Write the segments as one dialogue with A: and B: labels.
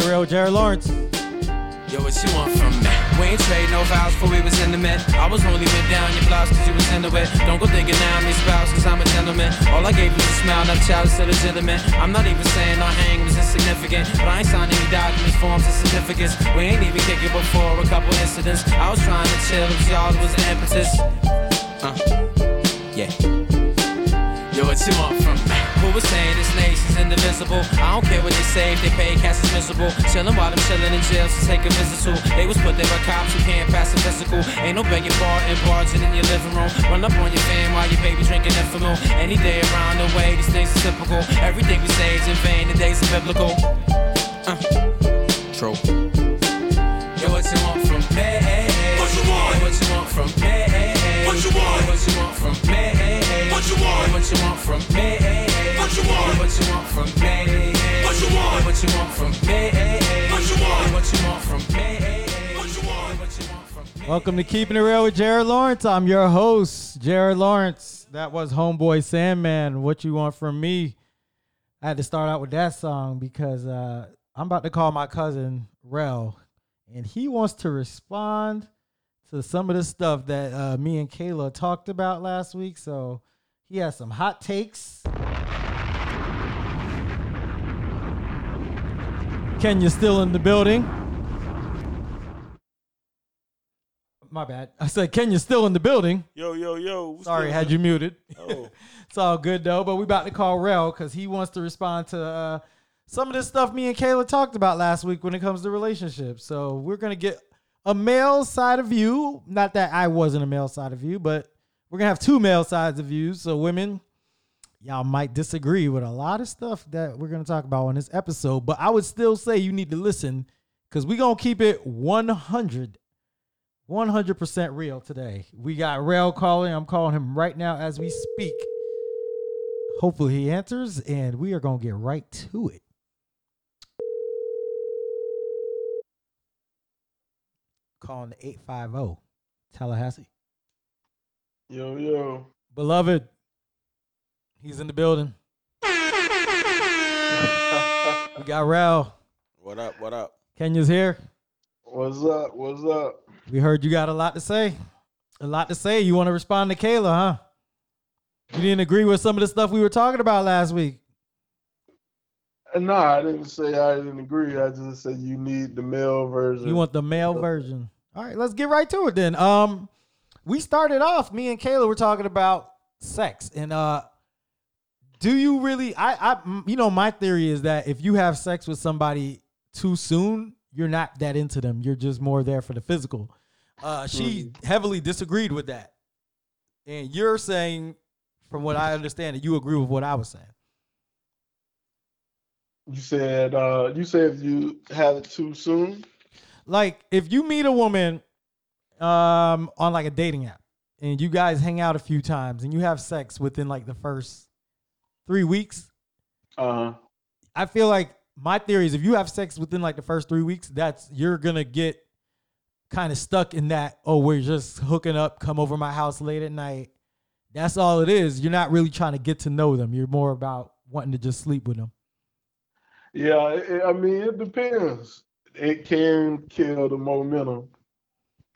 A: show, Jared Lawrence.
B: Yo, what you want from me? We ain't trade no vows before we was intimate. I was only went down your blouse cause you was into it. Don't go thinking now I'm your spouse cause I'm a gentleman. All I gave was a smile, not childish to legitimate. I'm not even saying our hang was insignificant. But I ain't signed any documents, forms of significance. We ain't even kicking before a couple incidents. I was trying to chill, but y'all was the impetus. Uh, yeah. Yo, what you want from me? Who was saying this nation's indivisible? I don't care what they say, if they pay cash is miserable. Chillin' while I'm chillin' in jail, so take a visit to. They was put there by cops who can't pass a physical. Ain't no begging bar and barging in your living room. Run up on your fan while your baby drinking infamil. Any day around the way, these things are typical. Everything we say is in vain, the days are biblical. Uh, true. Yo, what you want from me?
C: What you want?
B: What you want from me?
C: What you want?
B: What you want from me?
C: What you want?
B: What you want from me?
C: What you want?
B: What you want from me?
C: What you want?
B: What you want from me?
C: What you want?
B: What you want from me?
C: What you want?
B: What you want from me?
A: Welcome to Keeping It Real with Jared Lawrence. I'm your host, Jared Lawrence. That was Homeboy Sandman. What you want from me? I had to start out with that song because uh, I'm about to call my cousin Rel, and he wants to respond to some of the stuff that uh, me and Kayla talked about last week. So he has some hot takes. Kenya still in the building. My bad. I said Kenya's still in the building.
C: Yo, yo, yo. what's
A: Sorry,
C: good?
A: had you muted.
C: Oh.
A: It's all good though, but we about to call Rel because he wants to respond to uh, some of this stuff me and Kayla talked about last week when it comes to relationships. So we're gonna get a male side of you. Not that I wasn't a male side of you, but we're gonna have two male sides of you. So women, y'all might disagree with a lot of stuff that we're gonna talk about on this episode, but I would still say you need to listen because we gonna keep it 100 100% real today. We got Rel calling. I'm calling him right now as we speak. Hopefully he answers, and we are going to get right to it. Calling the 850 oh, Tallahassee.
D: Yo, yo.
A: Beloved, he's in the building. We got Rel.
E: What up? What up?
A: Kenya's here.
D: What's up? What's up?
A: We heard you got a lot to say. A lot to say. You want to respond to Kayla, huh? You didn't agree with some of the stuff we were talking about last week.
D: Uh, No, I didn't say I didn't agree. I just said you need the male version.
A: You want the male version. All right, let's get right to it then. Um, we started off, me and Kayla were talking about sex. And uh do you really I I mm, you know, my theory is that if you have sex with somebody too soon, you're not that into them. You're just more there for the physical. Uh she heavily disagreed with that. And you're saying, from what I understand, that you agree with what I was saying.
D: You said uh you said if you have it too soon.
A: like if you meet a woman um on like a dating app and you guys hang out a few times and you have sex within like the first three weeks
D: Uh
A: i feel like my theory is if you have sex within like the first three weeks that's you're gonna get kind of stuck in that oh we're just hooking up come over my house late at night that's all it is you're not really trying to get to know them you're more about wanting to just sleep with them
D: yeah, it, it- I mean it depends. It can kill the momentum.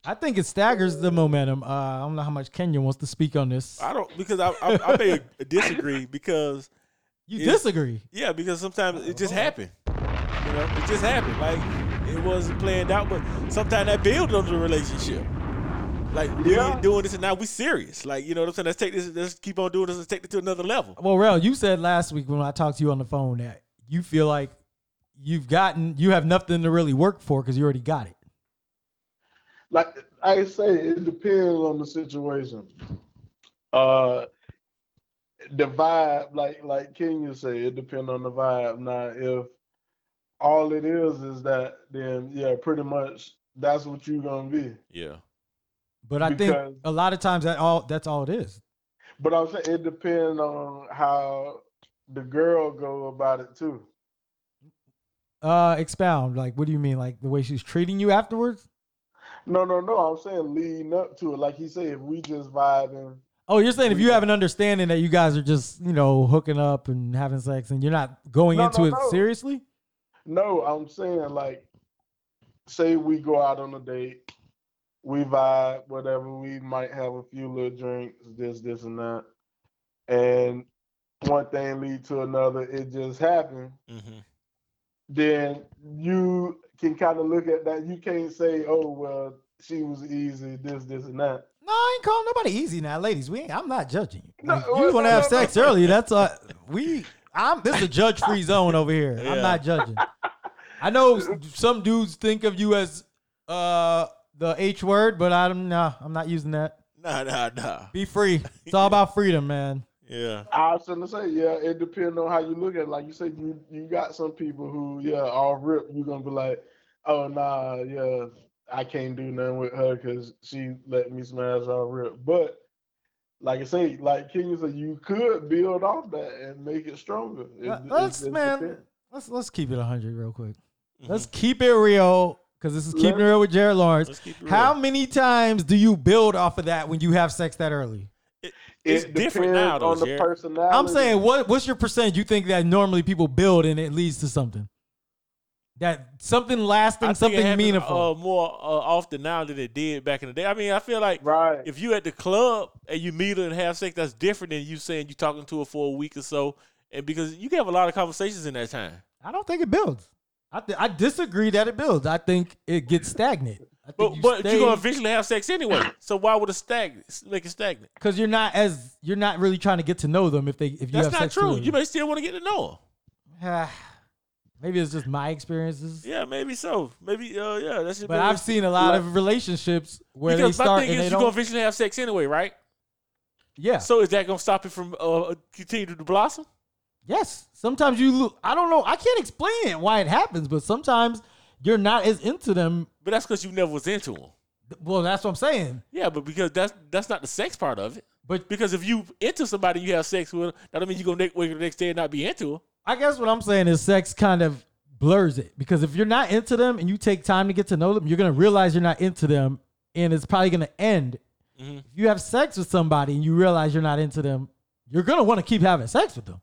A: i think it staggers the momentum uh, i don't know how much kenya wants to speak on this
E: I don't because I I, I may disagree because
A: you
E: it's-
A: disagree
E: yeah because sometimes it
D: Uh-huh.
E: just happened. You know, it just happened. Like it wasn't planned out, but sometimes that builds on the relationship. Like we
D: Yeah.
E: doing this and now we serious. Like you know what I'm saying? Let's take this. Let's keep on doing this and take it to another level.
A: Well, Rel, you said last week when I talked to you on the phone that you feel like you've gotten, you have nothing to really work for because you already got it.
D: Like I say, it depends on the situation. Uh the vibe, like like Kenya say, it depends on the vibe. Now if all it is is that then yeah, pretty much that's what you're gonna be.
E: Yeah.
A: But I
D: Because-
A: think a lot of times that all that's all it is.
D: But I'm saying it depends on how the girl go about it too.
A: Uh, expound. Like, what do you mean? Like the way she's treating you afterwards?
D: No, no, no. I'm saying leading up to it. Like he said, if we just vibing,
A: Oh, you're saying if you have an understanding that you guys are just you know hooking up and having sex and you're not going
D: No,
A: into
D: no,
A: it
D: no.
A: seriously?
D: No, I'm saying like, say we go out on a date, we vibe, whatever. We might have a few little drinks, this, this, and that, and one thing lead to another. It just happened.
E: Mm-hmm.
D: Then you can kind of look at that. You can't say, oh well, she was easy, this, this, and that.
A: No, I ain't calling nobody easy now, ladies. We ain't, I'm not judging you.
D: No,
A: Like,
D: well,
A: you want to
D: no,
A: have
D: no,
A: sex early? That's uh, we. I'm. This is a judge free zone over here. I'm
E: Yeah.
A: not judging. I know s- some dudes think of you as uh the H word, but I'm nah. I'm not using that.
E: Nah, nah, nah.
A: Be free. It's all about freedom, man.
E: Yeah.
D: I was gonna say, yeah, it depends on how you look at it. Like you said, you you got some people who, yeah, all rip, you're gonna be like, oh nah, yeah, I can't do nothing with her because she let me smash all rip. But like I say, like Kenya said, you could build off that and make it stronger. It-
E: Uh,
A: Let-
D: it-
A: Let's
D: it
A: man.
D: depends.
A: Let's let's keep it hundred real quick.
E: Mm-hmm.
A: Let's keep it real because this is keeping it real with Jared Lawrence.
E: Let's keep it
A: How
E: real.
A: many times do you build off of that when you have sex that early?
E: It's
D: It
E: different now,
D: depends
E: though,
D: on the
E: Jared.
D: personality.
A: I'm saying, what what's your percentage you think that normally people build and it leads to something? That something lasting,
E: I think it
A: something
E: happens,
A: meaningful.
E: uh, more uh, often now than it did back in the day. I mean, I feel like
D: right.
E: if you at the club and you meet her and have sex, that's different than you saying you talking to her for a week or so, and because you can have a lot of conversations in that time.
A: I don't think it builds. I th- I disagree that it builds. I think it gets stagnant. I
E: But
A: think
E: but
A: stay-
E: you're gonna eventually have sex anyway, so why would it stagnant? Make it stagnant?
A: cause you're not as you're not really trying to get to know them if they if you
E: That's
A: have
E: not
A: sex
E: true.
A: too
E: You may still want to get to know her.
A: early. Maybe it's just my experiences,
E: Yeah, maybe so. Maybe uh, yeah, that's.
A: but I've seen a lot of relationships where
E: because
A: they
E: my
A: start
E: thing
A: and
E: is
A: they
E: you're gonna
A: don't.
E: eventually have sex anyway, right?
A: yeah.
E: So is that gonna stop it from uh, continuing to blossom?
A: Yes. Sometimes you lo- I don't know. I can't explain it why it happens, but sometimes you're not as into them.
E: But that's because you never was into them.
A: Well, that's what I'm saying.
E: Yeah, but because that's that's not the sex part of it.
A: But
E: Because if you into somebody you have sex with, that don't mean you gonna ne- wake up the next day and not be into her.
A: I guess what I'm saying is sex kind of blurs it because if you're not into them and you take time to get to know them, you're going to realize you're not into them and it's probably going to end.
E: Mm-hmm.
A: If you have sex with somebody and you realize you're not into them, you're going to want to keep having sex with them.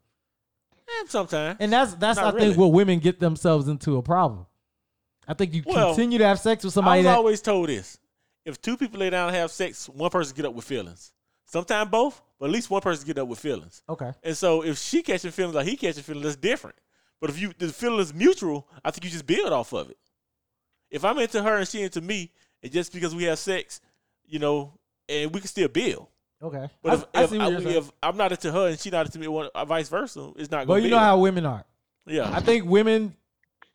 E: Eh, sometimes.
A: And that's that's
E: Not
A: I
E: really.
A: think what women get themselves into a problem. I think you
E: Well,
A: continue to have sex with
E: I
A: somebody
E: was
A: that
E: always told this: if two people lay down and have sex, one person get up with feelings. Sometimes both, but at least one person get up with feelings.
A: Okay.
E: And so if she catching feelings or he catching feelings, that's different. But if you the feeling is mutual, I think you just build off of it. If I'm into her and she into me, and just because we have sex, you know, and we can still build.
A: Okay.
E: But if,
A: I, I
E: if,
A: see what
E: I-
A: you're saying.
E: if I'm not into her and she not into me, one, uh, vice versa, it's not going.
A: But
E: to
A: you know how women are.
E: Yeah.
A: I think women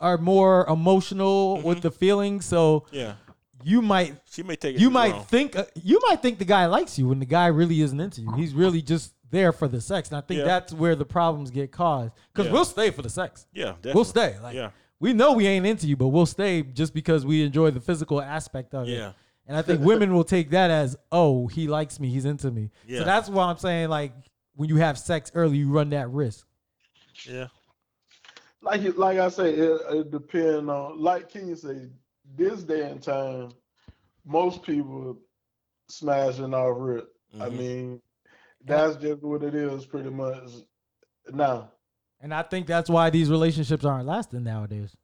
A: are more emotional
E: Mm-hmm.
A: with the feelings, so
E: yeah.
A: you might
E: She may take it.
A: you might
E: wrong.
A: think uh, you might think the guy likes you when the guy really isn't into you. He's really just there for the sex, and I think
E: Yeah.
A: that's where the problems get caused. Because
E: Yeah.
A: we'll stay for the sex.
E: Yeah. Definitely.
A: We'll stay. Like
E: Yeah.
A: we know we ain't into you, but we'll stay just because we enjoy the physical aspect of it.
E: Yeah.
A: And I think women will take that as, oh, he likes me, he's into me.
E: Yeah.
A: So that's why I'm saying, like, when you have sex early, you run that risk.
E: Yeah.
D: like you- like I say, it, it depends on like King say, this day and time, most people smashing off rip. I
A: Mm-hmm.
E: Mhm.
D: mean, that's just what it is, pretty much. Now,
A: And I think that's why these relationships aren't lasting nowadays.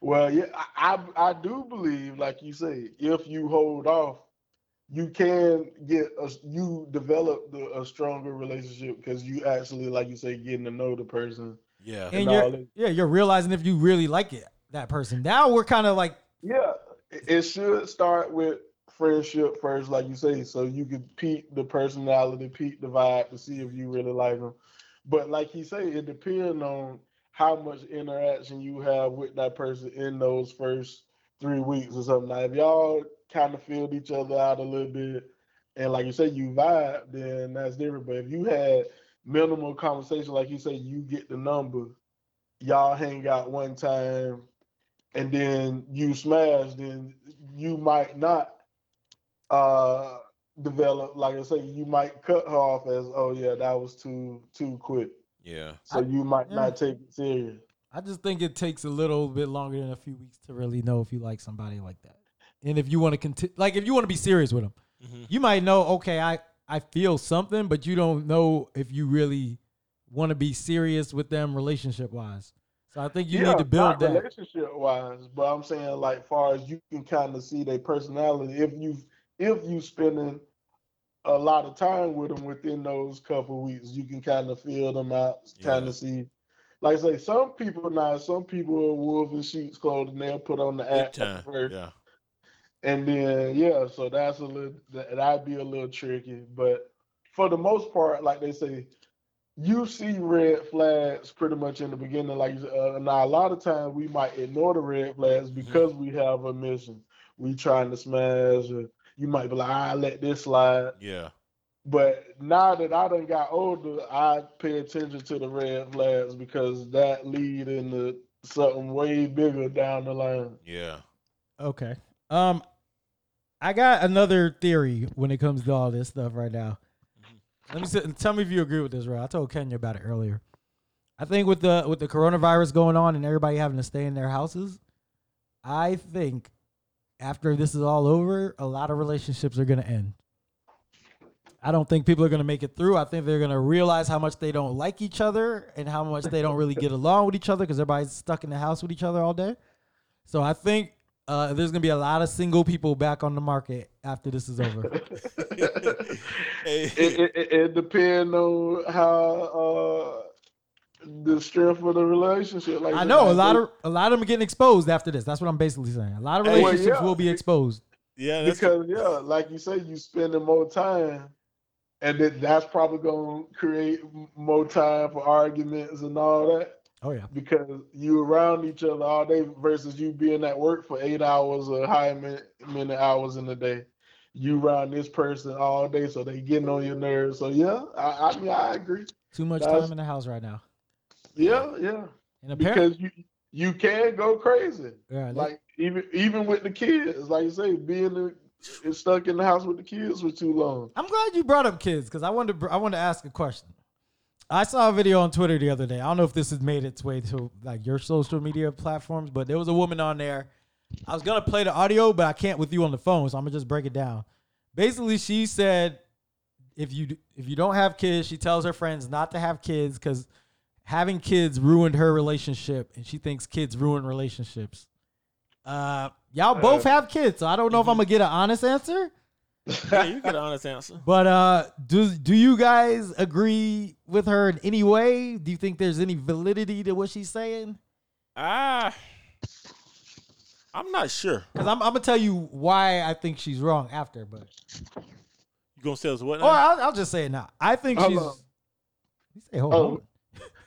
D: well, yeah, I I I do believe, like you say, if you hold off, you can get a you develop the, a stronger relationship because you actually, like you say, getting to know the person.
E: Yeah.
A: And
D: No,
A: you're,
D: it-
A: yeah, you're realizing if you really like it, that person. Now we're kind of like,
D: Yeah, it it should start with friendship first, like you say, so you can peep the personality, peep the vibe to see if you really like them. But like he say, it depends on how much interaction you have with that person in those first three weeks or something. Now, if y'all kind of filled each other out a little bit, and like you say, you vibe, then that's different. But if you had minimal conversation, like you say, you get the number, y'all hang out one time, and then you smash, then you might not uh develop like I say, you might cut her off as oh yeah, that was too too quick.
E: Yeah.
D: So
A: I-
D: you might
A: yeah.
D: not take it serious.
A: I just think it takes a little bit longer than a few weeks to really know if you like somebody like that. And if you want to continue, like, if you want to be serious with them,
E: Mm-hmm.
A: you might know, okay, I, I feel something, but you don't know if you really want to be serious with them relationship wise. So I think you need to build that.
D: relationship wise, but I'm saying like far as you can kind of see their personality if you if you spending a lot of time with them within those couple weeks, you can kind of feel them out, kind
E: Yeah.
D: of see. Like say some people now, some people are wolf in sheep's clothing. They'll put on the
E: Big
D: act
E: time.
D: first,
E: Yeah.
D: and then yeah, so that's a little that- that'd be a little tricky. But for the most part, like they say, you see red flags pretty much in the beginning. Like uh, now, a lot of times we might ignore the red flags because we have a mission. We trying to smash. Or you might be like, I let this slide.
E: Yeah.
D: But now that I done got older, I pay attention to the red flags because that lead into something way bigger down the line.
E: Yeah.
A: Okay. Um, I got another theory when it comes to all this stuff right now. Let me sit, tell me if you agree with this, Ray. I told Kenya about it earlier. I think with the with the coronavirus going on and everybody having to stay in their houses, I think after this is all over, a lot of relationships are going to end. I don't think people are going to make it through. I think they're going to realize how much they don't like each other and how much they don't really get along with each other because everybody's stuck in the house with each other all day. So I think uh, there's gonna be a lot of single people back on the market after this is over.
E: Hey.
D: it, it, it, it depends on how uh, the strength of the relationship. Like
A: I
D: said,
A: know a
D: like
A: lot
D: they-
A: of a lot of them are getting exposed after this. That's what I'm basically saying. A lot of
E: Hey, well,
A: relationships
D: yeah.
A: will be exposed.
E: Yeah. That's
D: because yeah, like you say, you spending more time, and then that's probably gonna create m- more time for arguments and all that
A: Oh yeah,
D: because you around each other all day versus you being at work for eight hours or however many, many hours in the day. You around this person all day, so they getting on your nerves. So yeah, I, I mean I agree.
A: too much
D: That's-
A: time in the house right now.
D: Yeah, yeah.
A: And apparently,
D: because you you can go crazy.
A: yeah, like,
D: Like even even with the kids, like you say, being in- stuck in the house with the kids for too long.
A: I'm glad you brought up kids because I wanted to, br- I wanted to ask a question. I saw a video on Twitter the other day. I don't know if this has made its way to like your social media platforms, but there was a woman on there. I was gonna play the audio, but I can't with you on the phone, so I'm gonna just break it down. Basically, she said if you if you don't have kids, she tells her friends not to have kids because having kids ruined her relationship, and she thinks kids ruin relationships. Uh, y'all both have kids, so I don't know if I'm gonna get an honest answer.
E: yeah, you get an honest answer.
A: But uh, do do you guys agree with her in any way? Do you think there's any validity to what she's saying?
E: Ah. I'm not sure.
A: Because I'm, I'm gonna tell you why I think she's wrong after, but
E: You gonna say us what?
A: or
E: now?
A: I'll, I'll just say it now. I think
D: Hold
A: she's.
D: on.
A: You say hold
D: Oh.
A: on.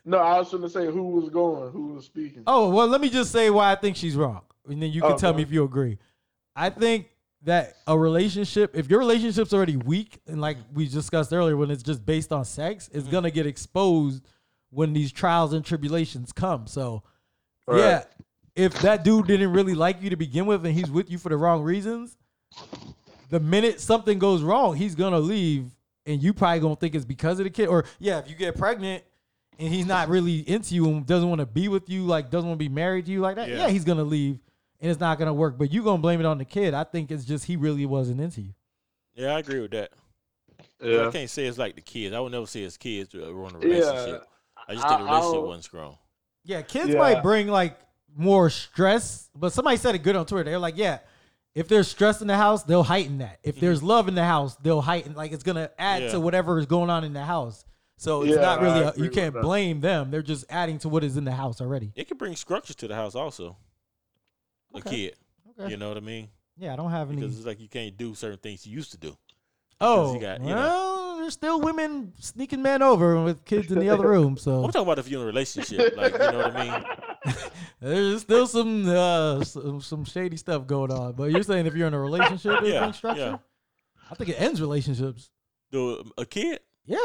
D: No, I was going to say who was going, who was speaking.
A: Oh well, let me just say why I think she's wrong, and then you can
D: Oh,
A: tell
D: go
A: me if you agree. I think that a relationship, if your relationship's already weak, and like we discussed earlier, when it's just based on sex, it's gonna get exposed when these trials and tribulations come. So, yeah, if that dude didn't really like you to begin with, and he's with you for the wrong reasons, the minute something goes wrong, he's gonna leave, and you probably gonna think it's because of the kid. Or yeah, if you get pregnant and he's not really into you and doesn't want to be with you, like doesn't want to be married to you like that, yeah.
E: Yeah.
A: he's gonna leave and it's not gonna work. But you gonna blame it on the kid. I think it's just he really wasn't into you.
E: Yeah, I agree with that. I can't say it's like the kids. I would never say it's kids to ruin a relationship. I just think the
D: I- I
E: relationship
D: don't-
E: wasn't strong.
A: Yeah, kids
D: Yeah.
A: might bring like more stress, but somebody said it good on Twitter. They're like, yeah, if there's stress in the house, they'll heighten that. If there's love in the house, they'll heighten. Like it's gonna add
E: Mm-hmm. Yeah.
A: to whatever is going on in the house. So it's
D: Yeah,
A: not really
D: I
A: a,
D: agree
A: you
D: with
A: can't
D: that.
A: blame them. They're just adding to what is in the house already.
E: It could bring structure to the house also.
A: Okay.
E: A kid.
A: Okay.
E: You know what I mean?
A: Yeah, I don't have any.
E: Because it's like you can't do certain things you used to do.
A: Oh,
E: you got, you know.
A: well, there's still women sneaking men over with kids in the other room.
E: I'm
A: So
E: talking about if you're in a relationship. Like, you know what I mean?
A: there's still some uh, some some shady stuff going on. But you're saying if you're in a relationship,
E: Yeah,
A: yeah, structure,
E: yeah.
A: I think it ends relationships.
E: Do a kid?
A: Yeah,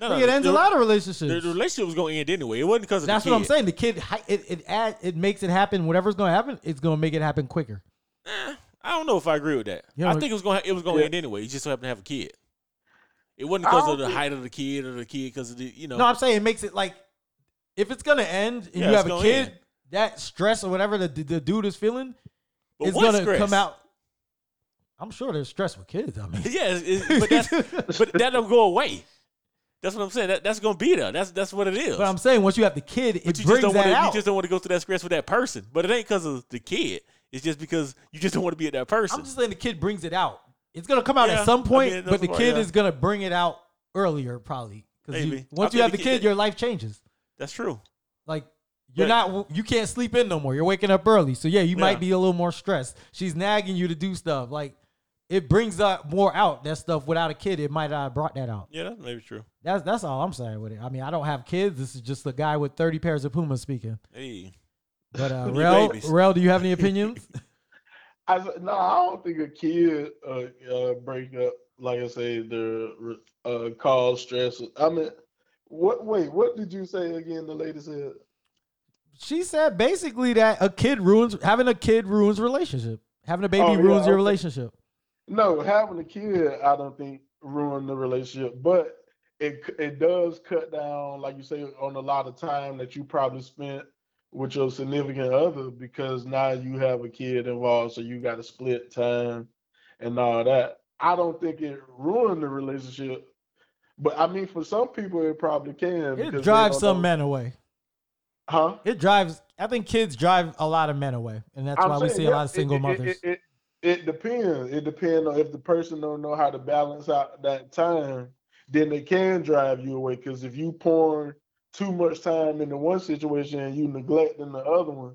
E: No,
A: I think it ends
E: the,
A: a lot of
E: The,
A: relationships.
E: the relationship was going to end anyway. It wasn't because of
A: That's
E: the
A: what
E: kid.
A: I'm saying. The kid, hi- it it add, it makes it happen. Whatever's going to happen, it's going to make it happen quicker.
E: I don't know if I agree with that.
A: You
E: I
A: know-
E: think it was going. to It was going to
D: Yeah.
E: end anyway. You just happened to have a kid. It wasn't
D: I
E: because
D: don't
E: of the
D: think-
E: height of the kid or the kid because of the you know.
A: No, I'm saying it makes it like if it's going to end and
E: Yeah,
A: you
E: it's
A: have a
E: gonna
A: kid,
E: end.
A: that stress or whatever the the dude is feeling,
E: but
A: it's
E: what
A: gonna
E: stress?
A: come out. I'm sure there's stress with kids. I mean,
E: Yeah, it's, it's- but that's, but that don't go away. That's what I'm saying. That, that's gonna be there. That's that's what it is.
A: But I'm saying once you have the kid, it
E: But you just
A: brings
E: don't
A: that
E: want to.
A: out.
E: You just don't want to go through that stress with that person. But it ain't because of the kid. It's just because you just don't want to be at that person.
A: I'm just saying the kid brings it out. It's gonna come out
E: Yeah,
A: at some
E: I
A: point,
E: mean,
A: but
E: that's
A: the
E: what-
A: kid
E: yeah.
A: is gonna bring it out earlier, probably. Because
E: Maybe. I
A: once you
E: think
A: have
E: the
A: the
E: kid-
A: kid, your life changes.
E: That's true.
A: Like you're
E: Right.
A: not, you can't sleep in no more. You're waking up early, so yeah, you
E: Yeah.
A: might be a little more stressed. She's nagging you to do stuff. Like it brings up more out that stuff. Without a kid, it might not have brought that out.
E: Yeah, that's maybe true.
A: That's that's all I'm saying with it. I mean, I don't have kids. This is just a guy with 30 pairs of Pumas speaking.
E: Hey,
A: But uh,
E: New
A: Rel,
E: babies.
A: Rel, do you have any opinions?
D: I said, no, I don't think a kid uh, uh break up. Like I said, the uh cause stress. I mean, what? Wait, what did you say again? The lady said.
A: she said basically that a kid ruins having a kid ruins relationship. Having a baby
D: Oh, yeah,
A: ruins
D: okay.
A: your relationship.
D: No, having a kid, I don't think ruined the relationship, but it c- it does cut down, like you say, on a lot of time that you probably spent with your significant other because now you have a kid involved, so you got to split time and all that. I don't think it ruined the relationship, but I mean, for some people, it probably can. because they
A: It drives
D: don't
A: some
D: know-
A: men away.
D: huh?
A: It drives. I think kids drive a lot of men away, and that's
D: I'm
A: why we
D: saying,
A: see
D: yeah,
A: a lot of
D: it-
A: single
D: it-
A: mothers.
D: It, it, it depends. It depends on if the person don't know how to balance out that time, then they can drive you away. Because if you pouring too much time into one situation and you neglecting the other one,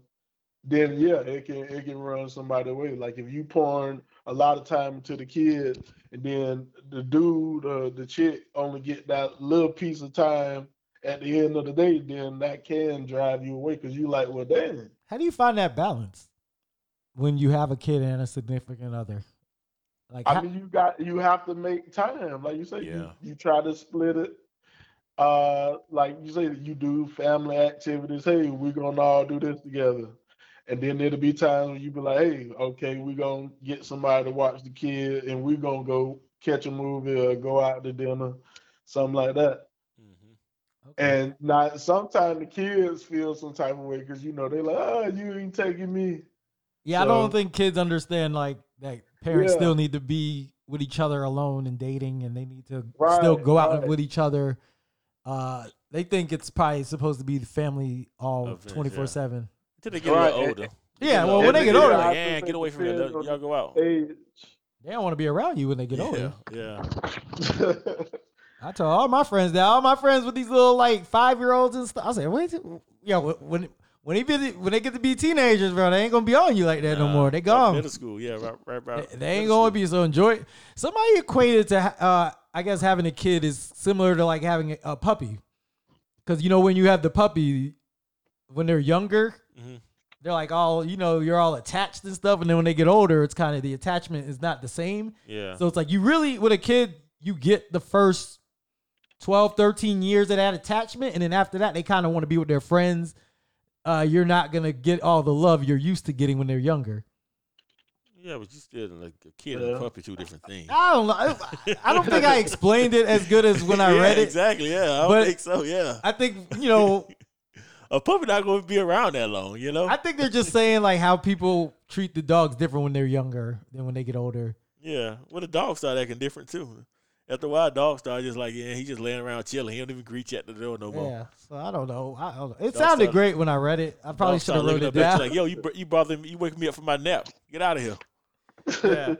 D: then yeah, it can it can run somebody away. Like if you pouring a lot of time into the kid, and then the dude or the chick only get that little piece of time at the end of the day, then that can drive you away because you like, well, damn.
A: How do you find that balance when you have a kid and a significant other? Like,
D: I
A: how-
D: mean, you got you have to make time, like you say.
E: Yeah.
D: You, you try to split it. Uh, like you say, you do family activities. Hey, we're gonna all do this together, and then there'll be times when you be like, hey, okay, we're gonna get somebody to watch the kid, and we're gonna go catch a movie or go out to dinner, something like that.
A: okay.
D: And now sometimes the kids feel some type of way because you know they like, oh, you ain't taking me.
A: yeah, I don't
D: so-
A: think kids understand like that. Parents
D: Yeah.
A: still need to be with each other alone and dating, and they need to
D: Right,
A: still go out
D: right.
A: with each other. Uh, they think it's probably supposed to be the family all
E: Events, yeah.
A: twenty four seven.
E: Until they get a
D: Right,
E: little
D: and-
E: older.
A: Yeah, well,
E: You know,
A: when they get
D: yeah,
A: older,
D: I
A: like,
D: have
E: yeah,
D: to
E: get away
D: say
E: from it.
D: depends on
E: Y'all go out.
A: they don't want to be around you when they get older.
E: Yeah,
D: Age.
A: I tell all my friends that all my friends with these little like five year olds and stuff. I say, wait, yeah, when when they be, when they get to be teenagers, bro, they ain't gonna be on you like that no
E: Nah,
A: more. They
E: like
A: gone.
E: Middle school. Yeah, right, right, right.
A: They, they ain't gonna be so enjoy. Somebody equated to, ha- uh, I guess, having a kid is similar to like having a, a puppy, because you know when you have the puppy, when they're younger,
E: Mhm.
A: they're like all you know you're all attached and stuff, and then when they get older, it's kind of the attachment is not the same.
E: Yeah.
A: So it's like you really with a kid, you get the first 12, 13 years of that attachment, and then after that, they kind of want to be with their friends. Uh, you're not gonna get all the love you're used to getting when they're younger.
E: yeah, but you still like a kid and a
D: Yeah.
E: puppy, two different things.
A: I don't know. I- I don't think I explained it as good as when I
E: yeah,
A: read it.
E: Exactly. Yeah, I don't
A: But-
E: think so. Yeah,
A: I think you know.
E: a puppy not going to be around that long. You know.
A: I think they're just saying like how people treat the dogs different when they're younger than when they get older.
E: yeah. Well, the dog start acting different too. After a while, dog start just like yeah, he just laying around chilling. He don't even greet you at the door no more.
A: Yeah. So I don't know. I don't know. It
E: Dogs
A: sounded
E: start-
A: great when I read it. I probably
E: Dog
A: should
E: start
A: have wrote it
E: looking up at you
A: down.
E: Like yo, you br- you bothering me? You waking me up from my nap? Get out of here.
A: yeah.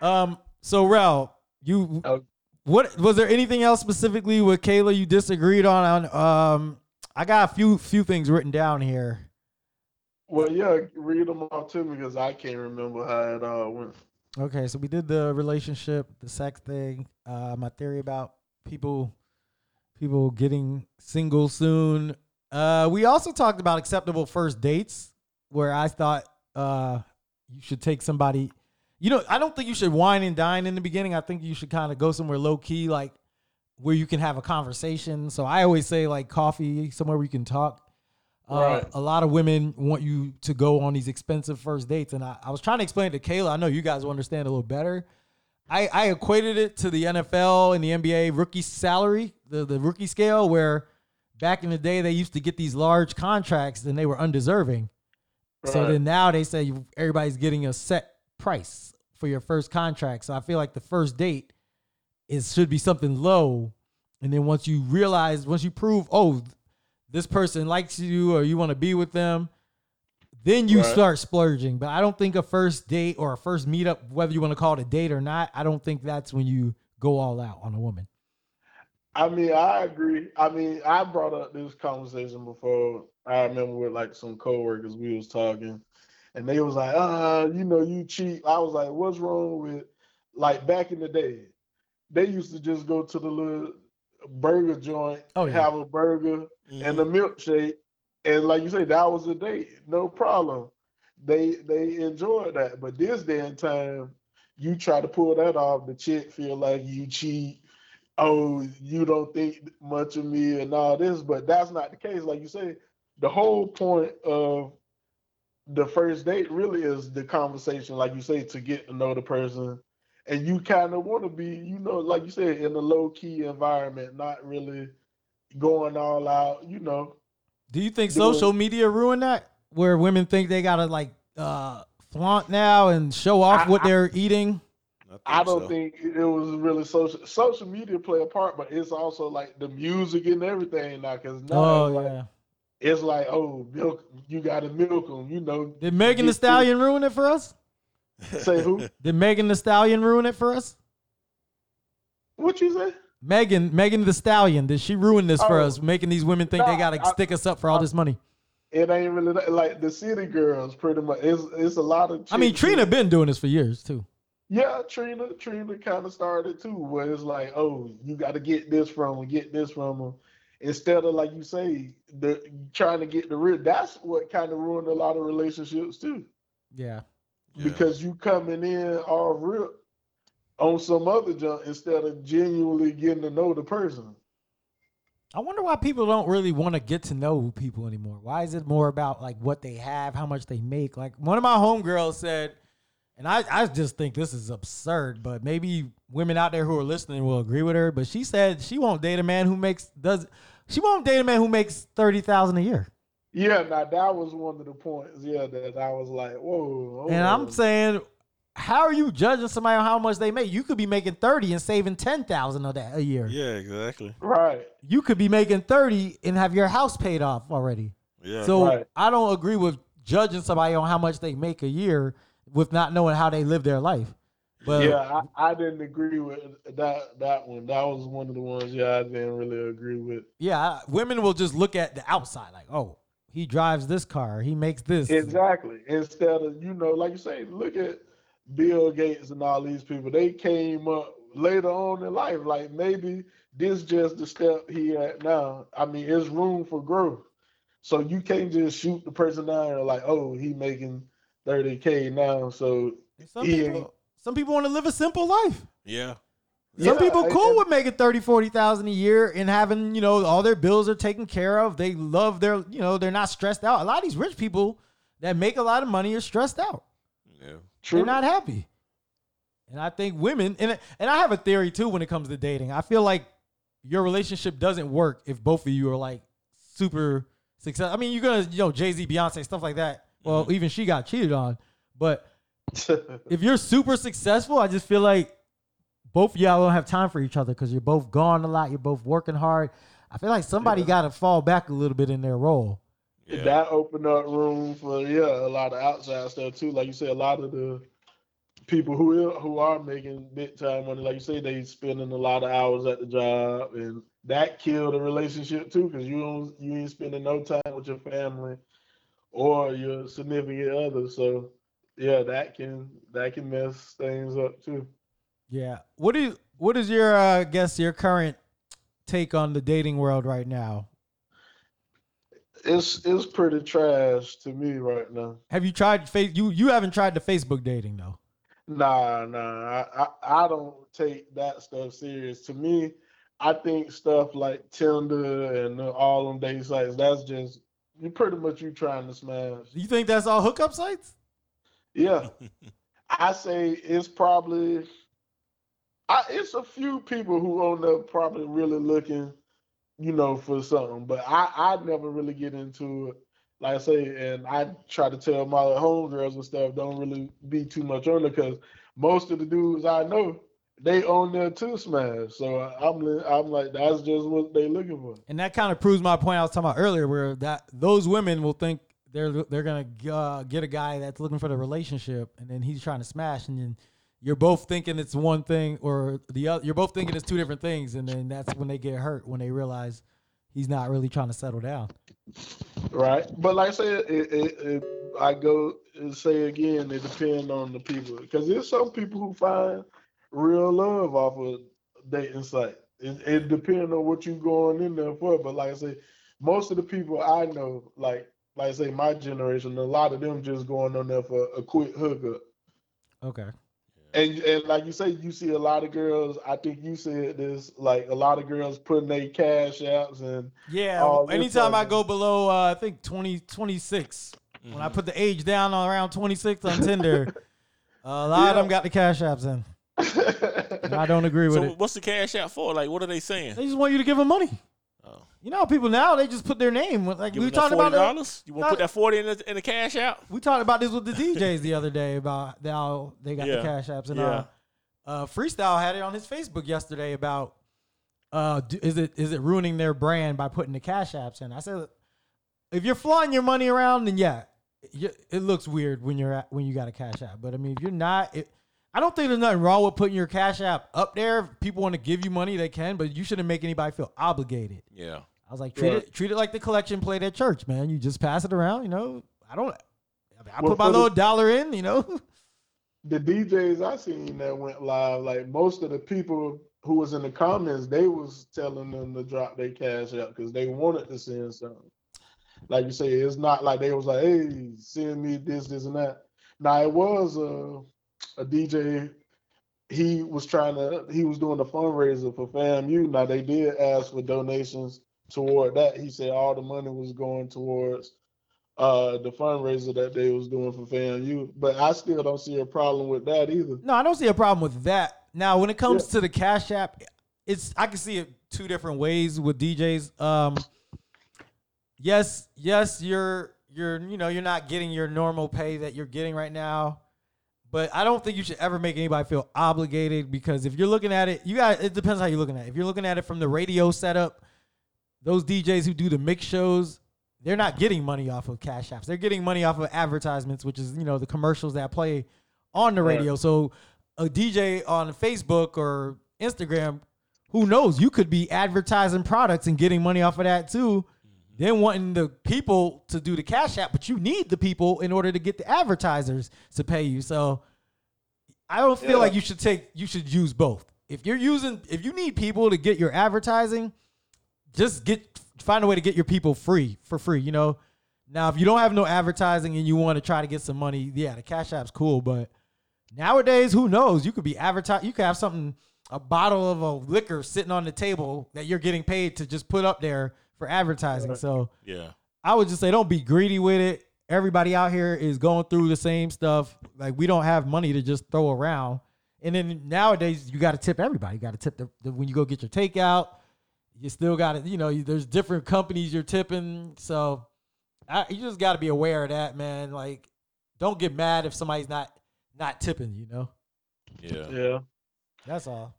A: Um. So Ralph, you
D: Oh.
A: what was there anything else specifically with Kayla you disagreed on? On um, I got a few few things written down here.
D: Well, yeah, read them all to me because I can't remember how it all went.
A: Okay, so we did the relationship, the sex thing. Uh, my theory about people, people getting single soon. Uh, we also talked about acceptable first dates, where I thought uh, you should take somebody. You know, I don't think you should wine and dine in the beginning. I think you should kind of go somewhere low key, like where you can have a conversation. So I always say like coffee, somewhere where you can talk. Uh,
D: Right.
A: A lot of women want you to go on these expensive first dates, and I, I was trying to explain it to Kayla. I know you guys will understand a little better. I, I equated it to the NFL and the NBA rookie salary, the, the rookie scale, where back in the day they used to get these large contracts and they were undeserving. So
D: Right.
A: then now they say you, everybody's getting a set price for your first contract. So I feel like the first date is should be something low And then once you realize, once you prove, oh, this person likes you or you want to be with them, then you
D: Right.
A: start splurging. But I don't think a first date or a first meetup, whether you want to call it a date or not, I don't think that's when you go all out on a woman.
D: I mean, I agree. I mean, I brought up this conversation before. I remember with like some coworkers, we was talking, and they was like, "Uh, you know, you cheat." I was like, "What's wrong with like back in the day? They used to just go to the little burger joint,
A: Oh, yeah.
D: have a burger and a milkshake, and like you say, that was a date, no problem. They they enjoyed that, but this day and time, you try to pull that off, the chick feel like you cheat oh, you don't think much of me and all this, but that's not the case. Like you say, the whole point of the first date really is the conversation, like you say, to get to know the person. And you kind of want to be, you know, like you said, in a low key environment, not really going all out, you know.
A: Do you think
D: Do
A: social media ruined that? Where women think they gotta like uh, flaunt now and show off
D: I-
A: what they're eating?
D: I don't
E: Mm-hmm. so.
D: think it it was really social. Social media play a part, but it's also like the music and everything now. Because now
A: Oh
D: it's, like,
A: yeah.
D: it's like, oh, milk, you got to milk them, you know.
A: Did Megan the
D: Get-
A: Stallion ruin it for us?
D: Say who?
A: Did Megan the Stallion ruin it for us?
D: What you say?
A: Megan, Megan the Stallion, did she ruin this for
D: Oh.
A: us, making these women think they
D: No,
A: gotta
D: I-
A: stick us up for all this money?
D: It ain't really that, like the city girls. Pretty much, it's it's a lot of.
A: I mean,
D: chicks
A: Trina
D: who-
A: been doing this for years too.
D: Yeah, Trina. Trina kind of started too, where it's like, oh, you got to get this from them, get this from them, instead of like you say, the trying to get the real. That's what kind of ruined a lot of relationships too,
A: Yeah.
E: Yeah.
D: because you coming in all real on some other junk instead of genuinely getting to know the person.
A: I wonder why people don't really want to get to know people anymore. Why is it more about like what they have, how much they make? Like one of my homegirls said, and I, I just think this is absurd, but maybe women out there who are listening will agree with her. But she said she won't date a man who makes does she won't date a man who makes thirty thousand a year.
D: Yeah, now that was one of the points. Yeah, that I was like, whoa. oh,
A: And I'm
D: saying.
A: saying, how are you judging somebody on how much they make? You could be making thirty and saving ten thousand of that a year.
E: Yeah, exactly.
D: Right.
A: You could be making thirty and have your house paid off already.
E: Yeah.
A: So
D: Right.
A: I don't agree with judging somebody on how much they make a year with not knowing how they live their life. But
D: yeah, I, I didn't agree with that that one. That was one of the ones. Yeah, I didn't really agree with.
A: yeah, I- women will just look at the outside, like, oh, he drives this car, he makes this.
D: Exactly. Instead of you know, like you say, look at Bill Gates and all these people. They came up later on in life. Like maybe this just the step he at now. I mean, it's room for growth. So you can't just shoot the person down and like, oh, he making thirty k now. So
A: Some
D: Yeah.
A: people, some people want to live a simple life.
E: yeah.
A: Some
D: yeah,
A: people
D: I-
A: cool
D: and-
A: with making 30, 40,000 a year and having, you know, all their bills are taken care of. They love their, you know, they're not stressed out. A lot of these rich people that make a lot of money are stressed out.
E: Yeah.
D: True.
A: They're not happy. And I think women and and I have a theory too when it comes to dating. I feel like your relationship doesn't work if both of you are like super successful. I mean, you're gonna you know Jay Z, Beyonce, stuff like that. Well, even she got cheated on. But if you're super successful, I just feel like both of y'all don't have time for each other because you're both gone a lot. You're both working hard. I feel like somebody
D: Yeah.
A: got to fall back a little bit in their role.
E: Yeah.
D: that opened up room for yeah a lot of outside stuff too. Like you say, a lot of the people who i- who are making big time money, like you say, they spending a lot of hours at the job, and that killed the relationship too because you don't you ain't spending no time with your family or your significant other. So yeah, that can that can mess things up too.
A: Yeah. What do you, what is your uh, I guess your current take on the dating world right now?
D: It's it's pretty trash to me right now.
A: Have you tried face you you haven't tried the Facebook dating though?
D: Nah, nah, I, I I don't take that stuff serious. To me, I think stuff like Tinder and all them dating sites, that's just you pretty much you trying to smash.
A: You think that's all hookup sites?
D: Yeah, I say it's probably, I it's a few people who on there probably really looking, you know, for something. But I I never really get into it. Like I say, and I try to tell my homegirls and stuff don't really be too much on it because most of the dudes I know they on there too, smash. So I- I'm li- I'm like that's just what they looking for.
A: And that kind of proves my point I was talking about earlier, where that those women will think they're they're gonna uh, get a guy that's looking for the relationship, and then he's trying to smash, and then you're both thinking it's one thing or the other. You're both thinking it's two different things, and then that's when they get hurt when they realize he's not really trying to settle down.
D: Right, but like I said, it, it, it, I go and say again, it depends on the people because there's some people who find real love off of dating site. It, it depends on what you going in there for. But like I say, most of the people I know, like like I say, my generation, a lot of them just going on there for a quick hookup.
A: Okay.
D: And and like you say, you see a lot of girls. I think you said this, like a lot of girls putting their cash apps and
A: Yeah.
D: Oh, this
A: anytime I
D: one.
A: go below, uh, I think 20, 26,
E: Mm-hmm.
A: when I put the age down on around 26 on Tinder, a lot of
D: Yeah.
A: them got the cash apps in. And I don't agree with
E: So
A: it.
E: what's the cash out for? Like, what are they saying?
A: They just want you to give them money.
E: Oh.
A: You know, how people now they just put their name. Like
E: Give
A: we
E: them
A: were talking
E: that
A: about, that-
E: $40? You want to put that forty in the, in the cash out?
A: we talked about this with the DJs the other day about how they got the
E: Yeah.
A: cash apps and
E: Yeah.
A: uh, uh, Freestyle had it on his Facebook yesterday about uh, do, is it is it ruining their brand by putting the cash apps in? I said, if you're flaunting your money around, then yeah, you, it looks weird when you're at, when you got a cash app. But I mean, if you're not, it, I don't think there's nothing wrong with putting your cash app up there. If people want to give you money, they can, but you shouldn't make anybody feel obligated.
E: Yeah.
A: I was like, treat
D: Right.
A: it treat it like the collection plate at church, man. You just pass it around, you know. I don't. I, mean, I
D: Well,
A: put my
D: for the-
A: little dollar in, you know.
D: the DJs I seen that went live, like most of the people who was in the comments, they was telling them to drop their cash out because they wanted to send something. Like you say, it's not like they was like, hey, send me this, this, and that. Now it was uh, a, a DJ. He was trying to. He was doing the fundraiser for FAMU. Now they did ask for donations toward that. He said all the money was going towards uh the fundraiser that they was doing for FAMU. But I still don't see a problem with that either.
A: No, I don't see a problem with that. Now, when it comes to the Cash App, it's I can see it two different ways with DJs. Um, yes, yes, you're you're you know you're not getting your normal pay that you're getting right now, but I don't think you should ever make anybody feel obligated because if you're looking at it, you got it depends how you're looking at it. If you're looking at it from the radio setup, those DJs who do the mix shows. They're not getting money off of cash apps. They're getting money off of advertisements, which is you know the commercials that play on the
D: Right.
A: radio. So a DJ on Facebook or Instagram, who knows? You could be advertising products and getting money off of that too.
D: Mm-hmm.
A: Then wanting the people to do the cash app, but you need the people in order to get the advertisers to pay you. So I don't feel
D: Yeah.
A: like you should take you should use both. If you're using if you need people to get your advertising, just get find a way to get your people free for free, you know. Now if you don't have no advertising and you want to try to get some money, yeah, the cash app's cool, but Nowadays, who knows? You could be advertised. You could have something, a bottle of a liquor sitting on the table that you're getting paid to just put up there for advertising. So
E: Yeah.
A: I would just say, don't be greedy with it. Everybody out here is going through the same stuff. Like we don't have money to just throw around. And then nowadays, you got to tip everybody. You got to tip the, the- when you go get your takeout. You still got to, you know, you, there's different companies you're tipping. So I, you just got to be aware of that, man. Like, don't get mad if somebody's not not tipping. You know.
E: Yeah.
D: Yeah.
A: That's all.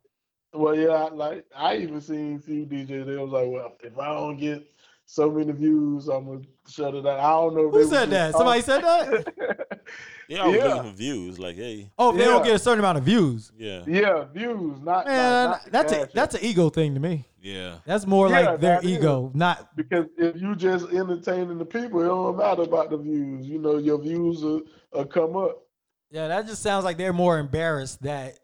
D: Well, yeah, I- like I even seen few DJs. They was like, well, if I don't get so many views, I'm gonna shut it down. I don't know. if they
A: Who
D: was
A: said
D: just
A: that? Somebody
D: talking-
A: said that?
E: They always
D: Yeah.
E: looking for views. Like, hey,
A: Oh, if they don't
D: Yeah.
A: get a certain amount of views.
E: yeah,
D: Yeah, views, not
A: Man,
D: not, not
A: that's a,
D: cash.
A: that's an ego thing to me.
E: yeah,
A: That's more
D: Yeah,
A: like their
D: that is.
A: ego, not
D: because if you just entertaining the people, it don't matter about the views. You know, your views will, will come up.
A: yeah. That just sounds like they're more embarrassed that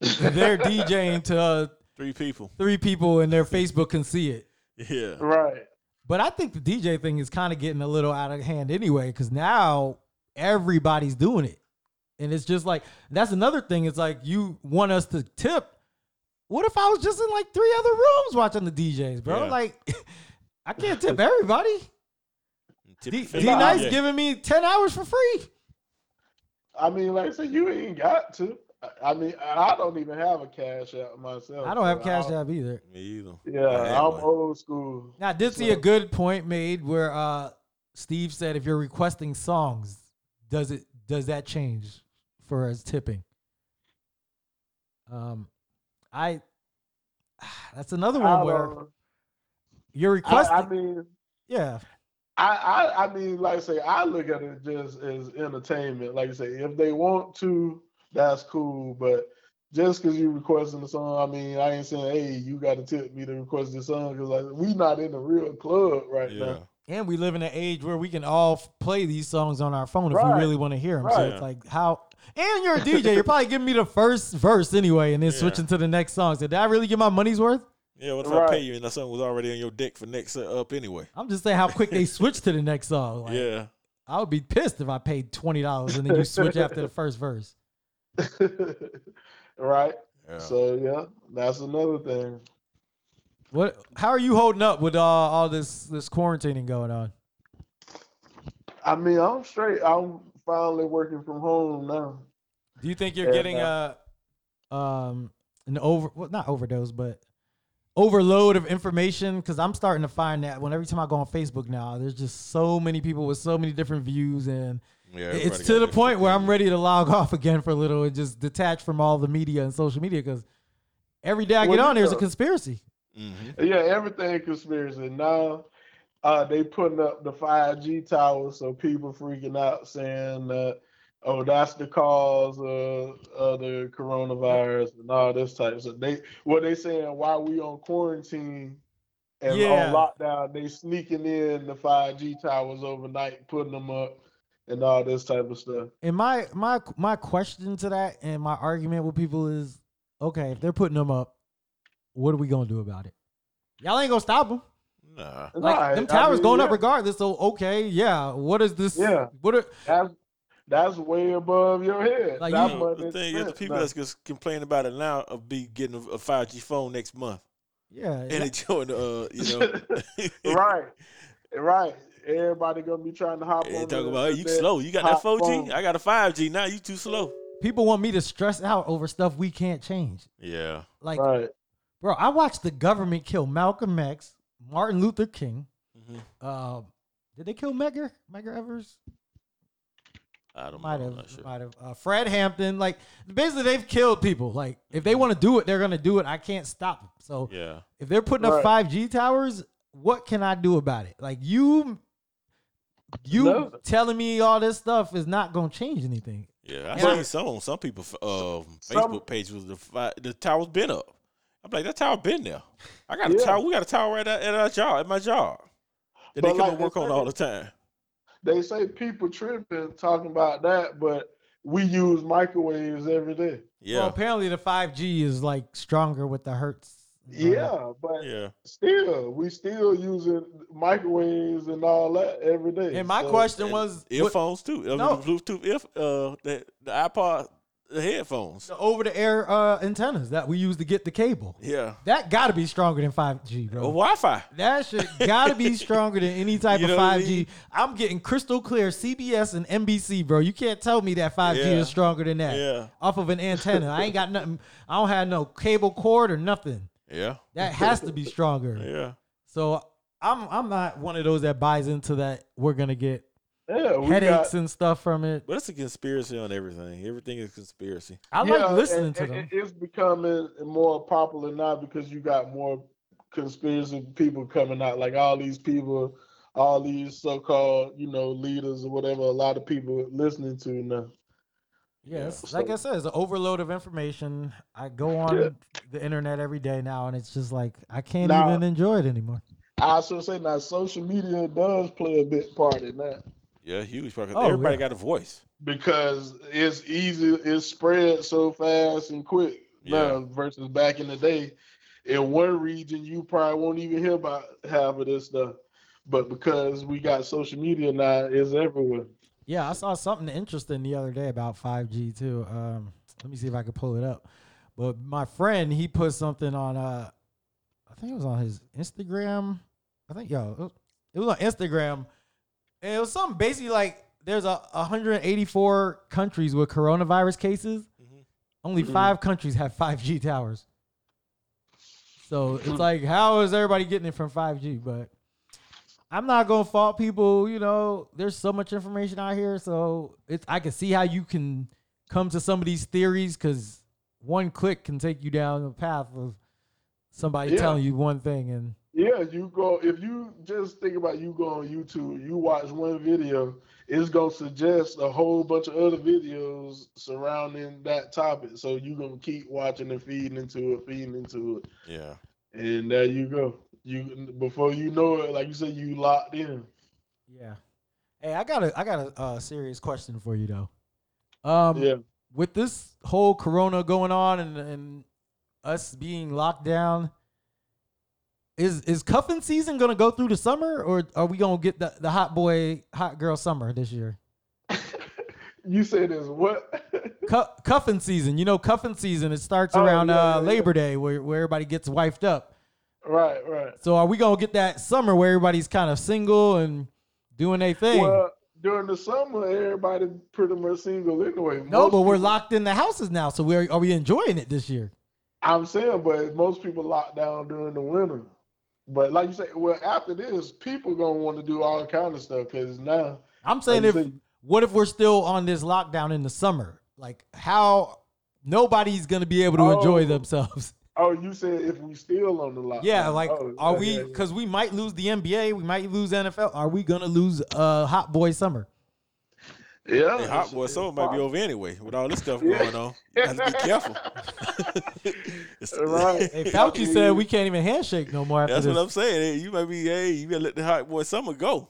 A: they're DJing to uh,
E: three people.
A: three people and their Facebook can see it.
E: Yeah,
D: right.
A: But I think the DJ thing is kind of getting a little out of hand anyway, because now everybody's doing it. And it's just like, that's another thing. It's like, you want us to tip. What if I was just in like three other rooms watching the DJs, bro?
E: Yeah.
A: Like, I can't tip everybody.
E: Tip
A: D
E: your favorite
A: Nice
E: DJ.
A: giving me 10 hours for free.
D: I mean, like I said, you ain't got to. I- I mean, I I don't even have a cash app myself.
A: I don't have
D: so
A: cash
D: I-
A: app either.
E: Me either.
D: Yeah,
E: I had
D: I'm
E: one.
D: old school.
A: Now, I did see a good point made where uh, Steve said if you're requesting songs, does it does that change for us tipping? Um, I that's another
D: I
A: one where
D: don't-
A: you're
D: I,
A: requesting.
D: I mean,
A: yeah,
D: I, I I mean, like I say, I look at it just as entertainment. Like I say, if they want to, that's cool. But just because you requesting the song, I mean, I ain't saying, hey, you got to tip me to request this song because like we not in the real club right
E: Yeah.
D: now.
A: and we live in an age where we can all f- play these songs on our phone if
D: Right.
A: we really want to hear them. So
D: Right.
A: it's like how. And you're a DJ. You're probably giving me the first verse anyway, and then
E: Yeah.
A: switching to the next song. So did I really get my money's worth?
E: Yeah, what if I
D: Right.
E: pay you and that song was already on your dick for next uh, up anyway?
A: I'm just saying how quick they switch to the next song. Like,
E: yeah.
A: I would be pissed if I paid twenty dollars and then you switch after the first verse.
D: right.
E: yeah.
D: So yeah, that's another thing.
A: What? How are you holding up with uh, all this this quarantining going on?
D: I mean, I'm straight. I'm finally working from home now.
A: Do you think you're
D: Yeah,
A: getting uh um an over well, not overdose but overload of information because I'm starting to find that when every time I go on Facebook now there's just so many people with so many different views and
E: Yeah,
A: it's
E: everybody
A: to
E: got
A: the
E: different
A: point where I'm
E: opinions.
A: ready to log off again for a little and just detach from all the media and social media because every day I
D: Well,
A: get
D: you
A: on there's a
D: know-
A: conspiracy.
E: Mhm.
D: Yeah, everything conspiracy. Now uh they putting up the 5G towers, so people freaking out saying that oh that's the cause of, of the coronavirus and all this type. So they what they saying why we on quarantine and
A: Yeah.
D: on lockdown, they sneaking in the 5G towers overnight, putting them up and all this type of stuff.
A: And my my my question to that and my argument with people is okay if they're putting them up, what are we gonna do about it? Y'all ain't gonna stop them.
E: Mm-hmm. Nah.
A: Like
D: Right,
A: them
D: I
A: towers
D: mean,
A: going up
D: yeah.
A: regardless. So okay, yeah. What is this?
D: Yeah.
A: What are,
D: That's that's way above your head.
A: Like,
D: That's
A: you-
D: what
E: the
D: they
E: thing is, the
D: spent.
E: people
D: Now-
E: that's just complaining about it now will be getting a, a 5G phone next month
A: yeah.
E: and enjoying, uh, you know.
D: right, right. Everybody gonna be trying to hop
E: They
D: on.
E: talk
D: the-
E: about, hey, you
D: the-
E: slow. You got that 4G?
D: hot phone.
E: I got a 5G. Now you too slow.
A: people want me to stress out over stuff we can't change.
E: Yeah.
A: Like,
D: Right.
A: bro, I watched the government kill Malcolm X, Martin Luther King.
E: Mhm.
A: Uh, did they kill Megger? Megger Evers?
E: I don't
A: Might
E: know. I'm
A: have,
E: not sure.
A: might have. Uh, Fred Hampton, like basically they've killed people. Like if they want to do it, they're gonna do it. I can't stop them. So
E: Yeah.
A: if they're putting up
D: Right.
A: five G towers, what can I do about it? Like you, you
D: No.
A: telling me all this stuff is not gonna change anything.
E: Yeah. I
A: But-
E: seen some on some people uh,
D: Some-
E: Facebook page was the fi- the tower's been up. I'm like, that tower been there. I got a
D: Yeah.
E: tower. We got a tower right at, at our job, at my job. That they
D: But
E: come
D: like
E: and
D: they
E: work on
D: said-
E: all the time.
D: They say people tripping talking about that, but we use microwaves every day.
E: Yeah.
A: Well, apparently the five G is like stronger with the hertz.
D: Yeah, but
E: yeah.
D: still, we still using microwaves and all that every day.
A: And my
D: So,
A: question
E: And
A: was what-
E: earphones too. I mean,
A: No.
E: the Bluetooth if uh the, the iPod the headphones.
A: the over the air uh, antennas that we use to get the cable.
E: Yeah.
A: That got to be stronger than five G, bro.
E: Wi Fi.
A: That shit gotta be stronger than any type
E: You
A: of
E: know what I
A: 5G.
E: mean?
A: I'm getting crystal clear CBS and NBC, bro. You can't tell me that 5G
E: Yeah.
A: is stronger than that.
E: Yeah.
A: Off of an antenna. I ain't got nothing. I don't have no cable cord or nothing.
E: Yeah.
A: That has to be stronger.
E: Yeah.
A: So I'm I'm not one of those that buys into that we're gonna get
D: Yeah, we
A: headaches
D: got,
A: and stuff from it.
E: But it's a conspiracy on everything. Everything is conspiracy.
A: I
D: yeah,
A: like listening
D: and-
A: to
D: and
A: them.
D: it- It's becoming more popular now because you got more conspiracy people coming out. Like all these people, all these so-called, you know, leaders or whatever. A lot of people listening to now.
A: Yes,
D: Yeah,
A: like
D: so-
A: I said, it's an overload of information. I go on
D: Yeah.
A: the internet every day now, and it's just like I can't
D: Nah.
A: even enjoy it anymore.
D: I should say now, social media does play a big part in that
E: Yeah, huge part. 'cause
A: Oh,
E: everybody
A: yeah.
E: got a voice.
D: because it's easy. It's spread so fast and quick now versus back in the day. In one region, you probably won't even hear about half of this stuff. But because we got social media now, it's everywhere.
A: Yeah, I saw something interesting the other day about 5G too. Um, let me see if I can pull it up. But my friend, he put something on uh I think it was on his Instagram. I think yo, it was- it was on Instagram. And it was something basically like there's a 184 countries with coronavirus cases.
E: Mhm.
A: Only
D: Mhm.
A: 5 countries have 5G towers. So it's like how is everybody getting it from 5G, but I'm not gonna fault people. You know, there's so much information out here, so it's I can see how you can come to some of these theories because one click can take you down the path of somebody
D: Yeah.
A: telling you one thing and
D: Yeah, you go if you just think about you go on YouTube, you watch one video, it's gonna suggest a whole bunch of other videos surrounding that topic. So you gonna keep watching and feeding into it, feeding into it,
F: Yeah.
D: and there you go. You before you know it, like you said, you locked in.
A: yeah. Hey, I got a I got a uh, serious question for you though. Um,
D: yeah,
A: with this whole corona going on and, and us being locked down is is cuffing season going to go through the summer or are we going to get the, the hot boy hot girl summer this year
D: you said this what?
A: Cu- cuffing season you know cuffing season it starts
D: Oh,
A: around
D: yeah,
A: uh,
D: yeah, yeah.
A: labor day where, where everybody gets wifed up
D: right, right.
A: so are we going to get that summer where everybody's kind of single and doing their thing
D: Well, during the summer, everybody pretty much single anyway.
A: no
D: Most
A: but we're
D: people-
A: locked in the houses now so we're, are we enjoying it this year
D: I'm saying, but most people lock down during the winter. But like you say, well, after this, people gonna want to do all kind of stuff because now,
A: I'm saying
D: Like
A: if
D: you said-
A: what if we're still on this lockdown in the summer? Like how nobody's gonna be able to enjoy
D: Oh.
A: themselves.
D: oh, you said if we still on the lockdown,
A: yeah, like
D: Oh,
A: are
D: yeah,
A: we
D: yeah, yeah.
A: because we might lose the NBA, we might lose NFL. Are we gonna lose uh hot boy summer?
D: Yeah,
E: Hey, hot boy,
D: it's-
E: summer
D: it's
E: might be
D: possible.
E: over anyway with all this stuff
D: Yeah.
E: going on. You have to be careful. It's-
D: Right.
A: Hey, Fauci said we can't even handshake no more after
E: That's
A: this.
E: what I'm saying. Hey, you might be, hey, you better let the hot boy summer go.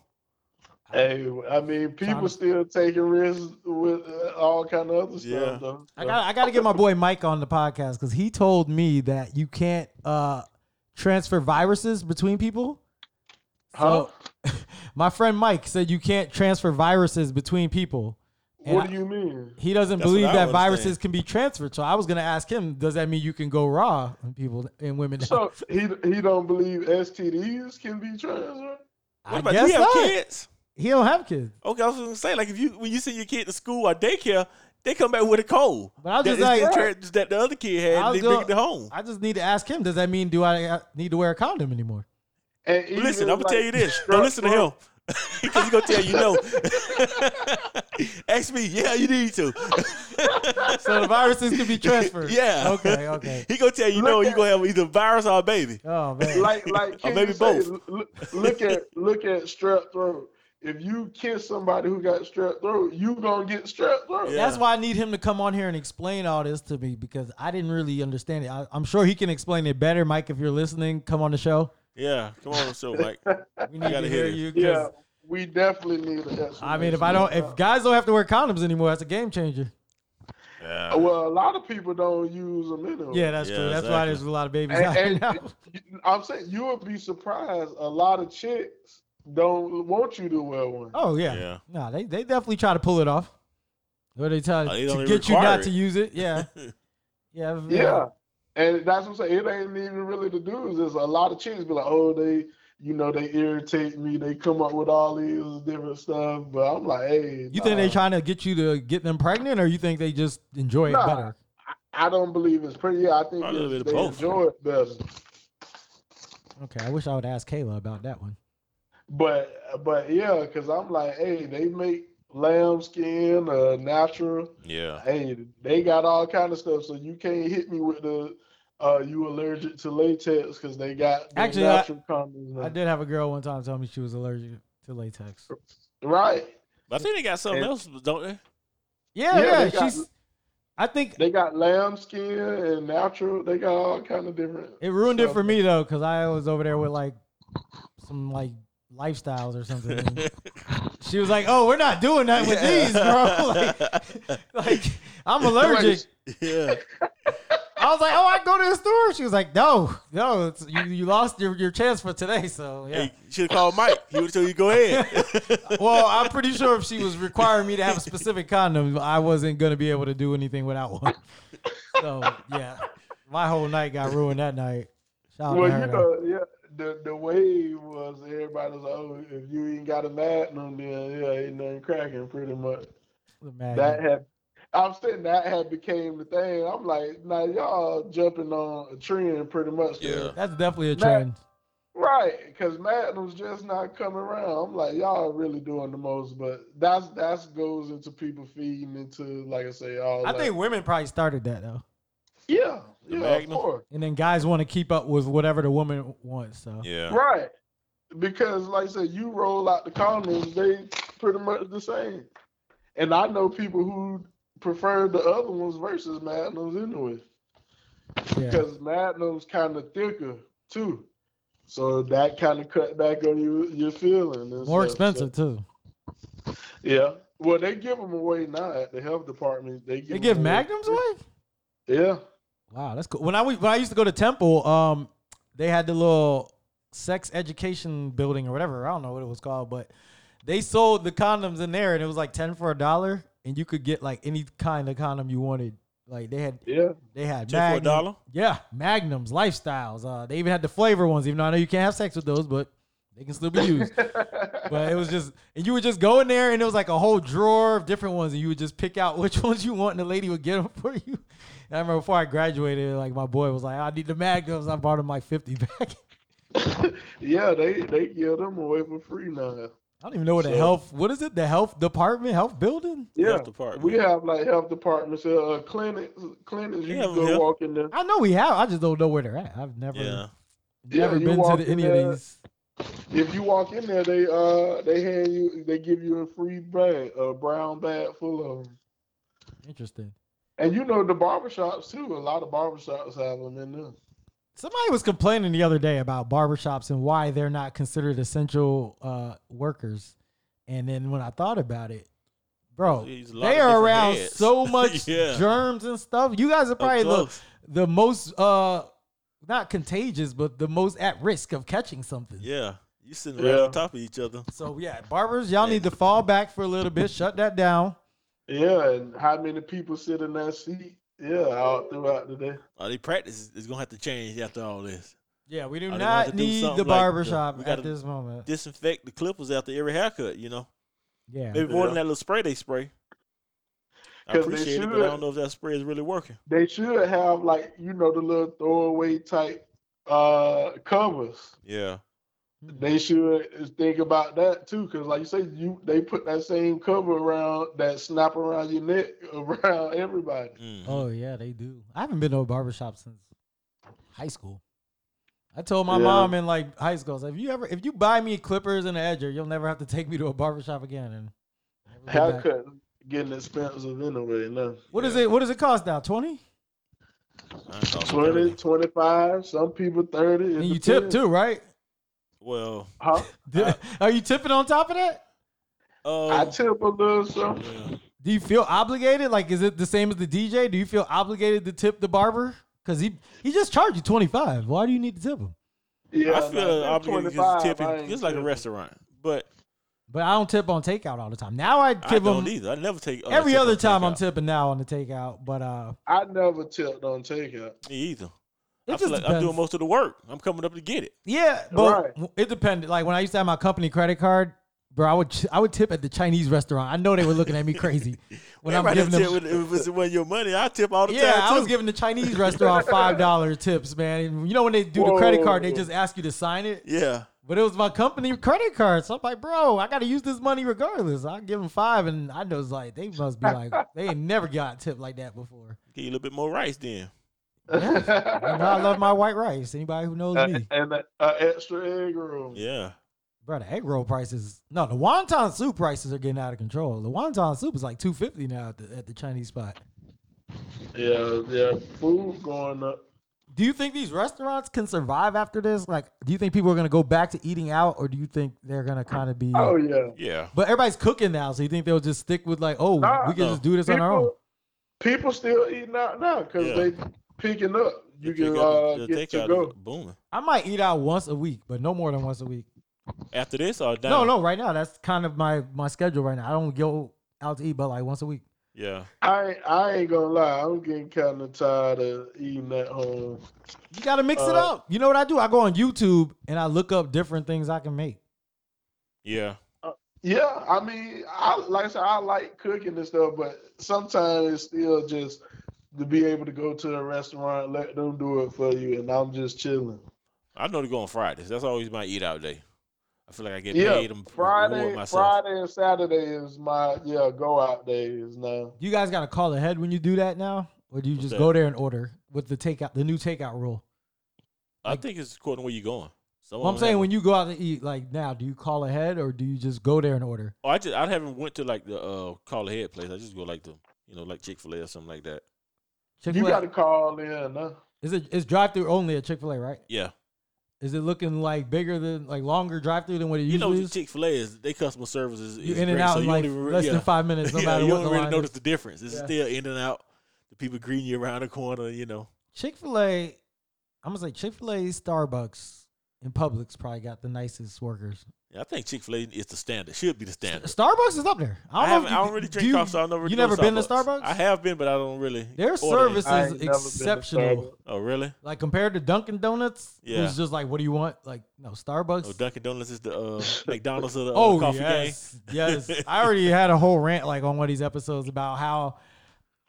D: Hey, I mean, people
A: to-
D: still taking risks with uh, all kind of other
E: Yeah.
D: stuff. Though.
A: I got I got to get my boy Mike on the podcast because he told me that you can't uh, transfer viruses between people. So, my friend Mike said you can't transfer viruses between people. And
D: what
A: I-
D: do you mean?
A: he doesn't
E: That's what
A: believe
E: I
A: that
E: understand.
A: viruses can be transferred. So I was gonna ask him, does that mean you can go raw on people and women?
D: So he he don't believe STDs can be transferred.
E: What
A: I
E: about
A: guess
E: do you have
A: not.
E: kids?
A: He don't have kids.
E: Okay, I was gonna say like if you when you send your kid to school or daycare, they come back with a cold.
A: But I was
E: That
A: just
E: is
A: like-
E: the tra- that the other kid had,
A: I
E: and
A: was
E: they
A: gonna-
E: bring it to home.
A: I just need to ask him. Does that mean do I uh, need to wear a condom anymore?
D: And
E: Listen,
D: even,
E: I'm gonna tell
D: like,
E: you this.
D: Trump-
E: Don't listen to him because he's gonna tell you no. Ask me, yeah, you need to.
A: So the viruses can be transferred.
E: yeah.
A: Okay. Okay.
E: He gonna tell you no.
D: Look
E: You
D: at-
E: gonna have either virus or a baby.
A: Oh man.
D: like like
E: Or
D: King
E: maybe
D: said,
E: both.
D: l- l- look at look at strep throat. If you kiss somebody who got strep throat, you gonna get strep throat.
E: Yeah.
A: That's why I need him to come on here and explain all this to me because I didn't really understand it. I, I'm sure he can explain it better, Mike. If you're listening, come on the show.
E: Yeah, come on, show Mike.
A: We need
E: gotta
A: to
E: hear
A: hear
E: this.
A: you. 'cause,
D: Yeah, we definitely need an
A: I mean, if I don't, if guys don't have to wear condoms anymore, that's a game changer.
E: Yeah.
D: well, a lot of people don't use them anyway.
A: Yeah, that's
E: Yeah,
A: true. That's why
E: exactly.
A: there's a lot of babies
D: And-
A: out
D: and-
A: now.
D: I'm saying you would be surprised. A lot of chicks don't want you to wear one.
A: Oh yeah.
E: Yeah.
A: No, they, they definitely try to pull it off. Or they try
E: Oh, they don't
A: to
E: even
A: get you not
E: require
A: to
E: it.
A: use it. Yeah. yeah.
D: Yeah. And that's what I'm saying. It ain't even really the dudes. It's a lot of chicks be like, oh, they, you know, they irritate me. They come up with all these different stuff. But I'm like, hey,
A: You think they
D: nah.
A: trying to get you to get them pregnant or you think they just enjoy it
D: Nah.
A: better?
D: I don't believe it's pretty. Yeah, I think
E: Probably a little
D: it's-
E: bit of
D: they
E: both.
D: enjoy it better.
A: Okay, I wish I would ask Kayla about that one.
D: But but yeah, because I'm like, hey, they make lamb skin, uh, natural.
F: Yeah.
D: Hey, they got all kind of stuff. So you can't hit me with the uh, you allergic to latex because they got the
A: Actually, I-
D: natural condoms.
A: I did have a girl one time tell me she was allergic to latex.
D: Right.
E: But I think they got something
D: And-
E: else, don't they?
A: Yeah,
D: Yeah,
A: yeah.
D: they got-
A: she's I think
D: They got lamb skin and natural. They got all kind of different.
A: it ruined it
D: So-
A: for me though, because I was over there with like some like lifestyles or something. And she was like, Oh, we're not doing that with these, bro. Like, like I'm allergic.
E: yeah.
A: I was like, oh, I go to the store. She was like, no, no, it's, you, you lost your, your chance for today. So, yeah.
E: Hey, should have called Mike. He would tell you go ahead.
A: Well, I'm pretty sure if she was requiring me to have a specific condom, I wasn't going to be able to do anything without one. So, yeah. My whole night got ruined that night. Shout out
D: well,
A: to her.
D: you
A: though.
D: know, yeah, the the wave was everybody was like, oh, if you ain't got a magnum, then yeah, ain't nothing cracking, pretty much.
A: The mag-
D: That had, I'm saying that had became the thing. I'm like, now y'all jumping on a trend, pretty much. there.
F: Yeah.
A: That's definitely a
D: Mag-
A: trend.
D: Right, because Magnum's just not coming around. I'm like, y'all really doing the most, but that's that's goes into people feeding into, like I say, all.
A: I
D: that.
A: think women probably started that, though.
D: Yeah, yeah, of
E: Magnum?
D: course.
A: And then guys want to keep up with whatever the woman wants. So
G: Yeah.
D: Right. Because like I said, you roll out the condoms, they pretty much the same. And I know people who prefer the other ones versus magnums anyway.
A: yeah.
D: Because magnums kind of thicker too. So that kind of cut back on you your feeling. and
A: more
D: stuff. So-
A: expensive too.
D: yeah. Well, they give them away now at the health department. They give
A: They
D: 'em
A: give
D: away.
A: magnums away.
D: Yeah.
A: Wow, that's cool. When I went- when I used to go to Temple, um, they had the little sex education building or whatever. I don't know what it was called, but they sold the condoms in there, and it was like ten for a dollar, and you could get like any kind of condom you wanted. Like they had,
D: Yeah.
A: they had
E: 10 for a
A: Magnum-
E: dollar?
A: Yeah, Magnums, lifestyles. Uh, they even had the flavor ones, even though I know you can't have sex with those, but they can still be used. but it was just, and you would just go in there, and it was like a whole drawer of different ones, and you would just pick out which ones you want, and the lady would get them for you. And I remember before I graduated, like my boy was like, "I need the Magnums." I bought him like fifty back.
D: yeah, they they give them away for free now.
A: I don't even know what the
D: So-
A: health. What is it? The health department, health building.
D: Yeah.
E: Health department.
D: We have like health departments, uh, clinics, clinics. You
E: Yeah,
D: can go
E: yeah.
D: walk in there.
A: I know we have. I just don't know where they're at. I've never,
E: Yeah.
A: never
D: Yeah, you
A: been to
D: walk
A: the,
D: in
A: any
D: there,
A: of these.
D: If you walk in there, they uh they hand you they give you a free bag, a brown bag full of them.
A: Interesting.
D: And you know the barbershops too. A lot of barbershops have them in there.
A: Somebody was complaining the other day about barbershops and why they're not considered essential uh, workers. And then when I thought about it, bro,
E: There's a lot
A: they
E: of
A: are
E: different
A: around
E: heads.
A: so much
E: Yeah.
A: germs and stuff. You guys are
E: Up
A: probably the,
E: close.
A: the most uh, not contagious, but the most at risk of catching something.
E: Yeah. You sitting right
D: Yeah.
E: on top of each other.
A: So yeah, barbers, y'all need to fall back for a little bit, shut that down.
D: Yeah, and how many people sit in that seat? Yeah, out throughout the day.
E: Are they practice is gonna have to change after all this.
A: Yeah, we
E: Are
A: do
E: Oh, they gonna have
A: not
E: to do
A: need the
E: something like the-
A: barbershop
E: we
A: at
E: gotta-
A: this moment.
E: Disinfect the clippers after every haircut, you know.
A: yeah,
E: Maybe more
D: Yeah.
E: than that little spray they spray. I
D: 'Cause they
E: appreciate it, but
D: should.
E: I don't know if that spray is really working.
D: They should have like you know the little throwaway type uh covers.
E: Yeah.
A: Hmm.
D: They should think about that too, because like you say, you they put that same cover around that snap around your neck around everybody.
E: Mhm.
A: Oh yeah, they do. I haven't been to a barbershop since high school. I told my
D: Yeah.
A: mom in like high school, I was like, if you ever if you buy me clippers and an edger, you'll never have to take me to a barbershop again. And never been back.
D: Haircut getting expensive anyway. No,
A: what is it? What does it cost now? Twenty?
E: I thought so.
D: 20, 25, some people thirty. it
A: And you tip
D: depends.
A: too, right?
E: Well,
D: Huh?
A: Did- Are you tipping on top of that?
E: uh,
D: I tip a little something.
E: yeah.
A: Do you feel obligated? Like, is it the same as the DJ? Do you feel obligated to tip the barber? Because he he just charged you twenty five. Why do you need to tip him?
D: Yeah,
E: I feel
D: nah,
E: obligated just
D: 25,
E: tipping.
D: I ain't
E: It's like a
D: tipping.
E: restaurant, but
A: But I don't tip on takeout all the time. Now I
E: I
A: tip
E: don't
A: him
E: either. I never take oh, I
A: every
E: tip
A: other
E: on
A: time. I'm
E: takeout.
A: tipping now on the takeout, but uh.
D: I never tipped on takeout.
E: Me either.
A: It
E: I
A: just
E: feel like I'm
A: depends.
E: doing most of the work. I'm coming up to get it.
A: Yeah, but
D: Right.
A: w- it depended. Like when I used to have my company credit card, bro, I would ch- I would tip at the Chinese restaurant. I know they were looking at me crazy when I'm
E: Everybody
A: giving them.
E: tip with- if it's one of your money, I tip all the
A: yeah,
E: time.
A: I was
E: too.
A: giving the Chinese restaurant five dollar tips, man. And you know when they do the credit card, they
D: Whoa.
A: just ask you to sign it.
E: Yeah,
A: But it was my company credit card, so I'm like, bro, I got to use this money regardless. I give them five, and I know it's like they must be like they ain't never got tipped like that before.
E: give you a little bit more rice then.
A: You know, I love my white rice. Anybody who knows me,
D: and Uh, and an extra egg roll.
E: Yeah,
A: Bro, the egg roll prices. No, the wonton soup prices are getting out of control. The wonton soup is like two fifty now at the, at the Chinese spot.
D: yeah, yeah. Food going up.
A: Do you think these restaurants can survive after this? Like, do you think people are gonna go back to eating out, or do you think they're gonna kind of be?
D: Oh yeah.
E: yeah.
A: But everybody's cooking now, so you think they'll just stick with like, oh,
D: Nah,
A: we can
E: no.
A: just do this on our own?
D: people still eating out now because
E: Yeah.
D: they picking up. You
E: Pick
D: can
E: up
D: uh,
E: the- the takeout
D: get to
E: is
D: go.
E: booming.
A: I might eat out once a week, but no more than once a week.
E: After this or down?
A: No, no, right now that's kind of my my schedule right now. I don't go out to eat, but like once a week.
E: Yeah,
D: I ain't- I ain't gonna lie, I'm getting kind of tired of eating at home.
A: You gotta mix it
D: Uh,
A: up. You know what I do? I go on YouTube and I look up different things I can make.
E: yeah.
D: Yeah, I mean, I like I said, I like cooking and stuff, but sometimes it's still just to be able to go to a restaurant, let them do it for you, and I'm just chilling.
E: I know to go on Fridays. That's always my eat out day. I feel like I get
D: Yeah,
E: paid. and reward
D: Friday,
E: myself.
D: Friday and Saturday is my yeah go out days now.
A: You guys gotta call ahead when you do that now. or do you just
E: that?
A: go there and order with the takeout, the new takeout rule?
E: I think it's according to where you're going. So
A: Well, I'm saying when you go out to eat, like now, do you call ahead or do you just go there and order?
E: oh, I just I haven't went to like the uh, call ahead place. I just go like the you know like Chick Fil A or something like that.
A: Chick
D: You
A: Fil
D: got
A: A
D: to call in. Huh?
A: is it? It's drive through only at Chick Fil A, right?
E: Yeah,
A: Is it looking like bigger than like longer drive through than what it
E: you
A: usually
E: know
A: is?
E: Chick Fil A is their customer service is,
A: You
E: is
A: in and
E: great,
A: out
E: so
A: in
E: you
A: like
E: don't even, re-
A: less
E: yeah.
A: than five minutes, no
E: yeah,
A: matter
E: you
A: what
E: don't
A: the
E: really
A: line
E: notice
A: is.
E: the difference. It's
A: Yeah.
E: still in and out. The people greeting you around the corner. You know,
A: Chick Fil A, I'm gonna say Chick Fil A, Starbucks, and Publix probably got the nicest workers.
E: Yeah, I think Chick Fil A is the standard. Should be the standard.
A: Starbucks is up there. know
E: I,
A: if
E: haven't. I
A: you-
E: don't really
A: do
E: drink
A: you-
E: coffee, so I've never.
A: You
E: go to
A: never been to Starbucks?
E: I have been, but I don't really.
A: Their
E: order any.
A: service
D: I
A: is
D: ain't never been to
A: exceptional.
D: Starbucks.
E: Oh really?
A: Like compared to Dunkin' Donuts,
E: Yeah.
A: it's just like, what do you want? Like no Starbucks.
E: Oh, Dunkin' Donuts is the uh, McDonald's of the uh,
A: oh
E: coffee game.
A: yes, yes. I already had a whole rant like on one of these episodes about how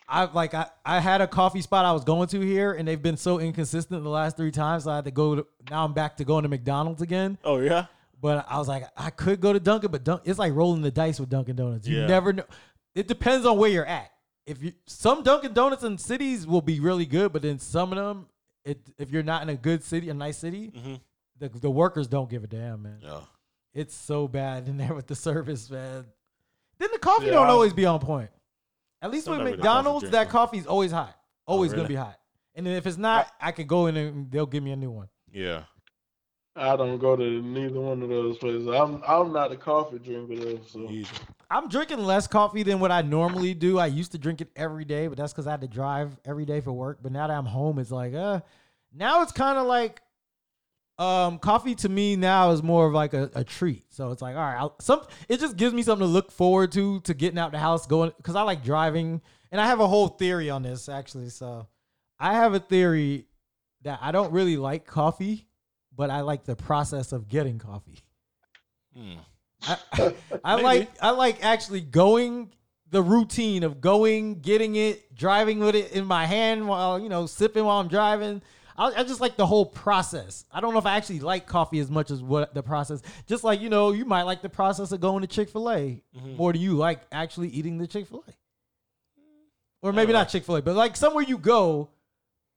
A: I like I, I had a coffee spot I was going to here, and they've been so inconsistent the last three times. I had to go. To, now I'm back to going to McDonald's again.
E: Oh yeah.
A: But I was like, I could go to Dunkin', but Dunk, it's like rolling the dice with Dunkin' Donuts. You
E: Yeah.
A: never know. It depends on where you're at. If you some Dunkin' Donuts in cities will be really good, but then some of them, it if you're not in a good city, a nice city,
E: Mhm.
A: the, the workers don't give a damn, man.
E: Yeah.
A: It's so bad in there with the service, man. Then the coffee
D: Yeah,
A: don't
D: I-
A: always be on point. At least
E: I'm
A: with
E: not really a coffee
A: McDonald's,
E: drinker.
A: that coffee's always hot, always gonna
E: really?
A: be hot. And then if it's not, I could go in and they'll give me a new one.
E: Yeah.
D: I don't go to neither one of those places. I'm I'm not a coffee drinker though, so
E: Easy.
A: I'm drinking less coffee than what I normally do. I used to drink it every day, but that's because I had to drive every day for work. But now that I'm home, it's like, uh, now it's kind of like, um, coffee to me now is more of like a, a treat. So it's like, all right, I'll, some it just gives me something to look forward to to getting out the house, going because I like driving, and I have a whole theory on this actually. So I have a theory that I don't really like coffee, but I like the process of getting coffee.
E: Mm.
A: I, I
E: Maybe.
A: like I like actually going the routine of going, getting it, driving with it in my hand while you know sipping while I'm driving. I, I just like the whole process. I don't know if I actually like coffee as much as what the process. Just like you know, you might like the process of going to Chick Fil A
E: Mm-hmm.
A: more than you like actually eating the Chick Fil A, or maybe
E: Uh,
A: not Chick Fil A, but like somewhere you go,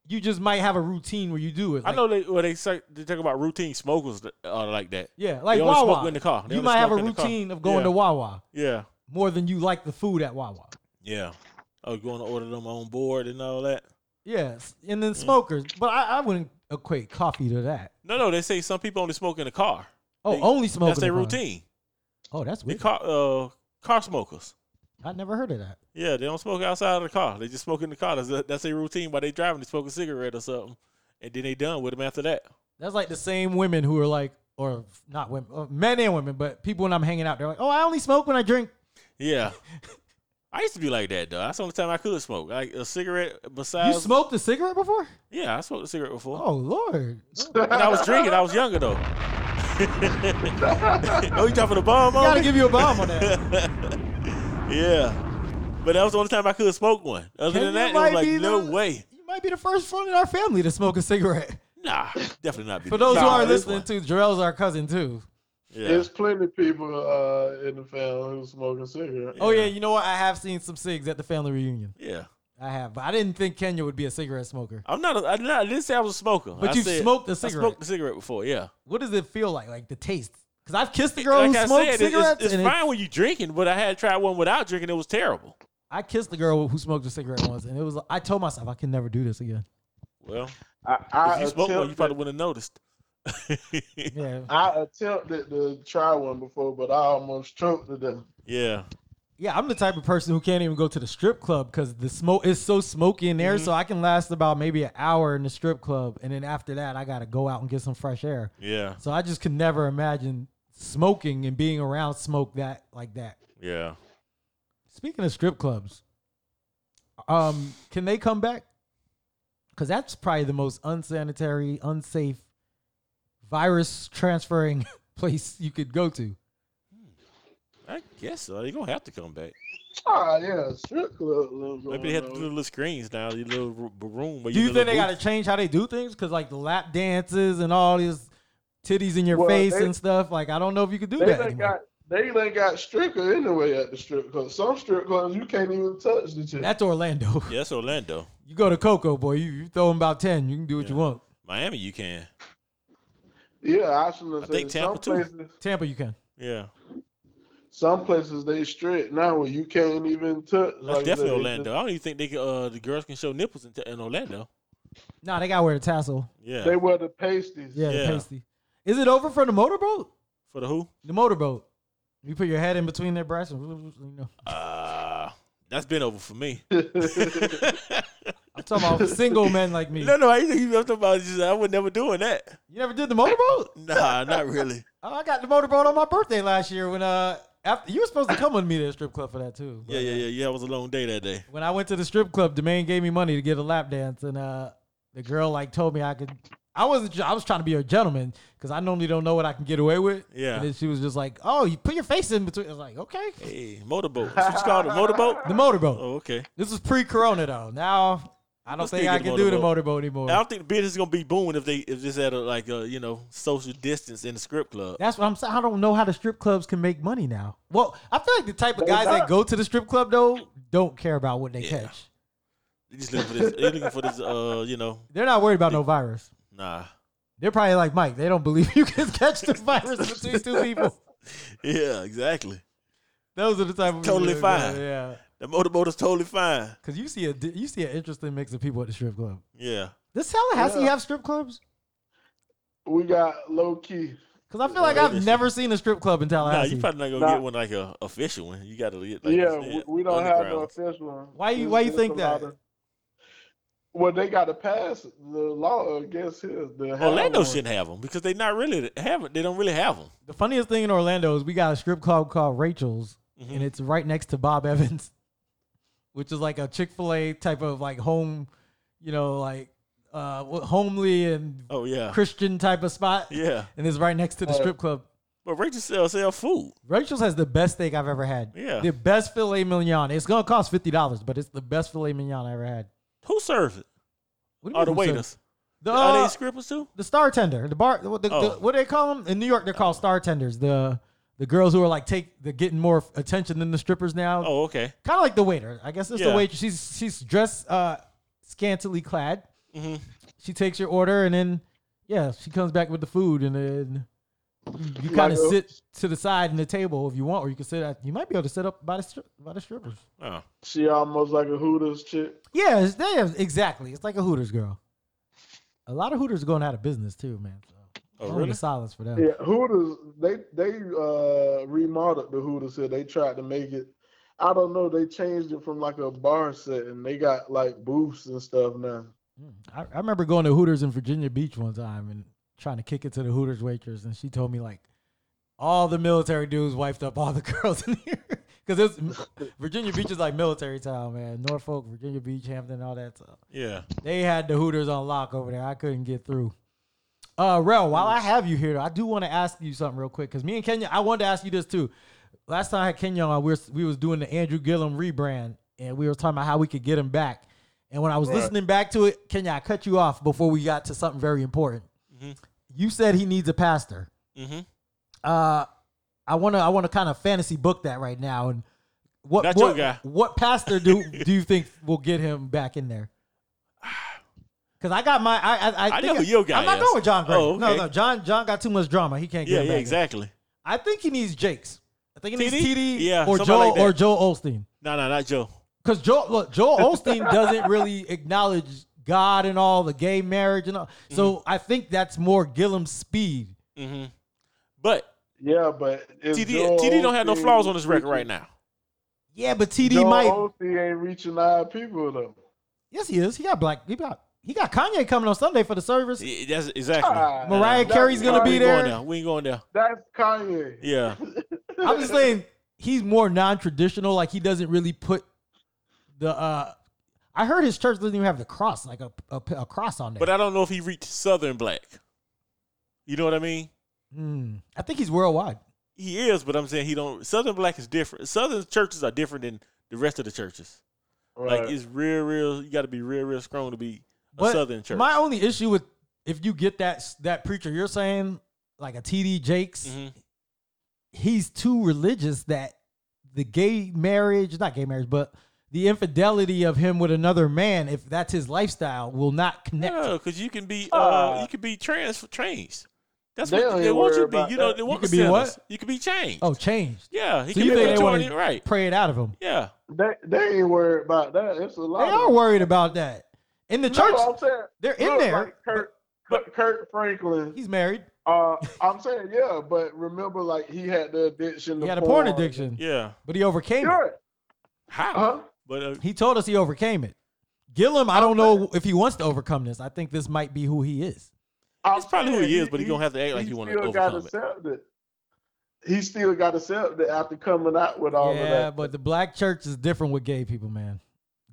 A: you just might have a routine where you do it.
E: I
A: Like,
E: know they well, they say, they talk about routine smokers that are like that.
A: yeah, like
E: they only
A: Wawa.
E: smoke in the car. They
A: you
E: only
A: might have a
E: smoke in the car.
A: routine of going
E: Yeah.
A: to Wawa
E: Yeah.
A: more than you like the food at Wawa.
E: Yeah. Oh, going to order them on board and all that.
A: Yes, and
E: Mm.
A: then smokers, but I, I wouldn't equate coffee to that.
E: No, no, they say some people only smoke in the car.
A: Oh,
E: They-
A: only smoking.
E: That's their
A: upon.
E: routine.
A: Oh, that's
E: They
A: weird.
E: car uh car smokers.
A: I never heard of that.
E: Yeah, they don't smoke outside of the car. They just smoke in the car. That's a, that's their routine while they driving. They smoke a cigarette or something, and then they done with them after that.
A: That's like the same women who are like, or not women, uh, men and women, but people when I'm hanging out, they're like, oh, I only smoke when I drink.
E: Yeah. I used to be like that though. That's the only time I could smoke. Like a cigarette
A: You
E: besides
A: smoked a cigarette before?
E: Yeah, I smoked a cigarette before.
A: Oh Lord, you
E: When Oh, I was drinking, I was younger though. oh, you dropping a bomb on
A: gotta
E: me?
A: give you a bomb on that.
E: yeah. But that was the only time I could smoke one. Other
A: Can
E: than
A: you
E: that, it was
A: might
E: like,
A: be
E: no
A: the-
E: way.
A: You might be the first one in our family to smoke a cigarette.
E: Nah, definitely not. be
A: For
E: the-
A: those who
E: nah,
A: are
E: this
A: listening
E: one.
A: to, Jarrell's our cousin too.
E: Yeah.
D: there's plenty of people uh, in the family who smoking cigarettes.
A: Oh yeah, you know what? I have seen some cigs at the family reunion.
E: yeah.
A: I have, but I didn't think Kenya would be a cigarette smoker.
E: I'm not, a, I, did not- I didn't say I was a smoker.
A: But
E: I
A: you've
E: said-
A: smoked a
E: I
A: cigarette.
E: smoked a cigarette before, yeah.
A: what does it feel like? Like the taste? Because I've kissed the girl who
E: I
A: smoked
E: said, it-
A: cigarettes,
E: it's, it's
A: and it-
E: fine when you're drinking, but I had tried one without drinking. It was terrible.
A: I kissed the girl who smoked a cigarette once, and it was. I told myself I can never do this again.
E: Well,
D: I, I
E: if you smoked one, you
D: attempted-
E: probably wouldn't have noticed.
A: Yeah,
D: I attempted to try one before, but I almost choked to death.
E: yeah.
A: yeah. I'm the type of person who can't even go to the strip club because the smoke is so smoky in there.
E: Mm-hmm.
A: So I can last about maybe an hour in the strip club, and then after that, I gotta go out and get some fresh air.
E: Yeah.
A: So I just could never imagine smoking and being around smoke that like that.
E: Yeah.
A: Speaking of strip clubs, um, can they come back? Because that's probably the most unsanitary, unsafe, virus transferring place you could go to.
E: I guess so. They're going to have to come back.
D: Ah, yeah, strip club.
E: Maybe they have to do the little screens now, the little ro- room where
A: Do
E: you
A: you think they got
E: gotta?
A: to change how they do things? Because like the lap dances and all these titties in your
D: Well,
A: face
D: they-
A: and stuff. Like I don't know if you could do
D: They
A: that.
D: done
A: anymore.
D: got They ain't got stripper anyway at the strip club. Some strip clubs you can't even touch the chick.
A: That's Orlando.
E: Yeah, that's Orlando.
A: You go to Coco, boy. You, you throw them about ten. You can do what you
E: Yeah.
A: want.
E: Miami, you can.
D: Yeah, I should
E: I
D: have
E: think
D: said some
E: Tampa, too.
D: places.
A: Tampa, you can.
E: Yeah.
D: Some places they strip now where you can't even touch.
E: That's
D: like,
E: definitely
D: they-
E: Orlando. I don't even think they can, uh, the girls can show nipples in, in Orlando.
A: Nah, they gotta wear the tassel.
E: Yeah.
D: They wear the pasties.
A: Yeah,
E: Yeah.
A: The pasty. Is it over for the motorboat?
E: For the who?
A: The motorboat. You put your head in between their breasts, and you know.
E: Uh, that's been over for me.
A: I'm talking about single men like me.
E: No, no, I think you talking about just I was never doing that.
A: You never did the motorboat?
E: Nah, not really.
A: Oh, I got the motorboat on my birthday last year when uh after you were supposed to come with me to the strip club for that too. but,
E: Yeah, yeah,
A: uh,
E: yeah, yeah. It was a long day that day.
A: When I went to the strip club, Domain gave me money to get a lap dance, and uh the girl like told me I could. I wasn't. I was trying to be a gentleman because I normally don't know what I can get away with.
E: Yeah.
A: And then she was just like, "Oh, you put your face in between." I was like, "Okay."
E: Hey, motorboat. That's what you call it, motorboat?
A: The motorboat.
E: Oh, okay.
A: This was pre-corona though. Now I don't
E: Let's
A: think
E: get
A: I
E: the
A: can do the
E: motorboat.
A: motorboat anymore.
E: I don't think the business is gonna be booming if they if it's at a like a you know social distance in the script club.
A: That's what I'm saying. I don't know how the strip clubs can make money now. Well, I feel like the type of guys that go to the strip club though don't care about what they
E: Yeah.
A: catch.
E: They just looking for this. They looking for this. Uh, you know,
A: They're not worried about no virus.
E: nah.
A: They're probably like Mike. They don't believe you can catch the virus between two people.
E: Yeah, exactly.
A: Those are the type of
E: Totally
A: people that go,
E: fine.
A: Yeah,
E: The motorboat is totally fine.
A: because you see a di- you see an interesting mix of people at the strip club.
E: Yeah.
A: Does Tallahassee
D: Yeah.
A: have strip clubs?
D: We got low key.
A: Because I feel like
E: Yeah,
A: I've
E: they
A: never seen a strip club in
E: Nah,
A: Tallahassee.
E: you probably not gonna
D: Nah.
E: get one like a official one. You gotta get like
D: yeah,
E: you
D: we,
E: said,
D: we don't have no
E: underground.
D: official one.
A: Why you-
D: It's-
A: why you
D: it's
A: think
D: a lot
A: that?
D: of- well, they got to pass the law against his.
E: Orlando shouldn't have them because they not really have it. They don't really have them.
A: the funniest thing in Orlando is we got a strip club called Rachel's,
E: Mm-hmm.
A: and it's right next to Bob Evans, which is like a Chick Fil A type of like home, you know, like uh, homely and
E: Oh yeah,
A: Christian type of spot.
E: yeah. Uh,
A: and it's right next to the strip club.
E: But Rachel sell sell food.
A: Rachel's has the best steak I've ever had.
E: Yeah.
A: The best filet mignon. It's gonna cost fifty dollars, but it's the best filet mignon I ever had.
E: Who serves it?
A: What do you
E: Are Oh, the
A: mean, sir?
E: waiters?
A: The,
E: Are
A: uh,
E: they scribbles too?
A: the star tender. The bar. The, the,
E: Oh.
A: the- what do they call them in New York? They're called star tenders. The the girls who are like take the getting more attention than the strippers now.
E: Oh okay.
A: Kind of like the waiter. I guess it's
E: Yeah.
A: the waitress. She's she's dressed uh, scantily clad.
E: Mm-hmm.
A: She takes your order and then yeah, she comes back with the food and then you kind of
D: Like, uh,
A: sit to the side in the table if you want, or you can sit at. You might be able to sit up by the stri- by the strippers.
E: Oh.
D: She almost like a Hooters chick.
A: Yeah, it's, they have- exactly. It's like a Hooters girl. A lot of Hooters are going out of business too, man. So
E: Oh,
A: moment of
E: really?
A: silence for them.
D: Yeah, Hooters. They they uh remodeled the Hooters here. They tried to make it. I don't know. They changed it from like a bar set, and they got like booths and stuff now.
A: I, I remember going to Hooters in Virginia Beach one time and trying to kick it to the Hooters waitress, and she told me like all the military dudes wiped up all the girls in here because Virginia Beach is like military town, man. Norfolk, Virginia Beach, Hampton, all that stuff.
E: Yeah.
A: They had the Hooters on lock over there. I couldn't get through. Uh, Rel, while I have you here, I do want to ask you something real quick because me and Kenya, I wanted to ask you this too. Last time I had Kenya on, we were, we was doing the Andrew Gillum rebrand, and we were talking about how we could get him back. And when I was listening back to it, Kenya, I cut you off before we got to something very important. You said he needs a pastor.
E: Mm-hmm.
A: Uh, I wanna I wanna kind of fantasy book that right now. And what
E: Not your
A: what,
E: guy.
A: what pastor do do you think will get him back in there? Because I got my I I, I,
E: I
A: think
E: know who your guy
A: I'm not
E: is.
A: going with John Gray.
E: Oh,
A: No,
E: okay.
A: no, John John got too much drama. He can't get
E: Yeah,
A: him
E: yeah,
A: back in.
E: exactly.
A: I think he needs Jake's. I think he needs
E: TD?
A: TD
E: Yeah,
A: or
E: somebody
A: Joel
E: like that.
A: or Joel Olstein.
E: No, no, not Joe.
A: Because Joel, look, Joel Osteen doesn't really acknowledge God and all the gay marriage and all. So I think that's more Gillum's speed.
E: Mm-hmm. But
D: Yeah, but it's
E: TD TD don't have no flaws on his record right now.
A: Yeah, but TD
D: Joel
A: might.
D: Osteen ain't reaching our people though.
A: Yes, he is. He got black. He got he got Kanye coming on Sunday for the service.
E: Yeah, That's exactly.
D: Ah,
A: Mariah
D: That's
A: Carey's gonna
E: We
A: be
E: ain't
D: Kanye.
E: going
A: there.
E: there. We ain't going there.
D: That's Kanye.
E: Yeah.
A: I'm just saying he's more non-traditional. Like he doesn't really put the. uh I heard his church doesn't even have the cross, like a a, a cross on there.
E: But
A: But I,
E: I don't know if he reached Southern Black. You know what I mean?
A: Hmm. I think he's worldwide.
E: He is, but I'm saying he don't. Southern Black is different. Southern churches are different than the rest of the churches.
D: Right.
E: Like it's real, real. You got to be real, real strong to be a
A: But
E: Southern church.
A: My only issue with
E: Mm-hmm.
A: Mm-hmm. if you get that that preacher you're saying like a TD Jakes,
E: Mhm.
A: he's too religious that the gay marriage, not gay marriage, but the infidelity of him with another man, if that's his lifestyle, will not connect.
E: No, because you can be uh,
D: Ah.
E: you can be trans changed. That's
D: They
E: what
D: don't
E: they,
D: even
E: want you
D: worry
E: to be.
D: about
E: You know
D: that.
E: they want
A: You
E: you
A: can be what?
E: You can be changed.
A: Oh, changed.
E: yeah, he
A: So
E: can
A: you
E: be
A: think they want
E: retarded,
A: to
E: right?
A: pray it out of him?
E: Yeah,
D: They they ain't worried about that. It's a lot.
A: They
D: of-
A: are worried about that. In the church,
D: No, I'm saying
A: they're in
D: look,
A: there.
D: Like Kurt, Kurt, Kurt Franklin.
A: he's married.
D: Uh, I'm saying yeah, but remember, like he had the addiction.
A: He
D: to
A: had a porn addiction,
E: yeah.
A: but he overcame it.
D: Sure.
E: How?
D: Huh?
E: But uh,
A: He told us he overcame it. Gillum, I don't know if he wants to overcome this. I think this might be who he is.
D: I'm
E: It's probably who he
D: saying
E: is, but he gonna have to act like he wanna
D: still got
E: overcome it.
D: accepted. He still got accepted after coming out with all of
A: yeah,
D: that.
A: but the black church is different with gay people, man.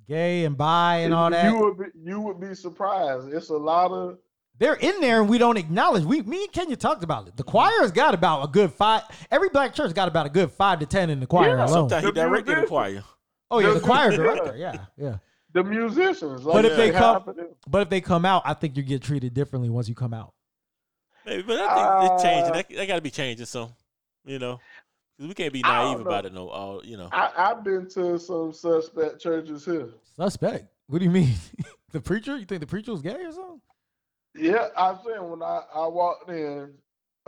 A: Gay and bi and all that.
D: You would be, you would be surprised. It's a lot of
A: They're in there and we don't acknowledge. We, me and Kenya talked about it. The choir's got about a good five. Every black church got about a good five to ten in the choir
D: Yeah,
A: alone.
E: sometimes he
D: The
E: directed the
D: music.
E: choir.
A: Oh yeah, the
D: Yeah.
A: choir director. Yeah, yeah.
D: the musicians.
A: But
D: like,
A: if they
D: half
A: come-
D: of them-
A: But if they come out, I think you get treated differently once you come out.
E: Maybe, but I think it's changing.
D: Uh,
E: That, that got to be changing some, you know, 'Cause we can't be
D: I
E: naive
D: don't
E: about it. No, all you know.
D: I, I've been to some suspect churches here.
A: Suspect. What do you mean? the preacher? You think the preacher was gay or something?
D: Yeah, I'm saying when I, I walked in,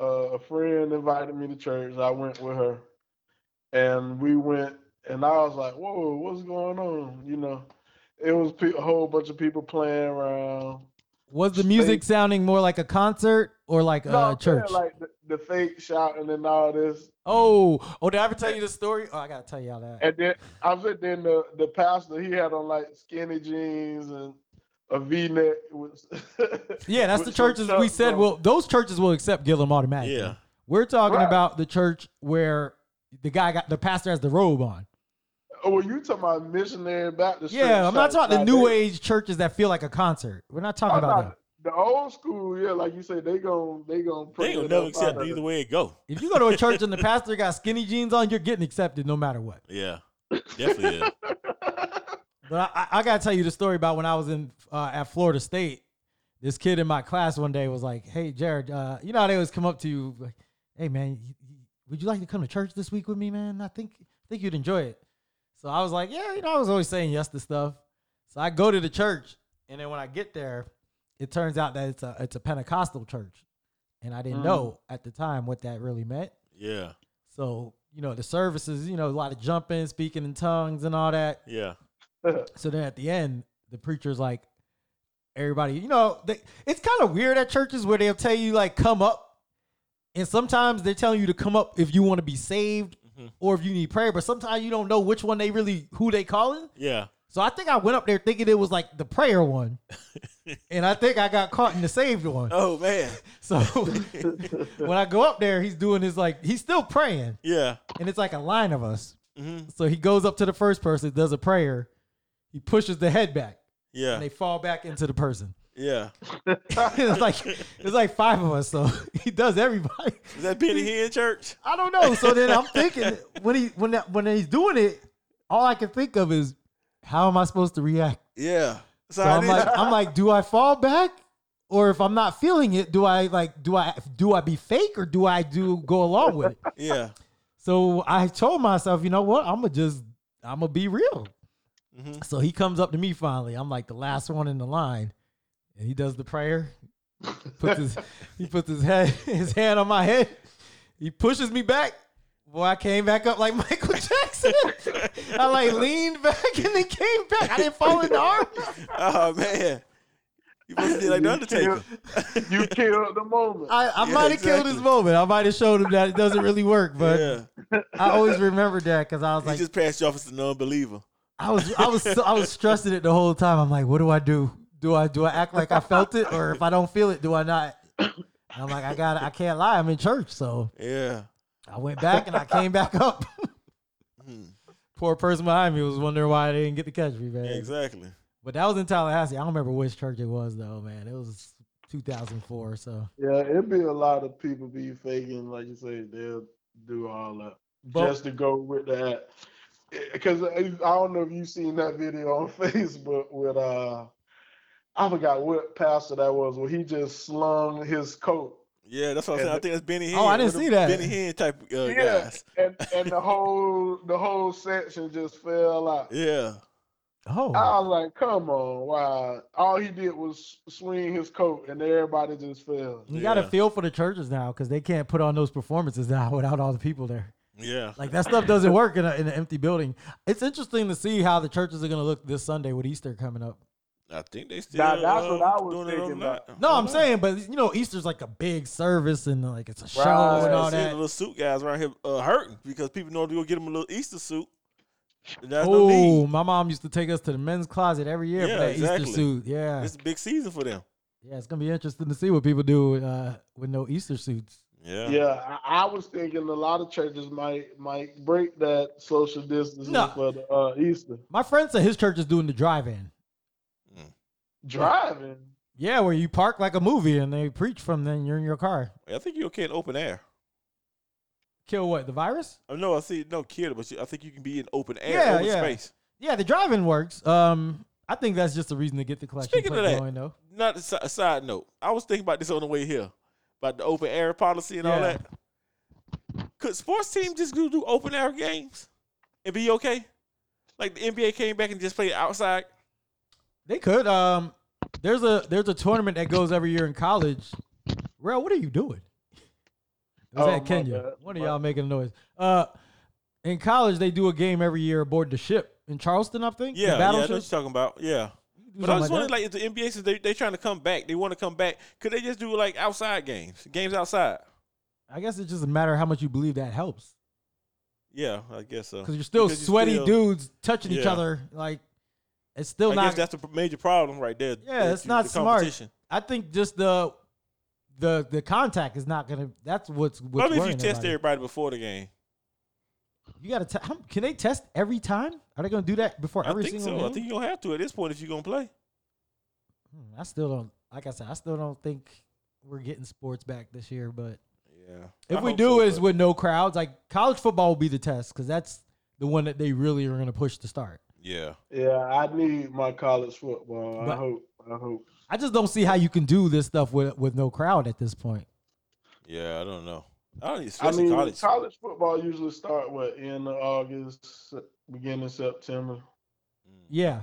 D: uh, a friend invited me to church. I went with her, and we went, and I was like, "Whoa, what's going on?" You know, it was pe- a whole bunch of people playing around.
A: Was the music sounding more like a concert or like
D: No,
A: a
D: I'm saying,
A: church?
D: like the, the fake shouting and all this,
A: oh, oh, did I ever tell you the story? Oh, I gotta tell y'all that.
D: and then I was then the the pastor he had on like skinny jeans and a V neck.
A: Yeah, that's the churches we said. Well, those churches will accept Gillum automatically.
E: Yeah.
A: we're talking
D: Right.
A: about the church where the guy got the pastor has the robe on.
D: Oh, well, you talking about missionary Baptist? church
A: Yeah, I'm not
D: shouting
A: talking the
D: like
A: new
D: that.
A: age churches that feel like a concert. We're not talking
D: I'm
A: about
D: not-
A: them.
D: The old school, yeah, like you say, they gon' they gon'
E: They
D: pray
E: gonna
D: it
E: never
D: up
E: accept
D: out of
E: either
D: it.
E: way it go.
A: If you go to a church and the pastor got skinny jeans on, you're getting accepted no matter what.
E: Yeah, definitely. is.
A: But I, I, I gotta tell you the story about when I was in uh, at Florida State. This kid in my class one day was like, "Hey, Jared, uh, you know how they always come up to you, like, hey man, you- you- would you like to come to church this week with me, man? I think I think you'd enjoy it." So I was like, "Yeah, you know, I was always saying yes to stuff." So I go to the church, and then when I get there, it turns out that it's a it's a Pentecostal church, and I didn't
D: Mm.
A: know at the time what that really meant.
E: Yeah,
A: So you know, the services, you know, a lot of jumping, speaking in tongues, and all that.
E: yeah.
A: So then at the end, the preacher's like, everybody, you know, they, it's kind of weird at churches where they'll tell you, like, come up. And sometimes they're telling you to come up if you want to be saved
E: Mhm.
A: or if you need prayer. But sometimes you don't know which one they really, who they calling.
E: Yeah,
A: So I think I went up there thinking it was like the prayer one. and I think I got caught in the saved one.
E: Oh man.
A: So when I go up there, he's doing his like, he's still praying.
E: Yeah.
A: And it's like a line of us.
E: Mhm.
A: So he goes up to the first person, does a prayer. He pushes the head back
E: Yeah.
A: and they fall back into the person.
E: yeah.
A: it's like it's like five of us, so he does everybody.
E: Is that Benny Hinn Church?
A: I don't know. So then I'm thinking when he when that, when he's doing it, all I can think of is how am I supposed to react?
E: Yeah.
A: So I'm like I'm like, do I fall back? Or if I'm not feeling it, do I like do I do I be fake or do I do go along with it?
E: yeah.
A: So I told myself, you know what? I'm gonna just I'm gonna be real.
E: Mhm.
A: So he comes up to me finally. I'm like the last one in the line, and he does the prayer. Puts his he puts his head his hand on my head. He pushes me back. Boy, I came back up like Michael Jackson. I like leaned back and then came back. I didn't fall in the arms.
E: Oh man. You must have did like the Undertaker.
D: you killed the moment.
A: I, I
E: Yeah,
A: might have killed
E: exactly.
A: his moment. I might have showed him that it doesn't really work. But
E: yeah.
A: I always remembered that because I was
E: He
A: like,
E: just passed you off as an unbeliever.
A: I was I was so, I was stressing it the whole time. I'm like, what do I do? Do I do I act like I felt it, or if I don't feel it, do I not? And I'm like, I got to I can't lie. I'm in church, so
E: Yeah.
A: I went back and I came back up.
E: Mhm.
A: Poor person behind me was wondering why they didn't get to catch me, man.
E: Yeah, exactly.
A: But that was in Tallahassee. I don't remember which church it was though, man. It was 2004, so.
D: yeah, it'd be a lot of people be faking, like you say, they'll do all that
A: But-
D: just to go with that. Because I don't know if you seen that video on Facebook with uh, I forgot what pastor that was, where he just slung his coat
E: Yeah, that's what I'm saying. I think that's Benny Hinn.
A: Oh, I didn't
E: One of
A: see
E: the
A: that.
E: Benny Hinn type uh,
D: yeah,
E: guys.
D: and and the whole the whole section just fell out.
E: Yeah.
A: Oh,
D: I was like, "Come on, wow!" All he did was swing his coat, and everybody just fell.
A: you got to
E: yeah.
A: feel for the churches now because they can't put on those performances now without all the people there.
E: Yeah.
A: Like that stuff doesn't work in, a, in an empty building. It's interesting to see how the churches are going to look this Sunday with Easter coming up.
E: I think they still
D: Now, that's
E: uh,
D: what I was
E: doing it Uh-huh.
D: thinking
E: online.
D: about.
A: No,
E: I
A: I'm
E: don't
A: saying, but you know, Easter's like a big service and like it's a show
D: Right.
A: and
E: know.
A: all
E: I see The
A: that.
E: little suit guys around here uh, hurting because people know to go get them a little Easter suit. And that's no
A: Oh,
E: need.
A: my mom used to take us to the men's closet every year
E: Yeah,
A: for that
E: exactly.
A: Easter suit. Yeah,
E: It's a big season for them.
A: yeah, it's gonna be interesting to see what people do uh, with no Easter suits.
E: Yeah.
D: Yeah, I, I was thinking a lot of churches might might break that social distancing
A: No.
D: for the, uh, Easter
A: My friend said his church is doing the drive-in.
D: driving.
A: Yeah, where you park like a movie and they preach from then you're in your car.
E: I think you're okay in open air.
A: Kill what? The virus?
E: I know I see Oh, no kid, but you, I think you can be in open air,
A: Yeah,
E: open
A: yeah.
E: space.
A: Yeah, the drive-in works. Um, I think that's just a reason to get the collection
E: Speaking of
A: plate
E: that,
A: going though.
E: Not a, si- a side note. I was thinking about this on the way here about the open air policy and all
A: Yeah.
E: that. Could sports teams just go do open air games and be okay? Like the NBA came back and just played outside.
A: They could. Um, there's a there's a tournament that goes every year in college. Rel, what are you doing? It was
D: Oh,
A: at
D: my
A: Kenya.
D: bad.
A: One of
D: My-
A: y'all making a noise. Uh, in college they do a game every year aboard the ship in Charleston, I think. the
E: Yeah, yeah, I know
A: battle
E: what you're
A: ship.
E: talking about. Yeah.
A: Do
E: But I just
A: something
E: wondering,
A: like
E: like, if the NBA since they they trying to come back, they want to come back. Could they just do like outside games, games outside?
A: that. I guess it's just a matter of how much you believe that helps
E: Yeah, I guess so.
A: because you're still
E: Because you
A: sweaty
E: still-
A: dudes touching each
E: Yeah.
A: other. Like it's still
E: I
A: not.
E: guess that's the major problem right there.
A: Yeah,
E: that
A: it's
E: you-
A: not
E: the
A: smart.
E: competition.
A: I think just the the the contact is not gonna. That's what's. what's
E: What if you
A: worrying
E: test
A: everybody.
E: everybody before the game?
A: You gotta. T- how, can they test every time? Are they gonna do that before every
E: I think so.
A: single
E: I
A: game?
E: think you're gonna have to at this point if you're gonna play.
A: Hmm, I still don't. Like I said, I still don't think we're getting sports back this year. But
E: Yeah.
A: if we do, is with no crowds. Like college football will be the test because that's the one that they really are gonna push to start.
E: yeah.
D: Yeah, I need my college football. I
A: But-
D: hope. I hope.
A: I just don't see how you can do this stuff with with no crowd at this point.
E: Yeah, I don't know. I don't even
D: I
E: especially
D: mean,
E: college.
D: college. football usually start what in August, beginning of September.
A: Yeah,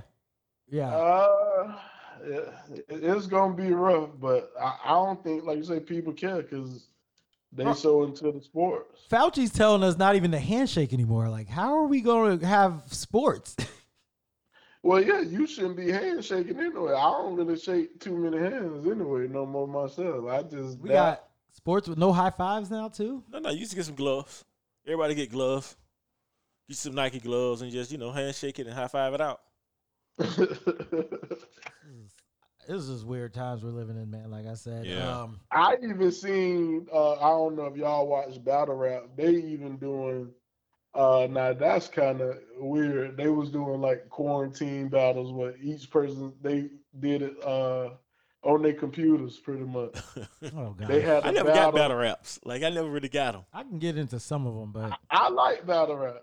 A: yeah.
D: Uh, it, it's gonna be rough, but I, I don't think, like you say, people care because they
A: Huh.
D: so into the sports.
A: Fauci's telling us not even the handshake anymore. Like, how are we going to have sports?
D: Well, yeah, you shouldn't be handshaking anyway. I don't really shake too many hands anyway no more myself. I just
A: We
D: that-
A: got sports with no high fives now too.
E: No, no, you used to get some gloves. Everybody get gloves. Get some Nike gloves and just, you know, handshake it and high five it out.
A: This is just weird times we're living in, man. Like I said,
E: Yeah.
A: um,
D: I even seen. Uh, I don't know if y'all watch Battle Rap. They even doing. Uh, now that's kind of weird. They was doing like quarantine battles where each person they did it uh on their computers pretty much.
A: oh god,
D: They had.
E: I
D: a
E: never
D: battle.
E: got battle raps. Like I never really got them.
A: I can get into some of them, but
D: I like battle rap.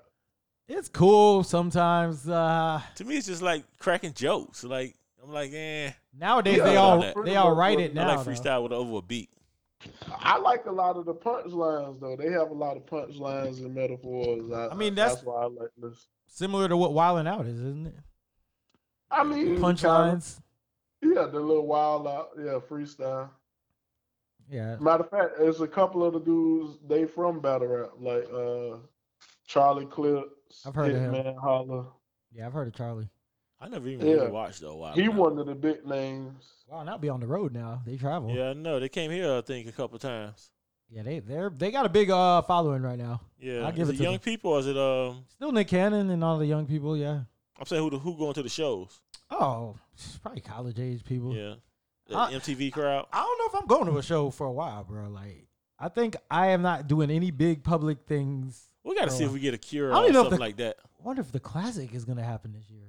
A: it's cool sometimes. Uh,
E: To me, it's just like cracking jokes. Like I'm like, eh.
A: nowadays
D: Yeah,
A: they
E: I
A: all
E: like that.
A: they all write it
D: I
A: now.
E: I like
A: though.
E: freestyle with over a beat.
D: I like a lot of the punchlines though. They have a lot of punchlines and metaphors. I,
A: I mean, that's-
D: why I like this.
A: Similar to what Wildin' Out is, isn't it?
D: I mean, kinda.
A: Punchlines.
D: Yeah, the little wild out. Yeah, freestyle.
A: Yeah.
D: Matter of fact, there's a couple of the dudes they from battle rap, like uh Charlie Clips,
A: I've heard of him.
D: Hitman Holler.
A: Yeah, I've heard of Charlie.
E: I never even
D: Yeah.
E: really watched though. Wild
D: He
E: N Out.
D: one of the big names.
A: Wow, not be on the road now. They travel.
E: Yeah, I know. They came here, I think, a couple times.
A: Yeah, they they're they got a big uh following right now.
E: Yeah,
A: I'll give
E: is
A: it
E: it
A: to
E: young
A: them.
E: people or is it um?
A: Still Nick Cannon and all the young people, yeah.
E: I'm saying who the, who going to the shows?
A: Oh, probably college age people.
E: Yeah, the
A: I-
E: MTV crowd.
A: I don't know if I'm going to a show for a while, bro. Like, I think I am not doing any big public things.
E: We got to see
A: Bro.
E: if we get a cure
A: I don't
E: or
A: even know if
E: something
A: the-
E: like that.
A: I wonder if the classic is gonna happen this year.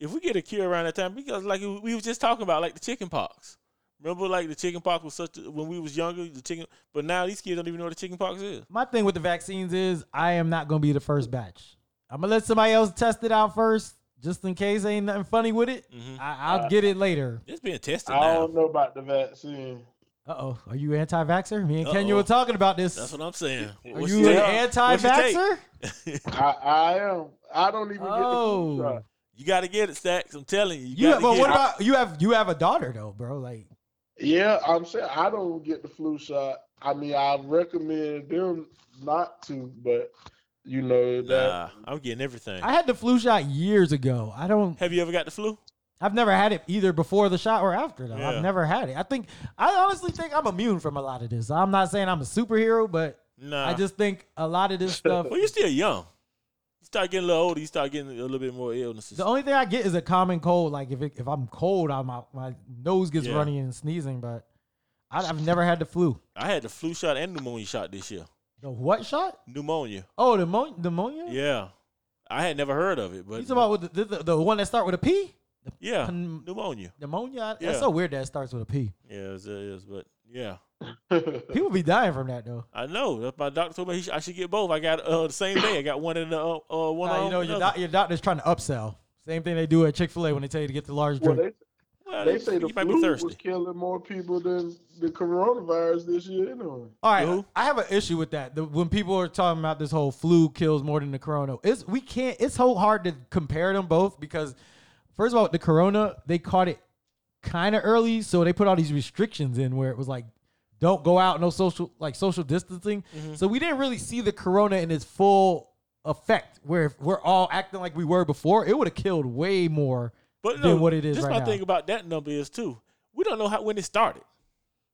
E: If we get a cure around that time, because like we was just talking about, like the chicken pox. Remember, like the chicken pox was such a, when we was younger. The chicken, but now these kids don't even know what the chicken pox is.
A: My thing with the vaccines is I am not gonna be the first batch. I'm gonna let somebody else test it out first, just in case ain't nothing funny with it.
E: Mhm.
A: I, I'll get it later.
E: It's being tested
D: I
E: now.
D: don't know about the vaccine.
A: Uh oh, are you anti-vaxxer? Me and Kenya
E: Uh-oh.
A: were talking about this.
E: That's what I'm saying.
A: are
E: What's
A: you
E: your
A: an
E: take? What's your take?
A: anti-vaxxer?
D: I, I am. I don't even
A: Oh.
D: get the flu shot.
E: You got to get it, Stacks. I'm telling you. You,
A: You,
E: gotta
A: but
E: get
A: what
E: it.
A: about you? Have you have a daughter though, bro? Like,
D: Yeah, I'm saying I don't get the flu shot. I mean, I recommend them not to, but you know
E: Nah,
D: that.
E: I'm getting everything.
A: I had the flu shot years ago. I don't.
E: Have you ever got the flu?
A: I've never had it either before the shot or after though.
E: Yeah.
A: I've never had it. I think I honestly think I'm immune from a lot of this. I'm not saying I'm a superhero, but
E: Nah.
A: I just think a lot of this stuff.
E: Well, you're still young. You start getting a little older, you start getting a little bit more illnesses.
A: The only thing I get is a common cold. Like if it, if I'm cold, I my my nose gets
E: Yeah.
A: runny and sneezing. But I, I've never had the flu.
E: I had the flu shot and pneumonia shot this year.
A: The what shot?
E: Pneumonia.
A: Oh, the mo- pneumonia.
E: Yeah. I had never heard of it, but
A: You talking about with the, the, the one that start with a P?
E: yeah,
A: pn-
E: pneumonia.
A: Pneumonia. That's
E: Yeah.
A: so weird that it starts with a P.
E: Yeah, it is, but yeah.
A: People be dying from that though.
E: I know. That's My doctor told me he sh- I should get both. I got uh, the same day. I got one in the uh, uh one.
A: Nah,
E: arm,
A: you know your,
E: another.
A: doc- your doctor's trying to upsell. Same thing they do at Chick Fil A when they tell you to get the large
D: well,
A: drink.
D: they,
E: Well,
D: they say the
E: Uh, you might be
D: flu was
E: thirsty.
D: killing more people than the coronavirus this year. Anyway,
A: All right,
E: Who?
A: I have an issue with that. The, when people are talking about this whole flu kills more than the corona, it's we can't. It's so hard to compare them both because, first of all, the corona they caught it kind of early, so they put all these restrictions in where it was like, don't go out, no social like social distancing. So we didn't really see the corona in its full effect. Where if we're all acting like we were before, it would have killed way more.
E: But no,
A: than what it is
E: Just
A: right
E: my
A: now.
E: thing about that number is too. We don't know how when it started.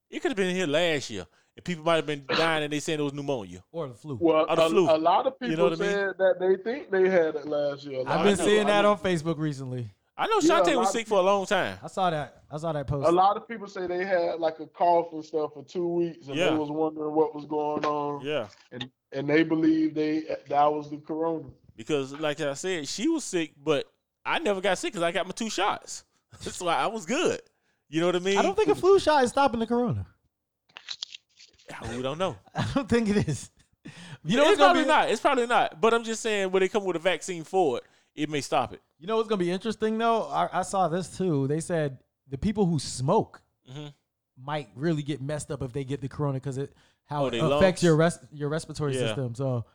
E: It could have been here last year, and people might have been dying, and they saying it was pneumonia.
A: Or the flu.
D: well,
E: Oh, the
D: a,
E: flu.
D: a lot of people
E: You know what I mean?
D: said that they think they had it last year. A lot
A: I've
D: of
A: been
D: people-
A: seeing
D: I
A: that
D: mean,
A: on Facebook recently.
E: I know
D: Yeah, a
E: Shante
D: lot
E: was
D: of
E: sick for a long time.
A: I saw that. I saw that post.
D: A lot of people say they had like a cough and stuff for two weeks, and
E: Yeah.
D: they was wondering what was going on,
E: Yeah,
D: and and they believed they that was the corona.
E: because like I said, she was sick, but I never got sick because I got my two shots. That's why I was good. You know what I mean?
A: I don't think a flu shot is stopping the corona.
E: we don't know.
A: I don't think it is. You
E: You
A: know
E: know,
A: what's
E: it's
A: gonna
E: probably
A: be
E: not. It's probably not. But I'm just saying, when they come with a vaccine for it, it may stop it.
A: You know what's gonna be interesting though. I, I saw this too. They said the people who smoke
D: Mm-hmm.
E: Mhm.
A: might really get messed up if they get the corona because it how
E: Oh,
A: it
E: they
A: affects
E: lungs?
A: your res, your respiratory
E: Yeah.
A: system. So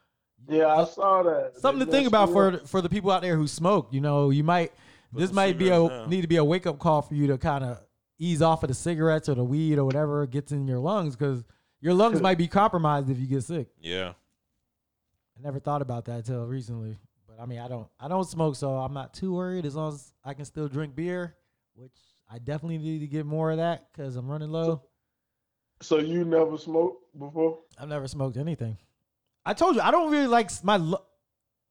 D: Yeah, I saw that.
A: something to
D: They
A: think
D: messed
A: about
D: it
A: for
D: up.
A: for the people out there who smoke. You know, you might this
E: the
A: might be a
E: cigarettes down.
A: need to be a wake up call for you to kind of ease off of the cigarettes or the weed or whatever gets in your lungs because your lungs might be compromised if you get sick.
E: Yeah.
A: I never thought about that till recently. But I mean, I don't, I don't smoke, so I'm not too worried as long as I can still drink beer, which I definitely need to get more of that because I'm running low.
D: So you never smoked before?
A: I've never smoked anything. I told you I don't really like s- my. Lo-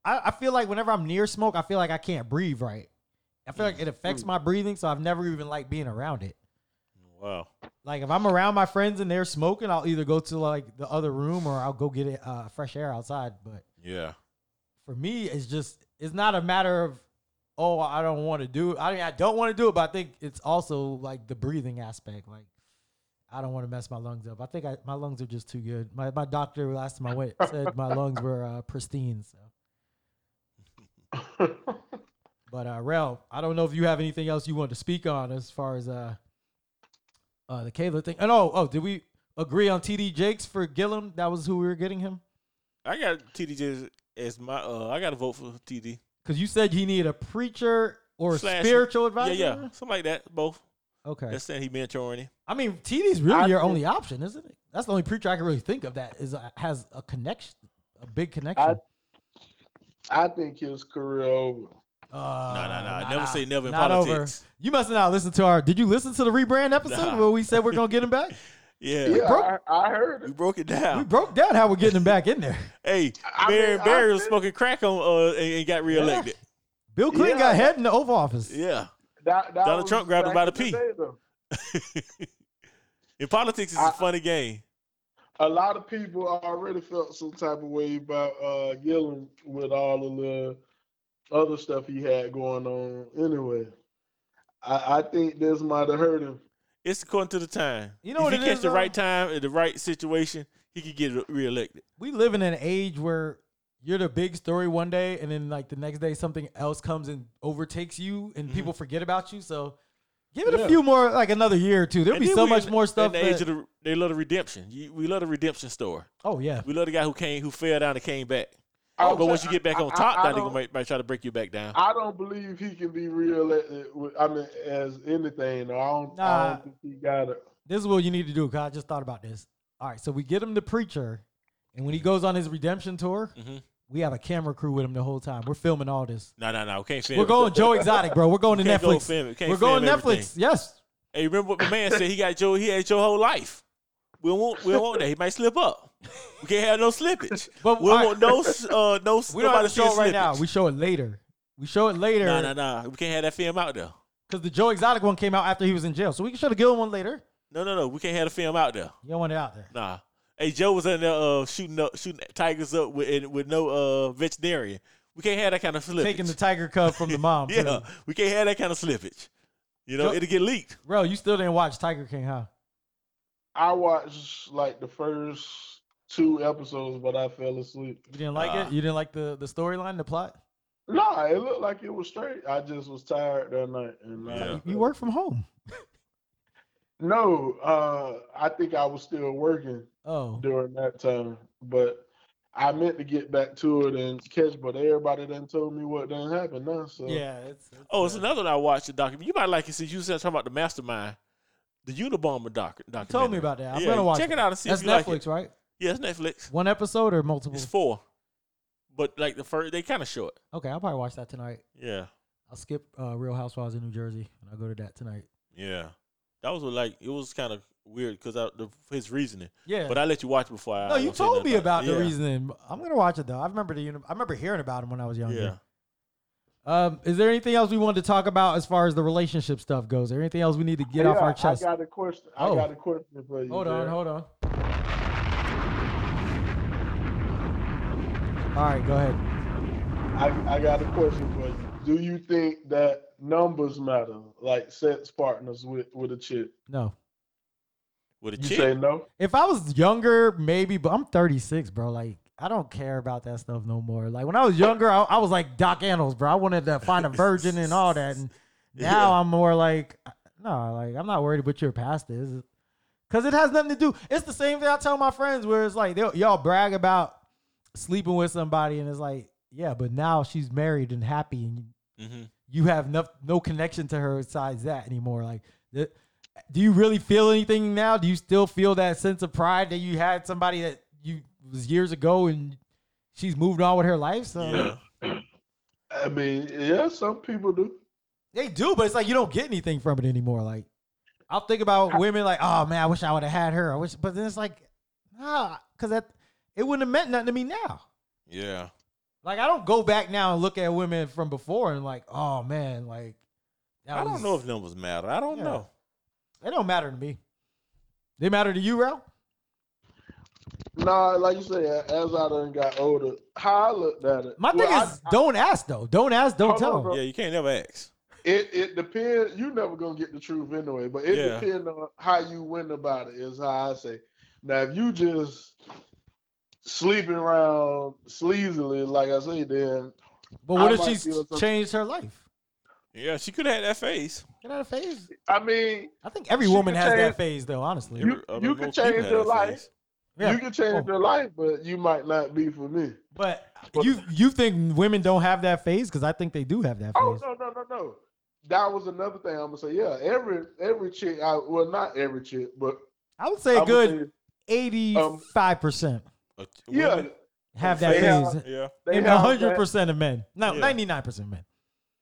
A: I, I feel like whenever I'm near smoke, I feel like I can't breathe right. I feel like it affects my breathing, so I've never even liked being around it.
E: Wow.
A: Like if I'm around my friends and they're smoking, I'll either go to like the other room or I'll go get it, uh, fresh air outside. But
E: Yeah.
A: for me, it's just it's not a matter of oh I don't want to do it. I mean I don't want to do it, but I think it's also like the breathing aspect. Like I don't want to mess my lungs up. I think I, my lungs are just too good. My my doctor last time I went said my lungs were uh, pristine. So, but uh, Rel, I don't know if you have anything else you want to speak on as far as uh uh the Kayla thing. And oh oh, did we agree on TD Jakes for Gillum? That was who we were getting him.
E: I got TDJ as my. uh I got to vote for TD.
A: Because you said he needed a preacher or a
E: Slash-
A: spiritual advisor.
E: Yeah, yeah, something like that. Both.
A: Okay.
E: That's saying he mentoring him.
A: I mean, TD's really
D: I
A: your
D: think-
A: only option, isn't it? That's the only preacher I can really think of that is uh, has a connection, a big
D: I
A: connection.
D: I think his career over.
A: Uh, nah,
E: Nah, nah, nah. Never say never in
A: Not over.
E: politics.
A: You must not listen to our. Did you listen to the rebrand episode
E: Nah.
A: where we said we're gonna get him back?
E: Yeah.
D: Yeah,
A: broke-
D: I, I heard
E: We
D: it.
E: broke it
A: We
E: down.
A: broke down how we're getting him back in there.
E: hey,
D: I
E: Barry
D: mean, I
E: Barry was
D: think-
E: smoking crack on uh, and, and got reelected.
A: Bill Clinton
D: Yeah.
A: got head in the Oval Office.
E: Yeah.
D: That, that
E: Donald
D: was
E: Trump grabbed him
D: back
E: by the
D: in
E: pee.
D: day, though.
E: In politics, it's a
D: I-
E: funny game.
D: A lot of people already felt some type of way about uh, Gillen with all of the other stuff he had going on. Anyway, I, I think this might have hurt him.
E: It's according to the time.
A: You know
E: if
A: what
E: he
A: it
E: catch
A: is,
E: the
A: though?
E: right time at the right situation, he could get re- reelected.
A: We live in an age where you're the big story one
E: Mm-hmm.
A: day, and then like the next day something else comes and overtakes you, and people forget about you. So Give it
D: Yeah.
A: a few more, like another year or two. There'll
E: And
A: be
E: then
A: so
E: we
A: much
E: in-
A: more stuff.
E: In the age
A: that-
E: of the, they love the redemption. You- We love the redemption story.
A: oh yeah,
E: We love the guy who came, who fell down and came back.
D: I
E: Oh, But
D: was
E: once you
D: saying,
E: get back
D: I-
E: on
D: I-
E: top,
D: I
E: that nigga
D: don't-
E: might, might try to break you back down.
D: I don't believe he can be real. At, with- I mean, as anything. I don't, I
A: Nah.
D: don't think he got it.
A: this is what you need to do. Cause I just thought about this. All right, so we get him the preacher, and when he goes on his redemption tour,
E: Mhm.
A: we have a camera crew with him the whole time. We're filming all this.
E: No, no, no. Can't film.
A: We're
E: it.
A: going Joe Exotic, bro. We're going to
E: Can't go
A: Netflix.
E: film it. Can't
A: We're going
E: film
A: Netflix.
E: everything.
A: Yes.
E: Hey, remember what my man said? He got Joe. He had Joe whole life. We don't want. We don't want that. He might slip up. We can't have no slippage.
A: But
E: we don't
A: all
E: want no. s- Uh, no.
A: We don't have to
E: nobody see a
A: show it right now.
E: slippage.
A: We show it later. We show it later
E: Nah,
A: because
E: nah, nah. We can't have that film out there.
A: the Joe Exotic one came out after he was in jail, so we can show the Gil one later.
E: No, no, no. We can't have the film out there.
A: You don't want it out there.
E: Nah. Hey, Joe was in there uh, shooting up, shooting tigers up with and with no uh, veterinarian. We can't have that kind of slippage.
A: Taking the tiger cub from the mom.
E: yeah,
A: too.
E: we can't have that kind of slippage. You know,
A: Joe-
E: it'll get leaked.
A: Bro, you still didn't watch Tiger King, huh?
D: I watched like the first two episodes, but I fell asleep.
A: You didn't like
E: Ah.
A: it. You didn't like the the storyline, the plot.
D: Nah, it looked like it was straight. I just was tired that night, and I-
E: Yeah.
A: You work from home.
D: No, uh, I think I was still working
A: Oh,
D: during that time, but I meant to get back to it and catch. But everybody then told me what done happened now. So
A: yeah. It's, it's,
E: Oh, it's
A: uh,
E: another one I watched the document. You might like it since you said talking about the mastermind, the Unabomber doc.
A: You
E: documentary.
A: told me about that. I'm
E: yeah,
A: gonna watch
E: check it. out and see
A: That's
E: if you like
A: Netflix,
E: it.
A: right?
E: Yeah, it's Netflix.
A: One episode or multiple?
E: It's four, but like the first, they kind of short.
A: Okay, I'll probably watch that tonight.
E: Yeah,
A: I'll skip uh, Real Housewives in New Jersey and I'll go to that tonight.
E: yeah. That was what, like it was kind of weird because the, his reasoning.
A: Yeah.
E: But I let you watch before. I
A: no, you
E: don't say
A: told
E: nothing
A: me about the
E: it. Yeah,
A: reasoning. I'm gonna watch it though. I remember the. uni- I remember hearing about him when I was younger.
E: Yeah.
A: Um, is there anything else we wanted to talk about as far as the relationship stuff goes? Or anything else we need to get off
D: Yeah,
A: our chest?
D: I got a question.
A: Oh.
D: I got a question for you.
A: Hold on,
D: Jared.
A: hold on. All right, go ahead.
D: I, I got a question for you. Do you think that numbers matter, like sex partners with with a chick?
A: No.
E: With a
D: You
E: chick.
D: say no.
A: If I was younger, maybe, but I'm 36, bro. Like, I don't care about that stuff no more. Like, when I was younger, I, I was like Doc Annals, bro. I wanted to find a virgin and all that. And now
E: Yeah.
A: I'm more like, no, like, I'm not worried what your past is. Because it has nothing to do. It's the same thing I tell my friends where it's like, they'll- y'all brag about sleeping with somebody, and it's like, yeah, but now she's married and happy, and
E: Mm-hmm.
A: you have no, no connection to her besides that anymore. Like, the, do you really feel anything now? Do you still feel that sense of pride that you had somebody that you was years ago and she's moved on with her life? So um,
E: Yeah.
D: I mean, yeah, some people do.
A: they do, but it's like you don't get anything from it anymore. Like, I'll think about women like, oh man, I wish I would have had her. I wish, but then it's like, nah, because that it wouldn't have meant nothing to me now.
E: Yeah.
A: Like, I don't go back now and look at women from before and like, oh man, like that
E: I don't
A: was-
E: know if numbers matter. I don't
A: Yeah.
E: know.
A: They don't matter to me. They matter to you, Ralph?
D: Nah, like you say, as I done got older, how I looked at it.
A: My
D: well,
A: thing
D: I-
A: is, don't ask though. Don't ask. Don't
D: Hold on,
A: tell.
D: bro.
E: Yeah, you can't never ask.
D: It it depends. You never gonna get the truth anyway, but it
E: Yeah.
D: depends on how you went about it. Is how I say. Now, if you just sleeping around sleazily, like I say, then
A: But what
D: I
A: if
D: might
A: she's
D: feel something.
A: changed her life?
E: Yeah, she could have had that face.
A: Get out of phase.
D: I mean,
A: I think every
D: She
A: woman
D: could
A: has that
D: change-
A: phase though. Honestly,
D: You-
E: I mean,
D: you
E: most
D: could
E: people
D: change
E: had
D: your
E: that
D: life.
E: face.
A: yeah.
D: you can change
A: Oh.
D: your life, but you might not be for me.
A: but you you think women don't have that phase? Because I think they do have that
D: Oh
A: phase.
D: no no no no. That was another thing I'm gonna say. Yeah, every every chick, I, well not every chick, but
A: I would say a
D: I'ma
A: good
D: say um,
A: eighty five percent
E: Uh,
D: Yeah,
E: women?
A: have that
D: They have-
A: phase.
E: yeah,
D: they
A: In
D: have
A: hundred
D: that-
A: percent of men, no,
E: Yeah.
A: ninety nine percent men.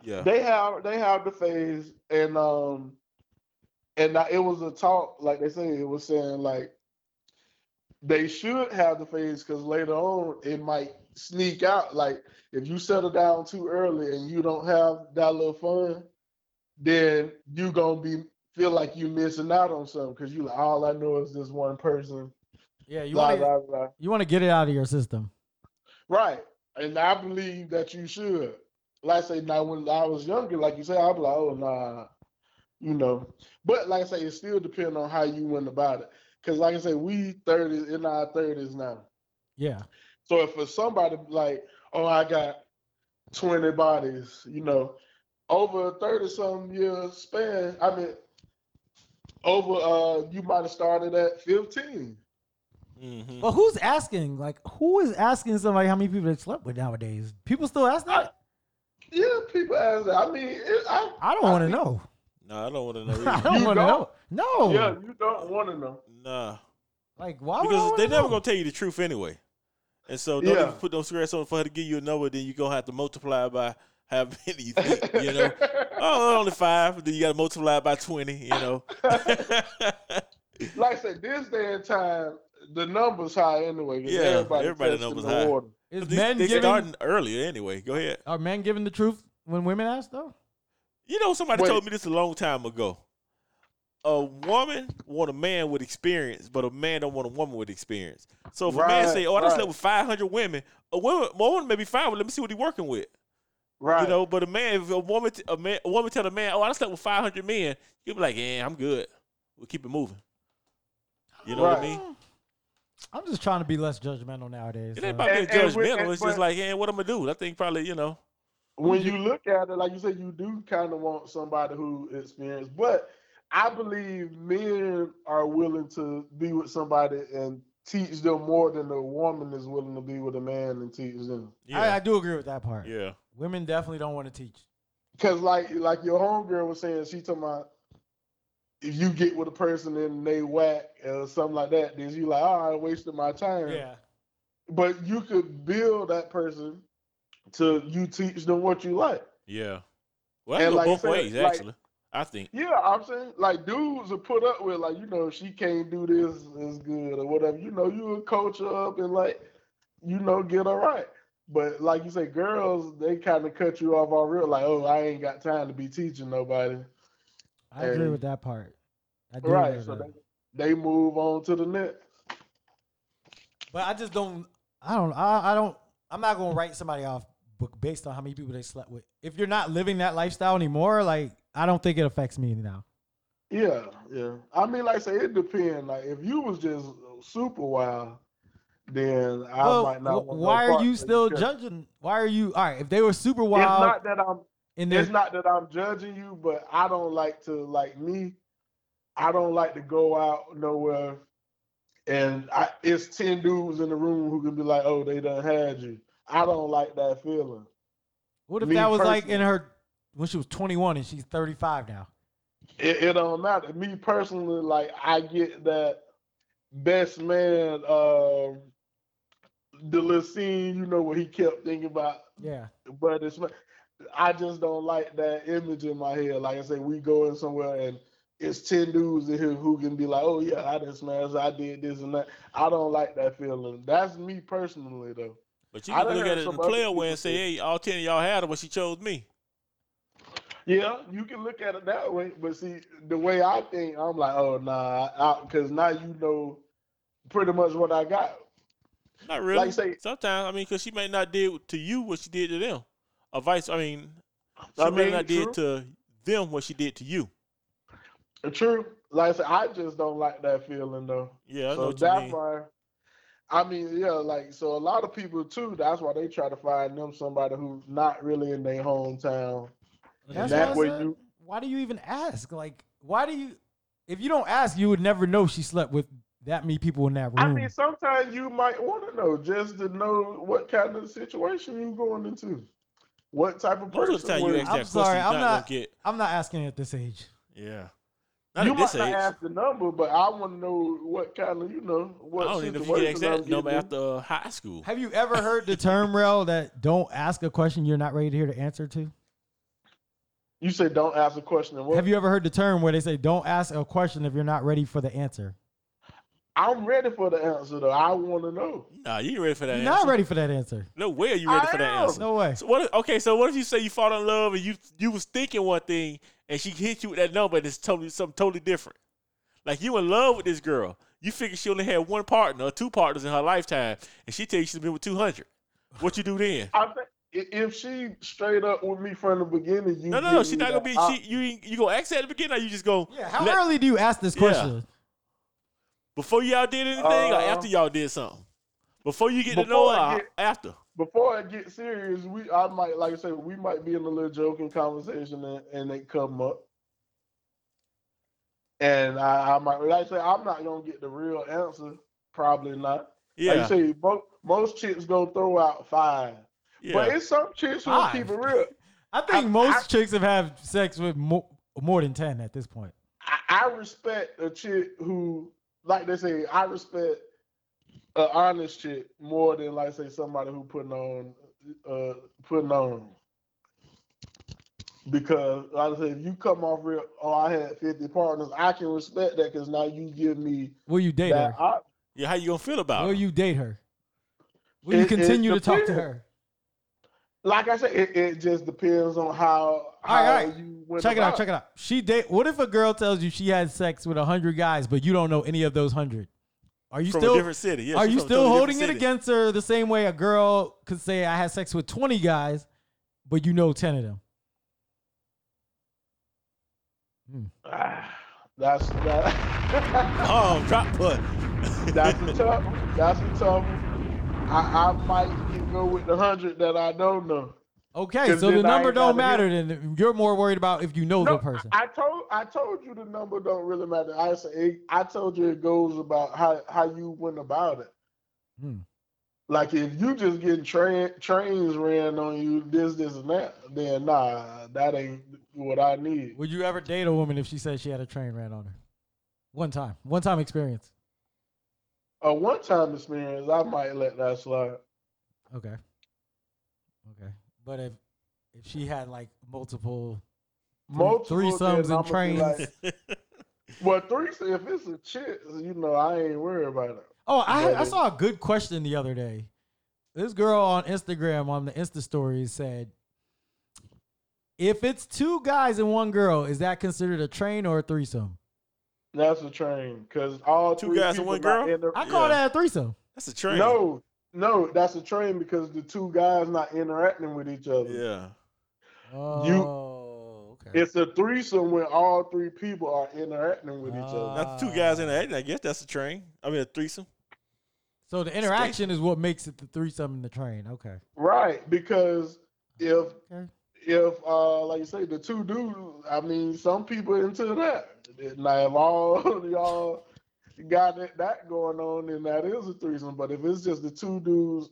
E: yeah.
D: They have they have the phase, and um, and I, it was a talk like they say it was saying like they should have the phase because later on it might sneak out. Like if you settle down too early and you don't have that little fun, then you gonna be feel like you missing out on something because you like all I know is this one person.
A: Yeah, you
D: blah,
A: want to
D: blah, blah.
A: you want to get it out of your system.
D: Right. And I believe that you should. Like I say, now when I was younger, like you said, I'd be like, oh nah, you know. But like I say, it still depends on how you went about it. Cause like I say, we thirties in our thirties now.
A: Yeah,
D: So if for somebody like, oh, I got 20 bodies, you know, over a thirty some year span. I mean, over uh, you might have started at fifteen.
E: hmm
A: But who's asking? Like, who is asking somebody how many people they slept with nowadays? People still ask that.
D: Yeah, people ask that. I mean, it, I,
A: I don't want to know.
E: Nah, I don't want to know.
A: I
E: Either.
A: don't
D: You
A: want to know.
D: don't?
A: No.
D: Yeah, you don't want to know.
E: nah,
A: Like, why? Would
E: because
A: I
E: they never
A: go.
E: gonna tell you the truth anyway. And so don't
D: Yeah.
E: even put those cigarettes on for her to give you a number. Then you gonna have to multiply by how many you think. You know, oh, only five. Then you got to multiply by twenty. You know.
D: like I said, this day and time, the numbers high anyway. 'cause
E: Yeah, everybody
D: testing
E: numbers
D: the
E: high.
D: water.
A: Is
E: they
A: men
E: they
A: giving,
E: starting earlier anyway. Go ahead.
A: are men giving the truth when women ask though?
E: You know, somebody
D: Wait.
E: told me this a long time ago. A woman want a man with experience, but a man don't want a woman with experience. So if a man
D: Right,
E: say, "Oh, I done
D: right.
E: slept with five hundred women," a woman, a woman may be fine with. Let me see what he working with.
D: Right.
E: You know, but a man, if a woman, t- a man, a woman tell a man, "Oh, I done slept with five hundred men," he'll be like, "Yeah, I'm good. We'll keep it moving." You know what I
D: Right.
E: mean?
A: I'm just trying to be less judgmental nowadays.
E: It ain't
A: so.
E: about being
D: And- and with-
E: judgmental.
D: and-
E: it's just
D: but-
E: like, "Yeah, what am I do?" I think probably, you know,
D: when you look at it, like you said, you do kind of want somebody who experienced, but I believe men are willing to be with somebody and teach them more than a woman is willing to be with a man and teach them.
E: yeah,
A: I, I do agree with that part.
E: yeah,
A: Women definitely don't want to teach.
D: Cause like like your homegirl was saying, she talking about if you get with a person and they whack or something like that, then you like, all right, wasted my time.
A: Yeah.
D: But you could build that person to you teach them what you like.
E: yeah. Well, I
D: And
E: go
D: like I
E: both
D: said,
E: ways
D: like-
E: actually. I think.
D: Yeah, I'm saying like dudes are put up with like you know she can't do this as good or whatever. You know you will coach her up and like you know get her right. But like you say, girls they kind of cut you off on real like oh I ain't got time to be teaching nobody.
A: I agree
D: And-
A: with that part. I do agree
D: Right,
A: with
D: so
A: that.
D: they, they move on to the next.
A: But I just don't. I don't. I, I don't. I'm not gonna write somebody off b- based on how many people they slept with. If you're not living that lifestyle anymore, like I don't think it affects me now.
D: Yeah, yeah. I mean, like I say, it depends. Like if you was just super wild, then I
A: Well,
D: might not.
A: wh-
D: want no
A: why are
D: part
A: you
D: of it
A: still
D: because
A: judging? Why are you all right? If they were super
D: It's
A: wild
D: not that I'm
A: and they're
D: it's not that I'm judging you, but I don't like to like me. I don't like to go out nowhere, and I, it's ten dudes in the room who can be like, "Oh, they done had you." I don't like that feeling.
A: What if
D: Me
A: that was like in
D: personally.
A: her when she was 21 and she's 35 now?
D: It, it don't matter. Me personally, like I get that best man, um, the little scene, you know, where he kept thinking about
A: Yeah.
D: but it's not- I just don't like that image in my head. Like I say, we go in somewhere and it's ten dudes in here who can be like, "Oh yeah, I didn't smash, I did this and that." I don't like that feeling. That's me personally, though.
E: But you
D: I
E: can
D: done
E: look
D: heard
E: at it in
D: some
E: the
D: other
E: player way
D: people
E: and say,
D: say-
E: hey, all 10 of y'all had her, but she chose me.
D: Yeah, you can look at it that way, but see, the way I think, I'm like, "Oh nah," because now you know pretty much what I got.
E: Not really.
D: Like you say-
E: Sometimes, I mean, because she may not did to you what she did to them. Or vice, I mean, she
D: I
E: may
D: mean,
E: not did to them what she did to you.
D: Uh, True. Like I said, I just don't like that feeling though.
E: Yeah, I know
D: so
E: what you
D: that's
E: mean.
D: why. I mean, yeah, like so a lot of people too. That's why they try to find them somebody who's not really in their hometown.
A: That's
D: that
A: why I
D: way
A: said,
D: you-
A: why do you even ask? Like, why do you, if you don't ask, you would never know she slept with that many people in that room.
D: I mean, sometimes you might want to know just to know what kind of situation you're going into, what type
E: Most
D: of person.
E: of the time you
D: was-
E: ask that
A: I'm
E: question,
A: sorry,
E: you're
A: I'm
E: not,
A: not-
E: going to get.
A: I'm not asking at this age.
E: Yeah. Not
D: you
E: at
D: might
E: this
D: not
E: age.
D: ask the number, but I want to know what kind of you know
E: I
D: what
E: don't even know if you
D: situation
E: get asked that
D: I'm
E: number
D: getting in.
E: after uh, high school.
A: Have you ever heard the term, Rel, that don't ask a question you're not ready to hear the answer to?
D: You say don't ask a question. What?
A: Have you ever heard the term where they say don't ask a question if you're not ready for the answer?
D: I'm ready for the answer though. I want to know.
E: Nah, you ain't ready for that
A: You're
E: answer.
A: not ready for that answer.
E: No way are you ready
D: I
E: for that
D: am.
E: answer.
A: No way.
E: So what? if- Okay, so what if you say you fall in love and you you was thinking one thing and she hit you with that number and it's totally something totally different. Like you in love with this girl, you figure she only had one partner or two partners in her lifetime, and she tell you she's been with two hundred. What you do then?
D: I think i- if she straight up with me from the beginning, you
E: No, no,
D: give
E: no.
D: me
E: She's not gonna
D: that
E: be.
D: op-
E: She, you ain't- you gonna ask her at the beginning, or you just gonna
A: Yeah, how
E: let-
A: early do you ask this
E: Yeah.
A: question?
E: before y'all did anything or
D: Uh,
A: Uh,
E: after y'all did something? Before you get to know
D: before
E: her,
D: I
E: or
D: get-
E: after.
D: before I get serious, we I might like I said we might be in a little joking conversation and, and it come up. And I, I might like I say I'm not gonna get the real answer, probably not. Like
E: Yeah,
D: you say, most most chicks go throw out five, but
E: yeah.
D: it's some chicks who will
A: Five?
D: keep it real.
A: I think
D: I-
A: most
D: I-
A: chicks have had sex with more, more than ten at this point.
D: I, I respect a chick who, like they say, I respect an honest chick more than like say somebody who putting on, uh, putting on. Because like I said, if you come off real, oh, I had fifty partners, I can respect that because now you give me
A: Will you date
D: that.
A: her?
D: I,
E: Yeah, how you gonna feel about
A: Will
E: it?
A: you date her? Will you
D: It- it
A: continue to talk to
D: depends.
A: her?
D: like I said, it, it just depends on how
A: All right,
D: how
A: all right.
D: you went
A: Check it out.
D: about
A: Check it out. She date. What if a girl tells you she had sex with hundred guys, but you don't know any of those hundred? Are you
E: From a
A: still
E: different city. Yeah,
A: Are
E: she
A: you
E: from a
A: still
E: totally
A: holding it
E: different city.
A: against her the same way a girl could say I had sex with twenty guys, but you know ten of them?
D: Ah, that's that.
E: Oh, drop putt.
D: That's a tough. That's a tough. one. I, I might can go with the hundred that I don't know.
A: Okay,
D: 'Cause
A: so the
D: then I
A: number
D: ain't
A: don't
D: gotta
A: matter.
D: hear-
A: Then you're more worried about if you know the
D: No,
A: person.
D: I, I told I told you the number don't really matter. I say it, I told you it goes about how how you went about it.
A: Hmm.
D: Like if you just getting train trains ran on you, this this and that, then nah, that ain't what I need.
A: Would you ever date a woman if she said she had a train ran on her? One time, one time experience.
D: A one time experience, I might let that slide.
A: Okay. Okay, but if if she had like multiple, Hmm, Three-
D: Multiple
A: threesomes
D: then
A: and
D: I'ma be
A: trains.
D: well, threesome if it's a chick, you know, I ain't worried about it.
A: oh, I I
D: Right.
A: saw a good question the other day. This girl on Instagram on the Insta stories said, "If it's two guys and one girl, is that considered a train or a threesome?"
D: That's a train because all
E: Two
D: three
E: guys and
D: people
E: one
D: not
E: girl?
D: in the-
A: I call
E: Yeah.
A: that a threesome.
E: That's a train.
D: No, no, that's a train because the two guys not interacting with each other.
E: Yeah.
A: Oh, okay.
D: It's a threesome when all three people are interacting with each other.
E: That's two guys in
A: Uh.
E: a I guess that's a train. I mean a threesome.
A: So the interaction is what makes it the threesome in the train. Okay.
D: Right, because if
A: Okay.
D: if uh like you say the two dudes, I mean some people into that. Now if all y'all got that- that going on, then that is a threesome. But if it's just the two dudes,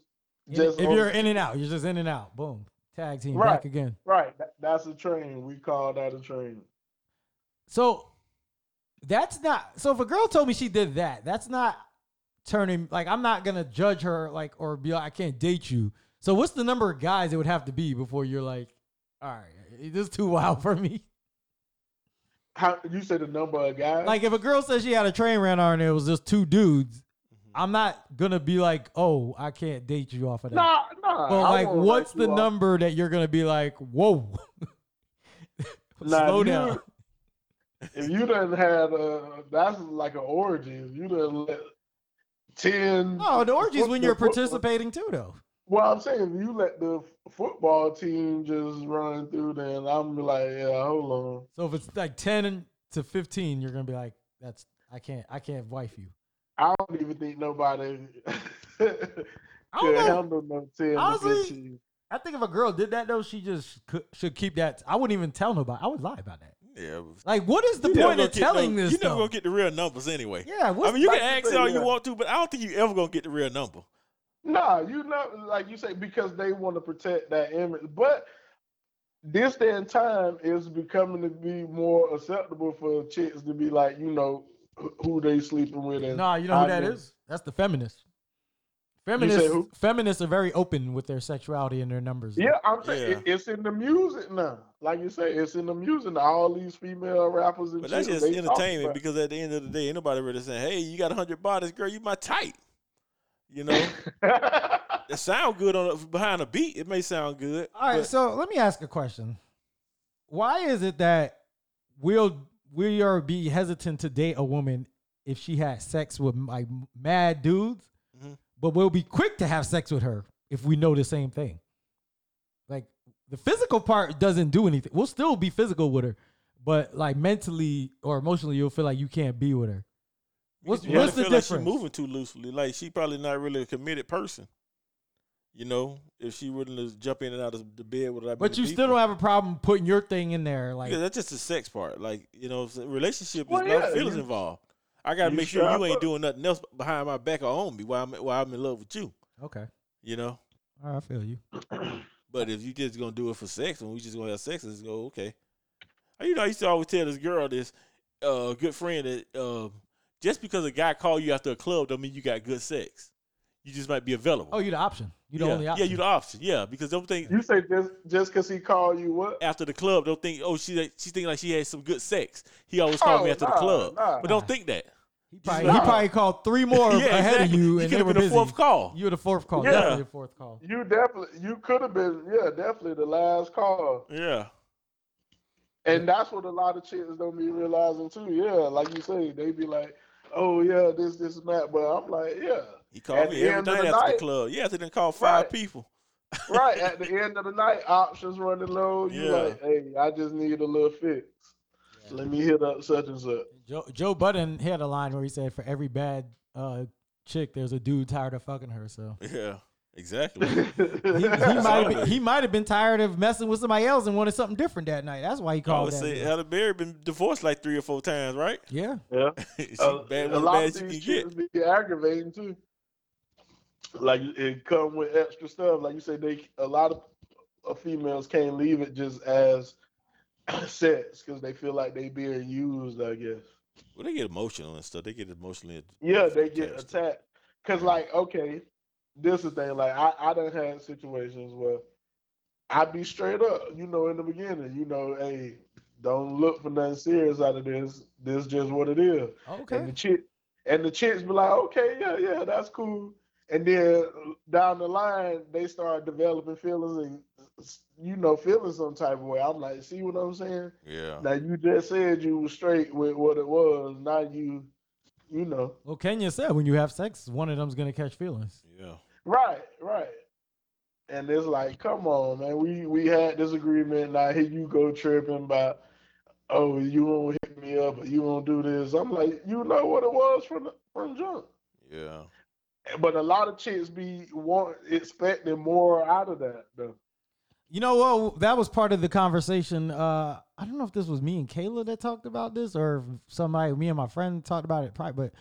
A: In-
D: just
A: if
D: on-
A: you're in and out, you're just in and out. Boom. Tag team back
D: Right.
A: again.
D: right, that, that's a train. We call that a train.
A: So that's not. So if a girl told me she did that, that's not turning. Like I'm not gonna judge her. Like or be like I can't date you. So what's the number of guys it would have to be before you're like, all right, this is too wild for me.
D: How you say the number of guys?
A: Like if a girl says she had a train ran on her and it was just two dudes,
D: Mm-hmm.
A: I'm not gonna be like, oh, I can't date you off of that.
D: nah, nah.
A: But
D: I
A: like,
D: won't
A: what's
D: write you
A: the
D: off.
A: number that you're gonna be like, whoa?
D: Nah,
A: Slow
D: you-
A: down.
D: If you done had a, that's like an orgy. If you done let ten.
A: No, Oh, the orgy's
D: foot-
A: when
D: the
A: you're
D: football-
A: participating too, though.
D: Well, I'm saying if you let the f- football team just run through, then I'm like, yeah, hold on.
A: So if it's like ten and- to fifteen, you're gonna be like, that's I can't, I can't wife you.
D: I don't even think nobody could
A: I don't know.
D: handle no ten. to
A: Honestly-
D: 15.
A: I think if a girl did that though, she just could, should keep that. I wouldn't even tell nobody. I would lie about that.
E: Yeah.
A: Like, what is the
E: You never
A: point
E: gonna
A: of
E: get no-
A: telling this?
E: You never
A: though?
E: gonna get the real numbers anyway.
A: yeah, what's
E: I mean, you
A: like-
E: can ask
D: say,
E: all you
D: yeah.
E: want to, but I don't think you ever gonna get the real number.
D: Nah, you not like you say because they want to protect that image, but this day and time is becoming to be more acceptable for chicks to be like you know who- who they sleeping with and
A: Nah, you know who
D: how
A: that
D: they-
A: is? That's the feminists. Feminists,
D: who?
A: feminists are very open with their sexuality and their numbers.
D: Yeah, I'm saying
E: Yeah.
D: it- it's in the music now. Like you say, it's in the music now. All these female rappers and
E: But that's
D: chicks,
E: just
D: they talk
E: entertainment
D: about-
E: because at the end of the day, anybody really saying, "Hey, you got hundred bodies, girl, you my type." You know, that sound good on a- behind a beat. It may sound good.
A: All right,
E: but
A: so let me ask a question. Why is it that we'll we are be hesitant to date a woman if she had sex with like mad dudes,
E: Mhm.
A: but we'll be quick to have sex with her if we know the same thing? Like the physical part doesn't do anything. We'll still be physical with her, but like mentally or emotionally, you'll feel like you can't be with her. What's,
E: you really
A: what's the
E: feel
A: difference?
E: Like she moving too loosely. Like she probably not really a committed person. You know, if she wouldn't have jumped in and out of the bed, would I?
A: But you still don't have a problem putting your thing in there, like
E: Yeah, that's just the sex part. Like you know, it's a relationship
D: Well,
E: is no
D: yeah,
E: feelings
D: you-
E: involved. I gotta
D: you
E: make sure
D: strap
E: you ain't
D: up.
E: doing nothing else behind my back or on me while I'm while I'm in love with you.
A: okay,
E: You know.
A: all right, I feel you.
E: But if you just gonna do it for sex and we just gonna have sex, it's go okay. Uh, You know, I used to always tell this girl, this uh, good friend, that uh, just because a guy called you after a club, don't mean you got good sex. You just might be available.
A: Oh, you the option. You the
E: yeah.
A: only option.
E: Yeah, you the option. Yeah, because don't think
D: You say just just because he called you what?
E: after the club, don't think oh she she thinking like she had some good sex. He always called me
D: Oh,
E: after the
D: nah,
E: club,
D: nah.
E: but don't think that.
A: he, probably,
D: Nah.
A: he probably called three more
E: yeah,
A: ahead
E: exactly.
A: of you,
E: you
A: and
E: could
A: they
E: have
A: were
E: been the
A: busy.
E: fourth call.
A: You were the fourth call.
E: Yeah.
A: Definitely the fourth call.
D: You definitely you could have been yeah definitely the last call,
E: yeah,
D: and that's what a lot of chicks don't be realizing too. Yeah, like you say, they be like, oh yeah, this this and that, but I'm like yeah.
E: he called
D: At
E: me
D: the
E: every
D: end of
E: night
D: the
E: after the
D: night-
E: club. Yeah, after then called five
D: Right.
E: people.
D: right at the end of the night, options running low. You
E: Yeah.
D: like, hey, I just need a little fix. Let me hit up such and such.
A: Joe, Joe Budden he had a line where he said, "For every bad uh, chick, there's a dude tired of fucking her." So
E: Yeah, exactly.
A: he, he might have been,
E: Exactly.
A: he might have been tired of messing with somebody else and wanted something different that night. That's why he
E: I
A: called
E: would
A: that.
E: say
A: dude.
E: Halle Berry been divorced like three or four times, right?
A: yeah,
D: yeah.
E: She
D: Uh,
E: bad,
D: a
E: one
D: lot
E: bad
D: of
E: she can
D: these
E: get.
D: shit be aggravating too. Like it come with extra stuff. Like you say, they a lot of, of females can't leave it just as sex because they feel like they being used. I guess.
E: Well, they get emotional and stuff. They get emotionally.
D: Yeah, they get
E: attached.
D: attacked. Cause like, okay, this is the thing. Like, I I done had situations where I be straight up, you know, in the beginning, you know, hey, don't look for nothing serious out of this. This just what it is. And the
A: okay.
D: chick and the chicks be like, okay, yeah, yeah, that's cool. And then uh, down the line, they start developing feelings and you know, feeling some type of way. I'm like, see what I'm saying?
E: Yeah.
D: Now you just said you was straight with what it was. Now you, you know.
A: Well, Kenya said when you have sex, one of them's gonna catch feelings.
E: Yeah.
D: Right, right. And it's like, come on, man. We we had this agreement. Now here you go tripping about, oh, you won't hit me up, or you won't do this. I'm like, you know what it was from the- from jump.
E: Yeah.
D: But a lot of chicks be want expecting more out of that though.
A: You know what? That was part of the conversation. Uh, I don't know if this was me and Kayla that talked about this, or if somebody, me and my friend talked about it. Probably, but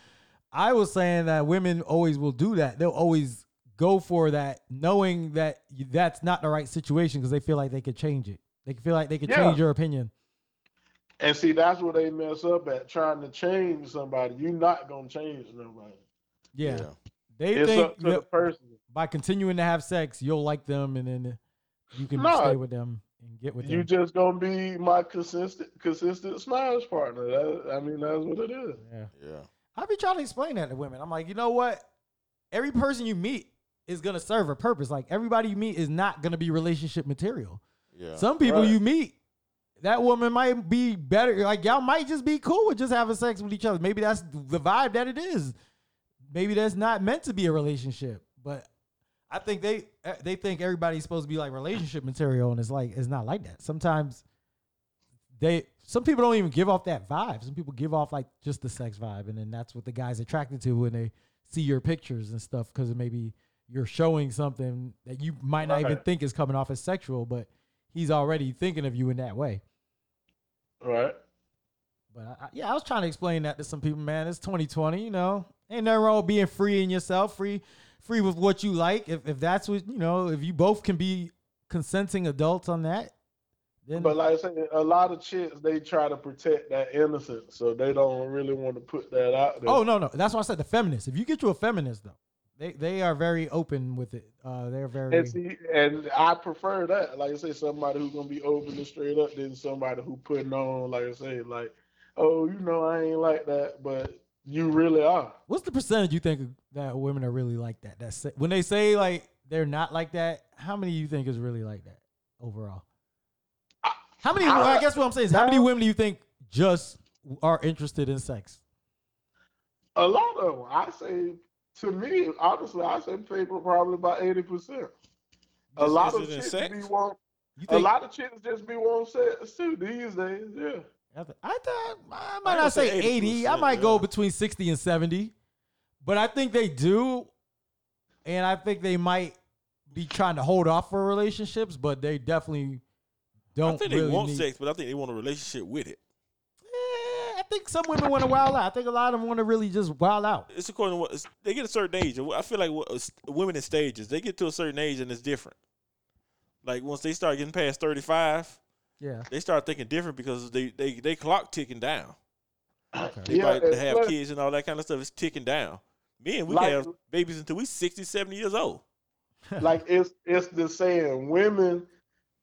A: I was saying that women always will do that. They'll always go for that, knowing that you- that's not the right situation because they feel like they could change it. They feel like they could
D: Yeah.
A: change your opinion.
D: And see, that's where they mess up at trying to change somebody. You're not gonna change nobody.
A: Yeah, they
D: It's
A: think
D: up to the
A: that
D: person.
A: by continuing to have sex, you'll like them, and then you can
D: No.
A: stay with them and get with
D: You
A: them.
D: just gonna be my consistent consistent smash partner. That, I mean, that's what it is.
A: yeah.
E: Yeah.
A: I be trying to explain that to women. I'm like, you know what? Every person you meet is gonna serve a purpose. Like everybody you meet is not gonna be relationship material.
E: Yeah.
A: Some people
D: Right.
A: you meet, that woman might be better. Like y'all might just be cool with just having sex with each other. Maybe that's the vibe that it is. Maybe that's not meant to be a relationship. But I think they eh, they think everybody's supposed to be like relationship material, and it's like it's not like that. Sometimes they some people don't even give off that vibe. Some people give off like just the sex vibe, and then that's what the guys attracted to when they see your pictures and stuff because maybe you're showing something that you might not even
D: Right.
A: think is coming off as sexual, but he's already thinking of you in that way.
D: Right.
A: But I, I- yeah, I was trying to explain that to some people, man. It's 2020, you know. Ain't nothing wrong with being free in yourself, free, free with what you like. If if that's what you know, if you both can be consenting adults on that, then
D: But like I said, a lot of chicks they try to protect that innocence, so they don't really want to put that out there.
A: oh no, no, that's why I said the feminists. If you get you a feminist though, they they are very open with it. Uh, they're very
D: and see, and I prefer that. Like I say, somebody who's gonna be open and straight up than somebody who putting on, like I say, like, oh, you know, I ain't like that, but you really are.
A: What's the percentage you think that women are really like that? That's when they say like they're not like that. How many you think is really like that overall? How many? I,
D: I-
A: guess what I'm saying is, how many women do you think just are interested in sex?
D: A lot of them, I say, to me, honestly, I say people probably about eighty percent. A
E: Just
D: lot of
E: interested in
D: chicks
E: sex?
D: be want.
A: You
D: A
A: think?
D: lot of chicks just be want sex too these days. Yeah.
A: I th- I thought I
E: I
A: might
E: would
A: not say
E: say
A: 80. I
E: 80%,
A: might go
E: yeah.
A: between 60 and 70, but I think they do, and I think they might be trying to hold off for relationships, but they definitely don't.
E: I think
A: really
E: they want
A: need-
E: sex, but I think they want a relationship with it.
A: Eh, I think some women want to wild out. I think a lot of them want to really just wild out.
E: It's according to what it's- they get a certain age. I feel like what, uh, women in stages. They get to a certain age and it's different. Like once they start getting past thirty five,
A: Yeah.
E: they start thinking different because they they, they clock ticking down. They
D: Yeah,
E: yeah, to
D: and
E: have
D: plus-
E: kids and all that kind of stuff is ticking down. Men, we
D: Like-
E: can have babies until we 60, 70 years old.
D: like it's it's the saying women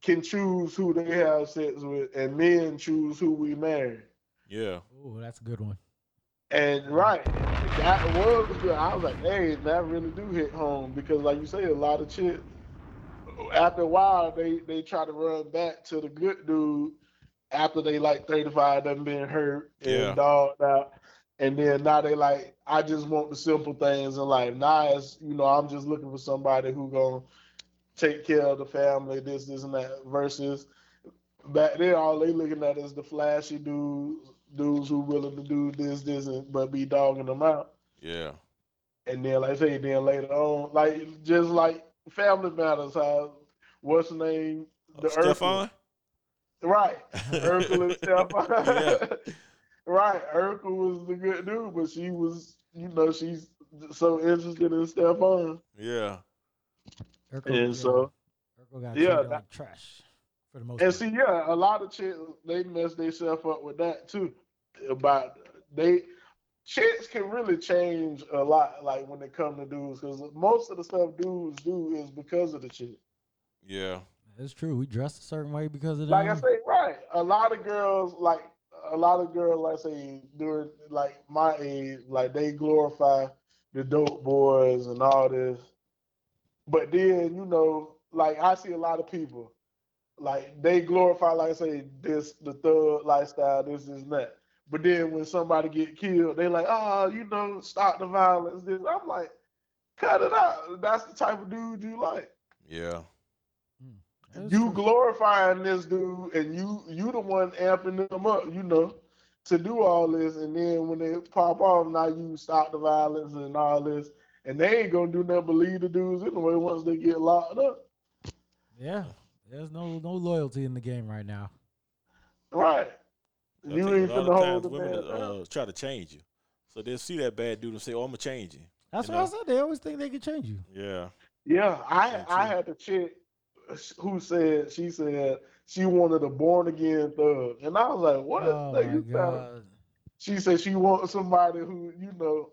D: can choose who they have sex with and men choose who we marry.
E: Yeah.
A: Oh, that's a good one.
D: And right, that was good. I was like, hey, that really do hit home because like you say, a lot of chicks after a while they they try to run back to the good dude after they like 35 done been hurt and
E: Yeah.
D: dogged out. And then now they like, I just want the simple things in life. Now it's, you know, I'm just looking for somebody who gonna take care of the family, this, this, and that. Versus back then, all they looking at is the flashy dudes, dudes who willing to do this, this, and but be dogging them out.
E: Yeah.
D: And then, like I say, then later on, like just like Family Matters, how what's the name?
E: Uh,
D: The
E: Stephon?
D: Urkel, right? Urkel and Stephon.
E: Yeah.
D: right, Urkel was the good dude, but she was, you know, she's so interested in Stephon.
E: Yeah.
A: Urkel,
D: And so-
A: Urkel got
D: Yeah,
A: treated
D: that-
A: like trash for the most.
D: And
A: part.
D: see, yeah, a lot of chicks they mess themselves up with that too. About they chicks can really change a lot, like when they come to dudes, because most of the stuff dudes do is because of the chick.
E: Yeah.
A: It's true. We dressed a certain way because of that.
D: Like I say, right? A lot of girls, like a lot of girls, like say during like my age, like they glorify the dope boys and all this. But then you know, like I see a lot of people, like they glorify, like I say, this the thug lifestyle, this is that. But then when somebody get killed, they like, oh, you know, stop the violence. This I'm like, cut it out. That's the type of dude you like
E: Yeah.
A: That's
D: you
A: true.
D: glorifying this dude and you you the one amping them up, you know, to do all this and then when they pop off, now you stop the violence and all this. And they ain't gonna do nothing but leave the dudes anyway once they get locked up.
A: yeah. There's no no loyalty in the game right now.
D: Right.
E: I
D: you
E: think
D: ain't
E: a lot
D: finna
E: of
D: hold
E: times
D: the
E: women
D: man. down.
E: uh, try to change you. So they'll see that bad dude and say, Oh, I'm gonna change you.
A: That's
E: You
A: what I
E: know.
A: said. They always think they can change you.
E: Yeah.
D: Yeah, I
E: That's
D: I
E: true.
D: had a chick who said she said she wanted a born again thug. And I was like, What?
A: Oh
D: Like,
A: my
D: you sound-
A: god.
D: she said she wants somebody who you know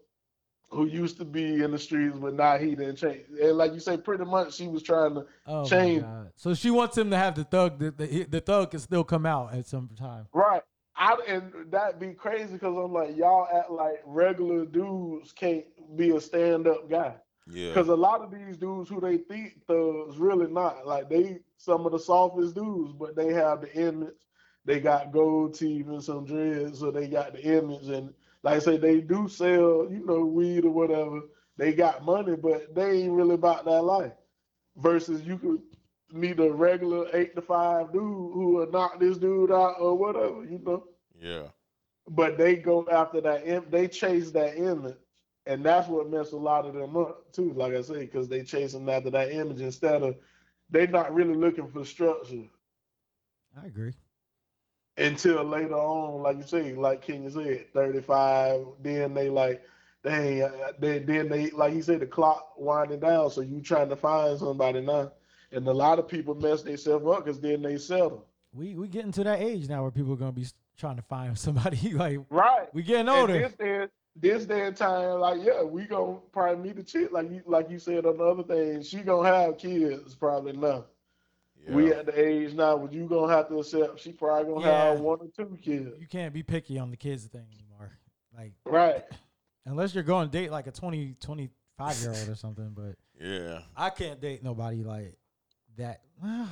D: who used to be in the streets but now he didn't change and like you say pretty much she was trying to
A: Oh
D: Shame.
A: my god. So she wants him to have the thug. The, the, the thug can still come out at some time.
D: right I, and that'd be crazy because i'm like y'all act like regular dudes can't be a stand-up guy
E: Yeah.
D: because a lot of these dudes who they think thugs really not like they some of the softest dudes but they have the image they got gold teeth and some dreads so they got the image and like i say they do sell you know weed or whatever they got money but they ain't really about that life versus you could meet a regular eight to five dude who will knock this dude out or whatever you know
E: Yeah.
D: but they go after that. im- They chase that image, and that's what messed a lot of them up too. Like I say, because they chasing after that image instead of they not really looking for structure
A: I agree.
D: until later on. Like you say, like King said, thirty five. Then they like. Dang, uh, they, then they like you said the clock winding down, so you trying to find somebody now, and a lot of people mess themselves up because then they settle.
A: We we getting to that age now where people are gonna be s- trying to find somebody. Like
D: Right,
A: we getting
D: And
A: older.
D: This day, this day and time, like yeah, we gonna probably meet a chick like you like you said on the other thing. She gonna have kids probably now.
E: Yeah.
D: We at the age now where you gonna have to accept she probably gonna have
A: Yeah.
D: one or two kids.
A: You can't be picky on the kids thing anymore. Like
D: Right.
A: unless you're going to date like a 20 25 year old or something. But
E: yeah.
A: I can't date nobody like that.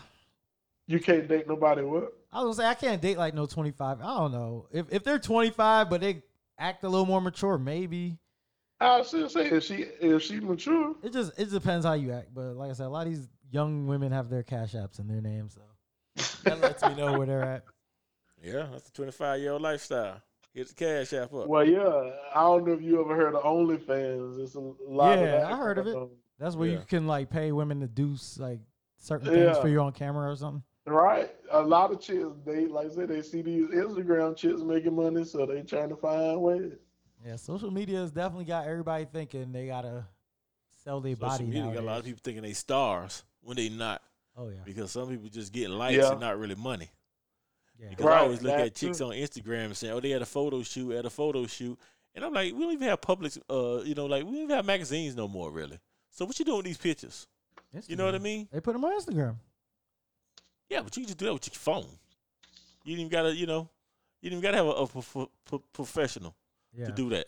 D: You can't date nobody with.
A: I was gonna say I can't date like no twenty five. I don't know if if they're twenty five, but they act a little more mature. Maybe
D: I should say if she if she mature.
A: it just it depends how you act. But like I said, a lot of these young women have their cash apps in their name, so that lets me know where they're at.
E: Yeah. That's the twenty five year old lifestyle. Hit the cash app up.
D: Well yeah, I don't know if you ever heard of OnlyFans. It's a lot
A: Yeah,
D: of that
A: I heard of
D: going
A: it.
D: on.
A: That's where you
E: Yeah.
A: can like pay women to do s- like certain things
D: Yeah.
A: for you on camera or something.
D: Right. A lot of chicks, they like I said, they see these Instagram chicks making money, so they trying to find ways.
A: Yeah, social media has definitely got everybody thinking they gotta sell their
E: Social
A: body.
E: media got a lot
A: nowadays.
E: of people thinking they stars when they not
A: Oh yeah,
E: because some people just get likes
D: Yeah.
E: and not really money.
A: yeah.
E: Because I
D: Right,
E: always look
D: that
E: at chicks
D: too.
E: on Instagram and saying, "Oh, they had a photo shoot, at a photo shoot," and I'm like, "We don't even have public, uh, you know, like we don't even have magazines no more, really. So what you doing with these pictures? You know what I
A: Instagram.
E: mean?
A: They put them on Instagram.
E: Yeah, but you can just do that with your phone. You didn't even gotta, you know, you didn't even gotta have a, a prof- pro- professional
A: Yeah,
E: to do that.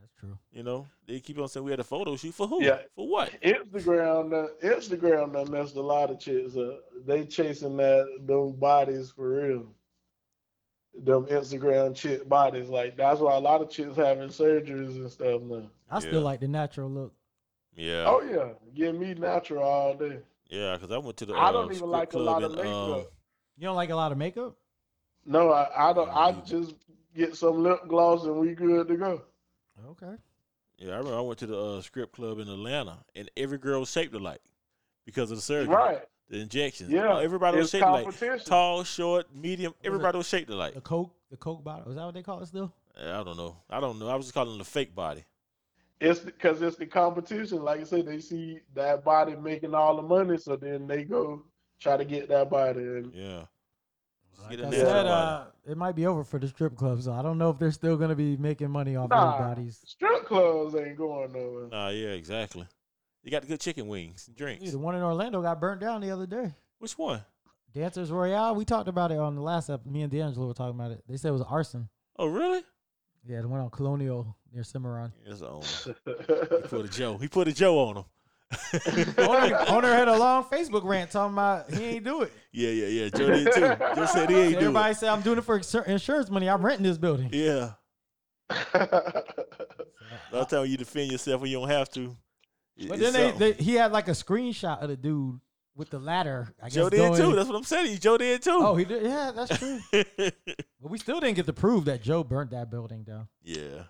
A: that's true.
E: You know, they keep on saying we had a photo shoot for who?
D: Yeah. Oh.
E: For what?
D: Instagram, done- Instagram, done messed a lot of chicks up. They chasing that them bodies for real. Them Instagram chick bodies, like that's why a lot of chicks having surgeries and stuff now.
A: I
E: Yeah.
A: still like the natural look.
E: Yeah,
D: Oh yeah, give me natural all day.
E: yeah. Because I went to the
D: I
E: uh,
D: don't even
E: strip
D: like a
E: club
D: lot of
E: in, um,
D: makeup.
A: You don't like a lot of makeup?
D: No, I, I don't. I
E: Mhm.
D: just get some lip gloss and we good to go.
A: Okay.
E: Yeah, I remember I went to the uh, strip club in Atlanta, and every girl was shaped alike because of the surgery,
D: Right?
E: the injections. Oh,
D: Yeah,
E: everybody was
D: it's
E: shaped alike.
D: competition.
E: Tall, short, medium.
A: it-
E: Everybody was shaped alike.
A: The Coke, the Coke bottle. Is that what they call it still?
E: I don't know. I don't know. I was just calling it a fake body.
D: It's because it's the competition. Like I said, they see that body making all the money, so then they go try to get that body. And
E: Yeah. Just
A: Like
E: get in
A: I
E: there
A: said,
E: somebody.
A: uh, it might be over for the strip club, so I don't know if they're still gonna be making money off
D: Nah.
A: anybody's.
D: strip clubs ain't going nowhere.
E: Nah, yeah, exactly. You got the good chicken wings, and drinks.
A: Dude, the one in Orlando got burnt down the other day.
E: Which one?
A: Dancers Royale. We talked about it on the last episode. Me and D'Angelo were talking about it. They said it was arson.
E: Oh, really?
A: Yeah, the one on Colonial near Cimarron.
E: It's on. He put a Joe. He put a Joe on him.
A: owner, owner had a long Facebook rant talking about he ain't do it.
E: Yeah, yeah, yeah. Joe did too. Joe said he ain't do
A: Everybody
E: it.
A: said I'm doing it for insur- insurance money. I'm renting this building.
E: Yeah. A lot of times you defend yourself when you don't have to. It-
A: But then
E: it's
A: they,
E: something.
A: they, he had like a screenshot of the dude with the ladder. I guess
E: Joe did
A: going-
E: too. That's what I'm saying. to you. Joe did too.
A: Oh, he did. Yeah, that's true. but we still didn't get to prove that Joe burnt that building down.
E: yeah.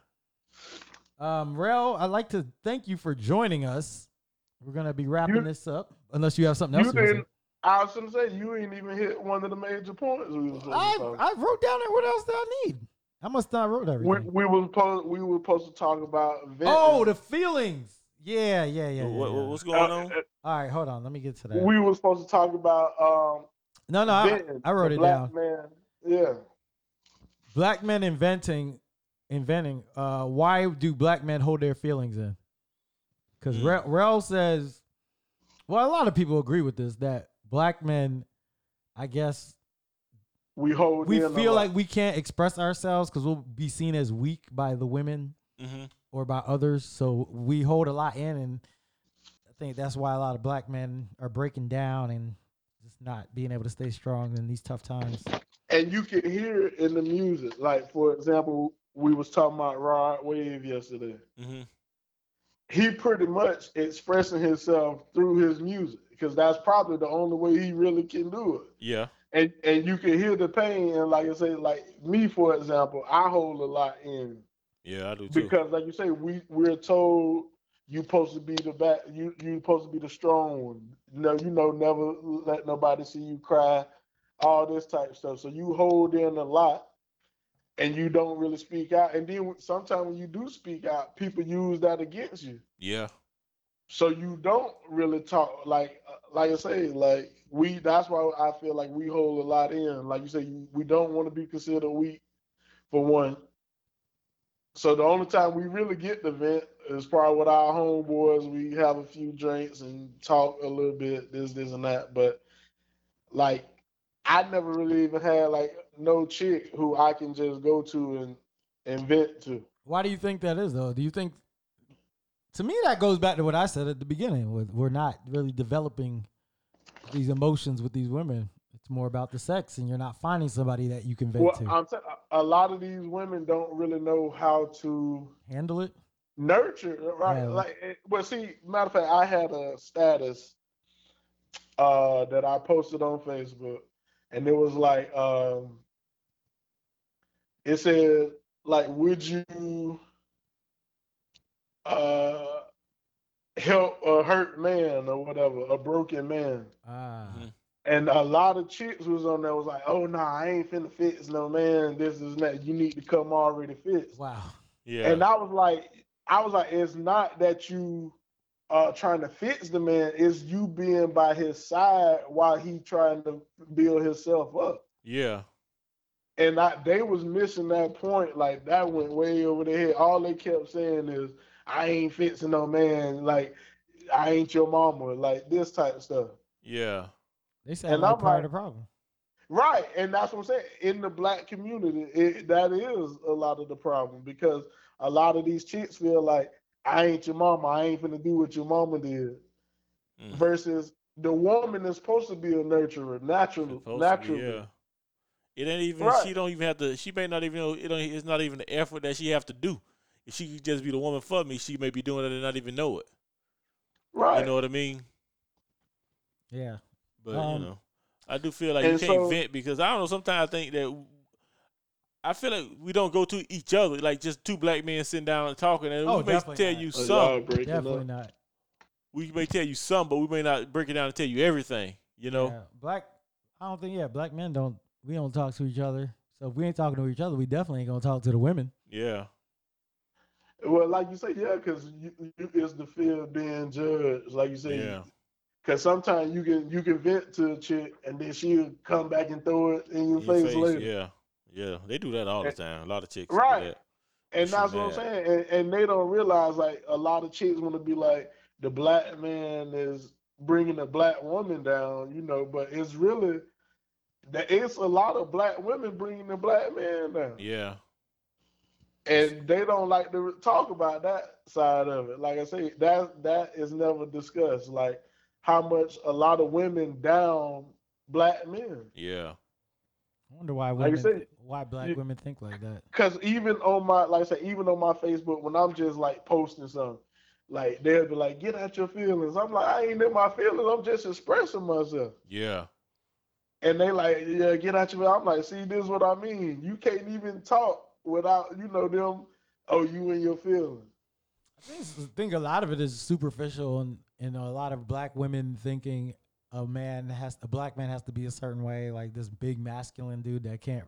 A: Um, Rel, I'd like to thank you for joining us. We're gonna be wrapping
D: You-
A: this up, unless you have something else.
D: you
A: You wanna say.
D: didn't. I was gonna say you ain't even hit one of the major points we was supposed
A: I
D: to talk.
A: I wrote down there. What else do I need? I must not wrote everything.
D: we, we was supposed we were supposed to talk about venting.
A: oh, the feelings. Yeah, yeah, yeah. yeah,
E: What,
A: yeah.
E: what- what's going
D: Uh,
E: on?
A: All right, hold on. Let me get to that.
D: we were supposed to talk about um
A: no, no, I,
D: venting,
A: I wrote
D: the
A: it
D: black
A: down.
D: Man, yeah.
A: Black men inventing, inventing. Uh, why do black men hold their feelings in? Because
E: Mm.
A: Rel says, well, a lot of people agree with this that black men, I guess,
D: We hold.
A: we
D: in a
A: feel
D: lot.
A: like we can't express ourselves because we'll be seen as weak by the women
E: Mm-hmm.
A: or by others. So we hold a lot in, and I think that's why a lot of black men are breaking down and just not being able to stay strong in these tough times.
D: and you can hear it in the music. Like for example, we was talking about Rod Wave yesterday.
E: Mm-hmm.
D: He pretty much expressing himself through his music because that's probably the only way he really can do it.
E: Yeah.
D: And and you can hear the pain. And like I say, like me for example, I hold a lot in
E: Yeah, I do too.
D: because like you say, we we're told you supposed to be the back, you you supposed to be the strong one. No, you know, never let nobody see you cry, all this type of stuff. So you hold in a lot, and you don't really speak out. And then sometimes when you do speak out, people use that against you.
E: yeah.
D: So you don't really talk like uh, like I say like we. That's why I feel like we hold a lot in. Like you say, we don't want to be considered weak for one. So the only time we really get the vent is probably with our homeboys. We have a few drinks and talk a little bit this this and that. But like I never really even had like no chick who I can just go to and and vent to.
A: Why do you think that is, though? Do you think? To me, that goes back to what I said at the beginning. With we're not really developing these emotions with these women. It's more about the sex, and you're not finding somebody that you can vent
D: Well,
A: to
D: I'm t- a lot of these women don't really know how to
A: handle it.
D: nurture right
A: Yeah.
D: like it, well see matter of fact i had a status uh that i posted on facebook and it was like um it said like would you uh help a hurt man or whatever, a broken man.
A: Ah.
E: Mhm.
D: And a lot of chicks was on there was like, oh no, nah, I ain't finna fix no man. This is not you need to come already fixed.
A: Wow.
E: Yeah.
D: And I was like, I was like, it's not that you uh trying to fix the man, it's you being by his side while he trying to build himself up.
E: yeah.
D: And I, they was missing that point. Like that went way over their head. All they kept saying is, "I ain't fixing no man. Like I ain't your mama. Like this type of stuff."
E: Yeah.
A: They sound
D: And
A: like
D: I'm
A: part
D: like-
A: of the problem.
D: Right, and that's what I'm saying. In the black community, it, that is a lot of the problem because a lot of these chicks feel like I ain't your mama. I ain't finna do what your mama did.
E: Mm.
D: Versus the woman is supposed to be a nurturer, natural,
E: Supposed to be,
D: naturally.
E: yeah. It ain't even.
D: Right.
E: She don't even have to. She may not even. know It don't, it's not even the effort that she have to do. If she could just be the woman for me, she may be doing it and not even know it.
D: Right.
E: You know what I mean?
A: Yeah.
E: But
A: Um,
E: you know, I do feel like you
D: and
E: can't
D: so-
E: vent because I don't know. Sometimes I think that I feel like we don't go to each other like just two black men sitting down and talking, and
A: Oh,
E: we may tell
A: definitely not.
E: you
D: Uh,
E: some.
D: y'all breaking up.
A: Definitely not.
E: We may tell you some, but we may not break it down and tell you everything. You know?
A: Yeah. Black. I don't think. Yeah. Black men don't. We don't talk to each other. So if we ain't talking to each other, we definitely ain't gonna talk to the women.
E: Yeah.
D: Well, like you say, yeah, because you, you, it's the fear of being judged. Like you
E: Yeah.
D: say, Because sometimes you can you can vent to a chick and then she'll come back and throw it in your,
E: In your
D: face,
E: face,
D: later.
E: Yeah. Yeah. They do that all the time. A lot of chicks.
D: Right.
E: Do that.
D: And
E: She
D: that's what I'm
E: mad.
D: saying. And, and they don't realize like a lot of chicks want to be like the black man is bringing the black woman down, you know. But it's really that it's a lot of black women bringing the black man down,
E: Yeah.
D: and they don't like to talk about that side of it. Like I say, that that is never discussed. Like how much a lot of women down black men.
E: Yeah.
A: I wonder why
D: Like I
A: women.
D: said,
A: why black
D: you-
A: women think like that.
D: Cause even on my like I said, even on my Facebook, when I'm just like posting something, like they'll be like, get out your feelings. I'm like, I ain't in my feelings, I'm just expressing myself.
E: Yeah.
D: And they like, yeah, get out your I'm like, see, this is what I mean. You can't even talk without, you know, them, oh, you in your feelings.
A: I think, s- think a lot of it is superficial, and and a lot of black women thinking a man has a black man has to be a certain way, like this big masculine dude that can't,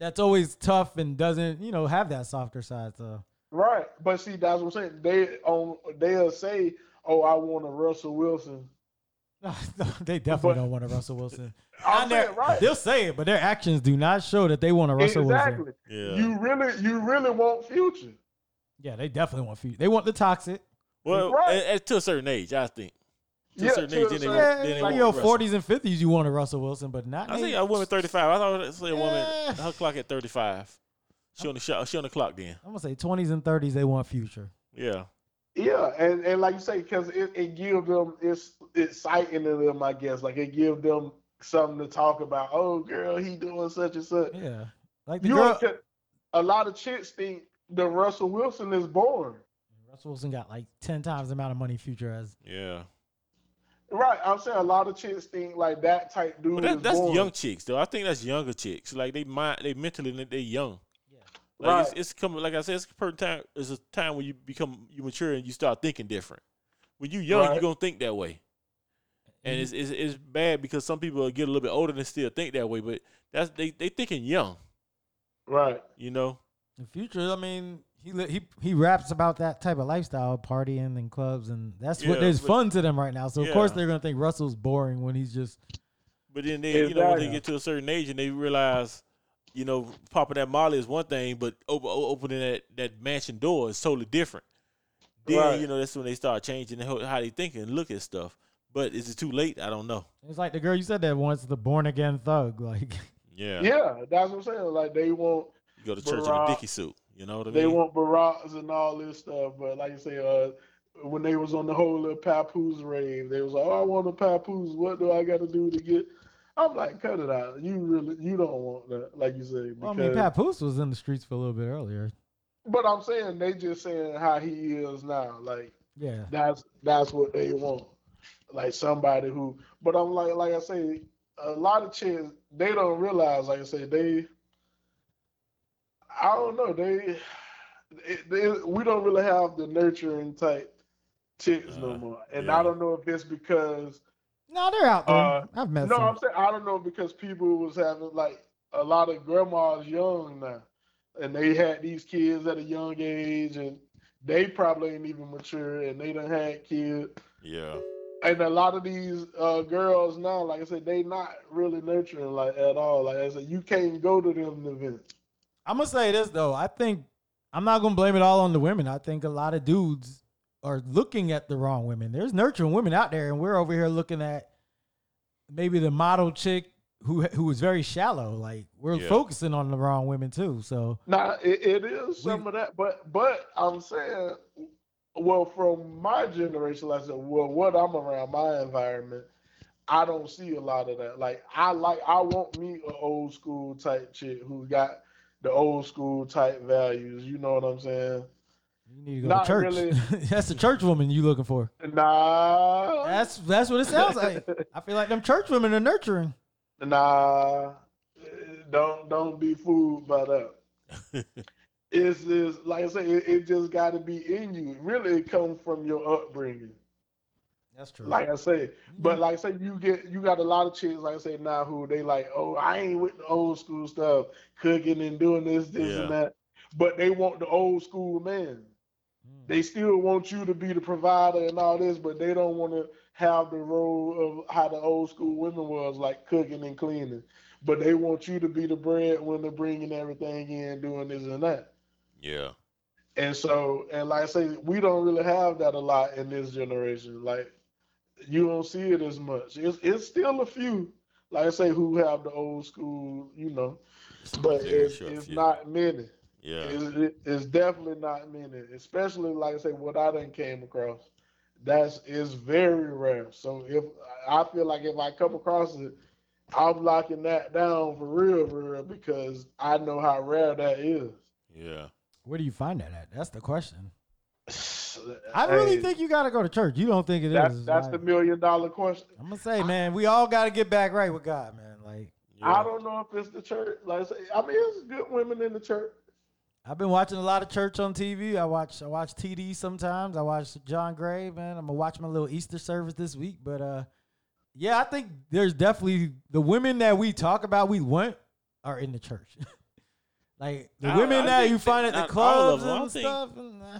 A: that's always tough and doesn't you know have that softer side. So
D: Right. But see, that's what I'm saying. They on they'll say, Oh, I want a Russell Wilson.
A: no, they definitely
D: But-
A: don't want a Russell Wilson. Not
D: I'm
A: their-
D: saying, right.
A: They'll say it, but their actions do not show that they want a Russell Wilson.
D: Exactly.
E: Yeah.
D: You really you really want future.
A: Yeah, they definitely want few. They want the toxic.
E: well,
D: Right.
E: at, at- to a certain age, I think. To a certain
D: to
E: age,
D: a
E: then they
D: certain-
E: won't-
A: Yeah,
E: then they
A: like
E: won't
A: your
E: wrestle.
A: forties and fifties, you want a Russell Wilson, but not.
E: I think
A: now.
E: a woman thirty five. I thought I say a
A: Yeah.
E: woman her clock at thirty five. She on the shot. She on the clock then.
A: I'm gonna say twenties and thirties, they want future.
E: Yeah.
D: Yeah, and, and like you say, because it, it gives them it's it's sighting to them, I guess. Like it gives them something to talk about. Oh, girl, he doing such and such.
A: Yeah, like the
D: You
A: girl,
D: don't ca- a lot of chicks think the Russell Wilson is born.
A: Russell Wilson got like ten times the amount of money future as.
E: Yeah.
D: Right, I'm saying a lot of chicks think like that type dude
E: But
D: is
E: that, that's
D: born.
E: young chicks though. I think that's younger chicks. Like they mind, they mentally, they- they young.
A: Yeah.
E: Like
D: Right.
E: it's, it's coming. Like I said, it's a per- time. It's a time when you become you mature and you start thinking different. When you young, you
D: Right.
E: gonna think that way. And it's, it's it's bad because some people get a little bit older and still think that way. But that's they they thinking young.
D: Right.
E: You know.
A: The future, I mean, he li- he he raps about that type of lifestyle, partying and clubs, and that's what
E: Yeah,
A: there's
E: but-
A: fun to them right now. So of course
E: Yeah.
A: they're gonna think Russell's boring when he's just
E: But then they you know when they
D: Exactly.
E: get to a certain age and they realize. You know, popping that Molly is one thing, but op- o- opening that, that mansion door is totally different. Then
D: Right.
E: you know that's when they start changing how how they think and look at stuff. But is it too late? I don't know.
A: it's like the girl you said that once, the born again thug. Like
E: Yeah.
D: Yeah. that's what I'm saying. Like they want
E: You go to church in a
D: Barack-
E: dicky suit. You know what I mean?
D: they want barracks and all this stuff, but like you say, uh when they was on the whole little papoose rave, they was like, "Oh, I want a papoose. What do I got to do to get?" I'm like, "Cut it out. You really, you don't want that." Like you say,
A: well, I mean,
D: because-
A: Papoose was in the streets for a little bit earlier.
D: but I'm saying they just saying how he is now. Like
A: Yeah,
D: that's that's what they want. Like somebody who. But I'm like, like I say, a lot of chicks they don't realize. Like I say, they. I don't know. They, it, they we don't really have the nurturing type chicks
E: Uh,
D: no more. And
E: yeah.
D: I don't know if it's because
A: No, they're out there.
D: Uh,
A: I've met
D: no,
A: some.
D: I'm saying I don't know because people was having like a lot of grandmas young now, and they had these kids at a young age, and they probably ain't even mature, and they done had kids.
F: Yeah.
D: And a lot of these uh, girls now, like I said, they not really nurturing like at all. Like I said, you can't go to them events.
A: I'm gonna say this though. I think I'm not gonna blame it all on the women. I think a lot of dudes are looking at the wrong women. There's nurturing women out there, and we're over here looking at maybe the model chick who who is very shallow. Like we're
F: Yeah.
A: focusing on the wrong women too. So
D: Nah, it, it is some of that, but but I'm saying, well, from my generation, like I said, well, what I'm around my environment, I don't see a lot of that. Like I like I want me a old school type chick who got the old school type values. You know what I'm saying?
A: you need to go
D: Not
A: to church.
D: really.
A: that's the church woman you looking for.
D: Nah,
A: That's that's what it sounds like. I feel like them church women are nurturing.
D: Nah, don't don't be fooled by that. it's just like I say, it, it just got to be in you. Really, it comes from your upbringing.
A: That's true.
D: Like I say, but like I say, you get you got a lot of chicks. Like I say, now who they like? Oh, I ain't with the old school stuff, cooking and doing this, this
E: Yeah.
D: and that. But they want the old school man.
A: Hmm.
D: They still want you to be the provider and all this, but they don't want to have the role of how the old school women was, like cooking and cleaning. But they want you to be the breadwinner, bringing everything in, doing this and that.
F: Yeah.
D: And so, and like I say, we don't really have that a lot in this generation. Like, you don't see it as much. It's it's still a few, like I say, who have the old school, you know, but
F: Yeah,
D: it's,
F: sure,
D: it's
F: yeah.
D: not many.
F: Yeah.
D: It's, it- it's definitely not many, especially like I say, what I done came across. That's is very rare. So if I feel like if I come across it, I'm locking that down for real, for real, because I know how rare that is.
F: Yeah.
A: Where do you find that at? That's the question. I really
D: Hey.
A: think you gotta go to church. You don't think it is?
D: That's that's
A: like-
D: the million dollar question.
A: I'm gonna say, man, we all gotta get back right with God, man. Like
D: I don't know if it's the church. Like I say, I mean, it's good women in the church.
A: I've been watching a lot of church on TV. I watch I watch TD sometimes. I watch John Gray, man. I'm gonna watch my little Easter service this week. But uh yeah, I think there's definitely the women that we talk about we want are in the church. like the
E: I-
A: women
E: I
A: that
E: think
A: you
E: that
A: find at the
E: not all of
A: clubs
E: them. I
A: and
E: think-
A: stuff. and, uh,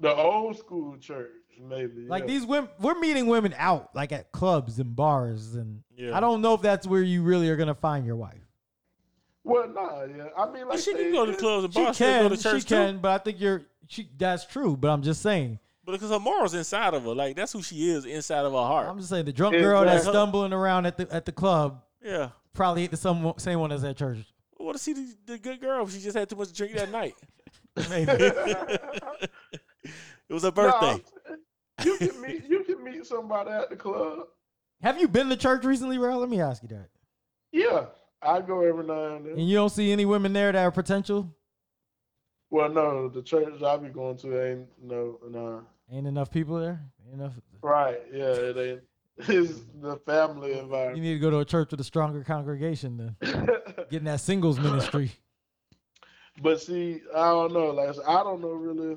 D: The old school church, maybe.
A: Like
D: yeah.
A: these women, we're meeting women out, like at clubs and bars, and
E: Yeah.
A: I don't know if that's where you really are gonna find your wife.
D: Well, nah, yeah. I mean, like
E: But she
D: say,
E: can go to
D: it-
E: clubs and
A: She
E: bars,
A: can,
E: still go to church
A: she can,
E: too.
A: but I think you're she. That's true, but I'm just saying.
E: But because her morals inside of her, like that's who she is inside of her heart.
A: I'm just saying the drunk girl that's
D: Exactly.
A: stumbling around at the at the club
E: yeah.
A: probably hit the some, same one as at church.
E: What to see the, the good girl? She just had too much to drink that night.
A: Maybe.
E: it was her
D: Nah,
E: birthday.
D: you can meet you can meet somebody at the club.
A: Have you been to church recently, Rel? Let me ask you that.
D: Yeah, I go every now and then.
A: And you don't see any women there that are potential?
D: Well, no, the church I be going to ain't no no.
A: Ain't enough people there. Ain't enough.
D: Right? Yeah, it ain't. It's the family
A: You
D: environment.
A: need to go to a church with a stronger congregation than getting that singles ministry.
D: But see, I don't know. Like I said, I don't know really.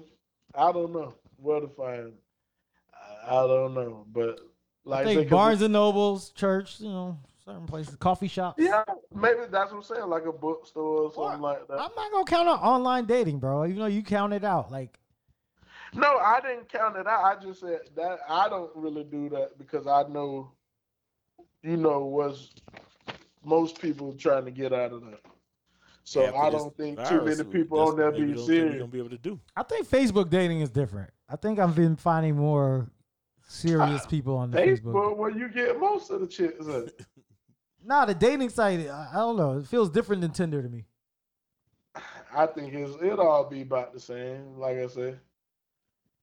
D: I don't know where to find. I, I don't know. But
A: I
D: like I said,
A: think
D: 'cause
A: Barnes
D: it-
A: and Nobles, church, you know, certain places, coffee shops.
D: yeah, maybe that's what I'm saying. Like a bookstore or
A: Or-
D: something like that.
A: I'm not gonna count on online dating, bro. Even though you count it out, like
D: No, I didn't count it out. I just said that I don't really do that because I know, you know, what's most people trying to get out of that. So
E: After
D: I
E: this
D: don't think too
E: virus,
D: many people
E: that's
D: on there
E: what we
D: being
E: don't think we
D: serious.
E: gonna be able to do.
A: I think Facebook dating is different. I think I've been finding more serious people on the
D: Facebook,
A: Facebook.
D: where you get most of the chicks at.
A: Nah, the dating site, I I don't know. It feels different than Tinder to me.
D: I think it's, it'll all be about the same. Like I said,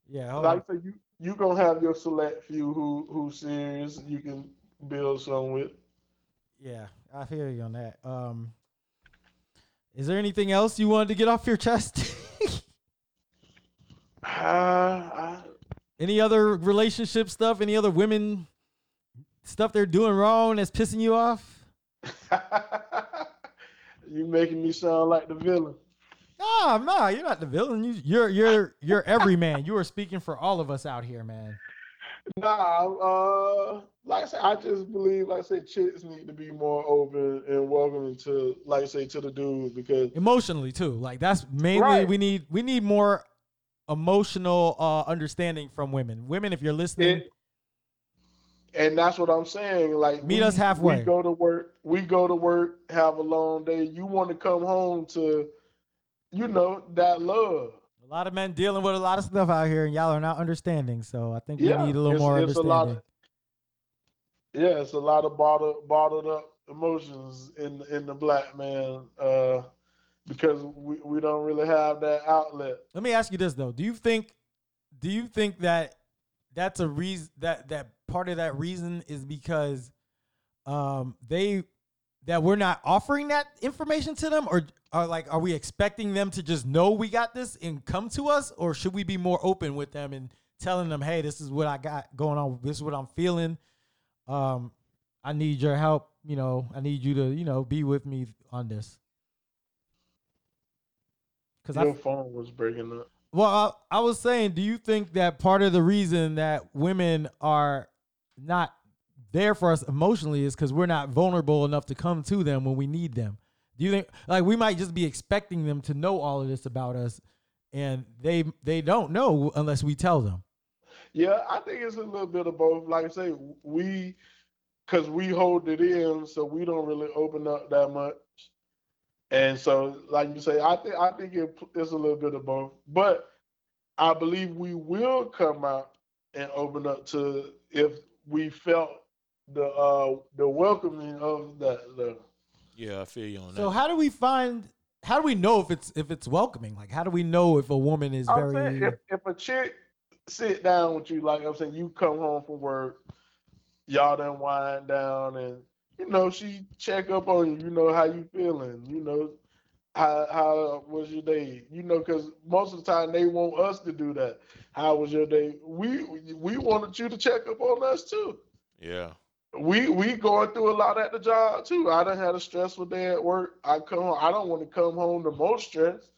A: Yeah,
E: Oh.
A: hold on.
D: like I said, you you gonna have your select few who who serious you can build some with.
A: yeah, I feel you on that. Um, is there anything else you wanted to get off your chest?
D: Uh, I,
A: Any other relationship stuff? Any other women stuff they're doing wrong that's pissing you off?
D: you making me sound like the villain.
A: No, Nah, nah, you're not the villain. You, you're you're you're every man. You are speaking for all of us out here, man.
D: Nah, uh, like I said, I just believe, like I said, chicks need to be more open and welcoming to, like I say, to the dudes because
A: Emotionally too. Like that's mainly
D: Right.
A: we need we need more emotional uh understanding from women. Women, if you're listening,
D: it, and that's what I'm saying. Like,
A: Meet us halfway.
D: We go to work. We go to work. Have a long day. You want to come home to, you know, that love.
A: a lot of men dealing with a lot of stuff out here, and y'all are not understanding. So I think
D: Yeah,
A: we need a little
D: it's-
A: more
D: it's a
A: understanding.
D: lot of- Yeah, it's a lot of bottled bottled up emotions in in the black man uh, because we we don't really have that outlet.
A: Let me ask you this though: Do you think, do you think that that's a reason that that part of that reason is because um they that we're not offering that information to them, or are like are we expecting them to just know we got this and come to us, or should we be more open with them and telling them, hey, this is what I got going on, this is what I'm feeling, um, I need your help, you know, I need you to you know be with me on this. Because
D: Your phone was breaking up.
A: well, I, I was saying, do you think that part of the reason that women are not there for us emotionally is because we're not vulnerable enough to come to them when we need them? Do you think like we might just be expecting them to know all of this about us, and they they don't know unless we tell them?
D: Yeah, I think it's a little bit of both. Like I say, we because we hold it in, so we don't really open up that much. And so, like you say, I think I think it, it's a little bit of both. But I believe we will come out and open up to if we felt the uh the welcoming of that. The,
E: Yeah, I feel you on that.
A: So how do we find? How do we know if it's if it's welcoming? Like, how do we know if a woman is
D: I'm saying
A: very?
D: if, if a chick sit down with you, like I'm saying, you come home from work, y'all done wind down, and you know she check up on you. You know how you feeling. You know how how was your day. You know because most of the time they want us to do that. How was your day? We we wanted you to check up on us too.
E: yeah.
D: We we going through a lot at the job too. I done had a stressful day at work. I come home, I don't want to come home the most stressed.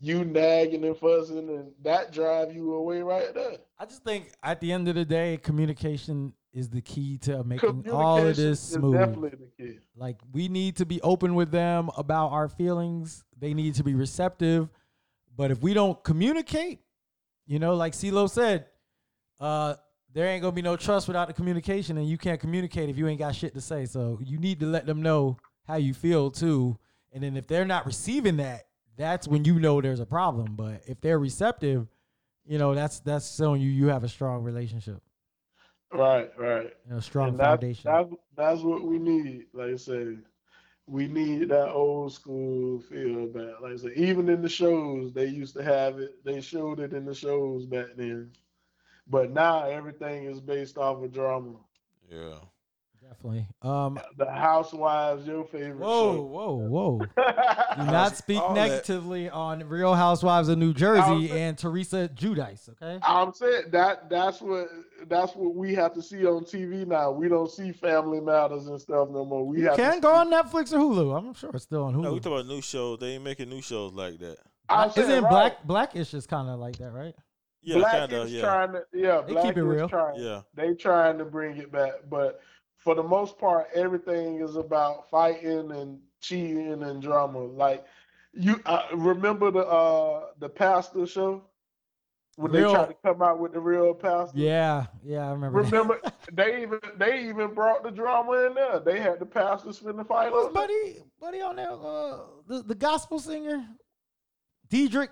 D: You nagging and fussing and that drive you away right there.
A: I just think at the end of the day, communication is the key to making all of this smooth.
D: is definitely the key.
A: Like we need to be open with them about our feelings. They need to be receptive. But if we don't communicate, you know, like CeeLo said, uh, there ain't gonna be no trust without the communication, and you can't communicate if you ain't got shit to say. So you need to let them know how you feel too. And then if they're not receiving that, that's when you know there's a problem. But if they're receptive, you know, that's that's showing you you have a strong relationship
D: Right, right.
A: and a strong
D: And that,
A: foundation.
D: that's that's what we need. Like I say, we need that old school feel back. Like I say, even in the shows, they used to have it. They showed it in the shows back then. But now everything is based off of drama.
E: Yeah.
A: Definitely. Um,
D: The Housewives, your favorite
A: whoa,
D: show.
A: whoa, whoa. Do
D: I
A: not speak
E: all that-
A: negatively on Real Housewives of New Jersey
D: was-
A: and Teresa Judice, okay?
D: I'm saying that that's what that's what we have to see on TV now. We don't see Family Matters and stuff no more. We
A: You
D: have to
A: can
D: see-
A: go on Netflix or Hulu. I'm sure it's still on
E: No, we
A: Hulu.
E: talk about new shows. They ain't making new shows like that.
D: I'm
A: Isn't
D: saying, right,
A: Black Blackish is kind of like that, right?
E: Yeah,
D: Black
E: kind of.
D: is
E: Yeah.
D: trying to yeah.
A: They
D: Black
A: keep it
D: is
A: real.
D: Trying,
E: Yeah.
D: They trying to bring it back, but for the most part, everything is about fighting and cheating and drama. Like you uh, remember the uh the pastor show when
A: Real-
D: they tried to come out with the real pastor.
A: Yeah, yeah, I remember. that.
D: Remember, they even they even brought the drama in there. They had the pastors finna fight
A: Who's
D: on that.
A: buddy, buddy on there? Uh, the, the gospel singer, Diedrich,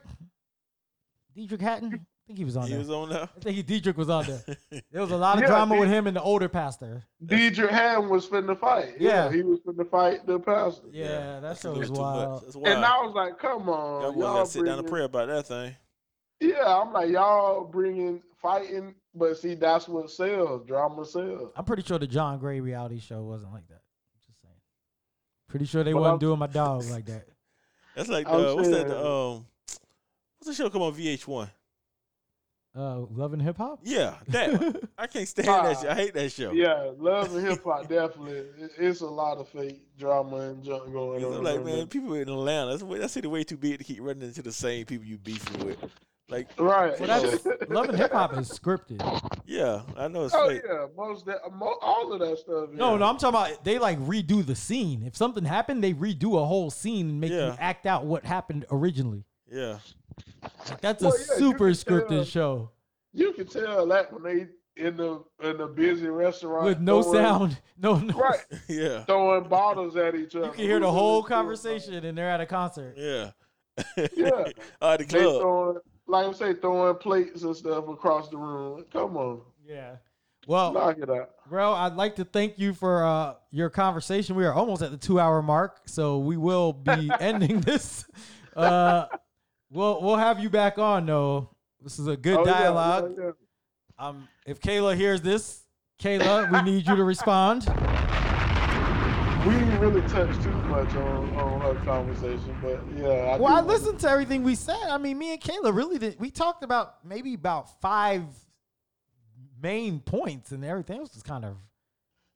A: Diedrich Hatton. I think he was on
E: He
A: there.
E: was on there.
A: I think he, Diedrich was on there. There was a lot of
D: Yeah,
A: drama with
D: Diedrich-
A: him and the older pastor.
D: Deidre Ham was finna fight.
A: Yeah.
D: he was finna fight the pastor.
A: Yeah, that
E: that's a
A: show
E: little
A: was
E: too much.
A: wild.
E: That's wild.
D: And I was like, come
E: Y'all
D: on, y'all,
E: boys gotta sit down and
D: bringing-
E: pray about that thing.
D: Yeah, I'm like, y'all bringing fighting, but see, that's what sells. Drama sells.
A: I'm pretty sure the John Gray reality show wasn't like that. Just saying. Pretty sure they
D: But
A: wasn't
D: I'm-
A: doing my dog like that.
E: That's like
D: I'm
E: the, what's that?
D: saying-
E: The, um, what's the show come on VH1?
A: Uh, loving hip hop.
E: Yeah, that one. I can't stand that shit. I hate that show.
D: Yeah, love and hip hop definitely. It- It's a lot of fake drama and junk going
E: Because
D: on.
E: I'm like, man, people in Atlanta, that's way, that city way too big to keep running into the same people you beefing with. Like,
D: right?
A: Well, that's loving hip hop is scripted.
E: yeah, I know it's
D: oh
E: fake.
D: yeah, most that mo- all of that stuff.
A: No,
D: yeah.
A: no, I'm talking about they like redo the scene. If something happened, they redo a whole scene and make you
E: Yeah.
A: act out what happened originally.
E: Yeah,
A: Like, that's
D: Well,
A: a
D: yeah, you
A: super
D: can uh, tell.
A: scripted show
D: You can tell that when they in the in the busy restaurant
A: with no
D: throwing-
A: sound, no noise.
D: right?
E: yeah,
D: Throwing bottles at each other.
A: You can hear the whole conversation, and they're at a concert.
E: yeah.
D: Yeah.
E: uh, the
D: They
E: club.
D: throwing, like I say, throwing plates and stuff across the room. Come on,
A: Yeah. Well,
D: knock it out.
A: bro, I'd like to thank you for uh, your conversation. We are almost at the two-hour mark, so we will be ending this. Uh, we'll we'll have you back on though. This is a good
D: Oh, yeah, yeah,
A: dialogue.
D: yeah.
A: Um, if Kayla hears this, Kayla, we need you to respond.
D: We didn't really touch too much on, on her conversation, but yeah.
A: Well, I
D: I do wanna-
A: listened to everything we said. I mean, me and Kayla really did. We talked about maybe about five main points, and everything else was kind of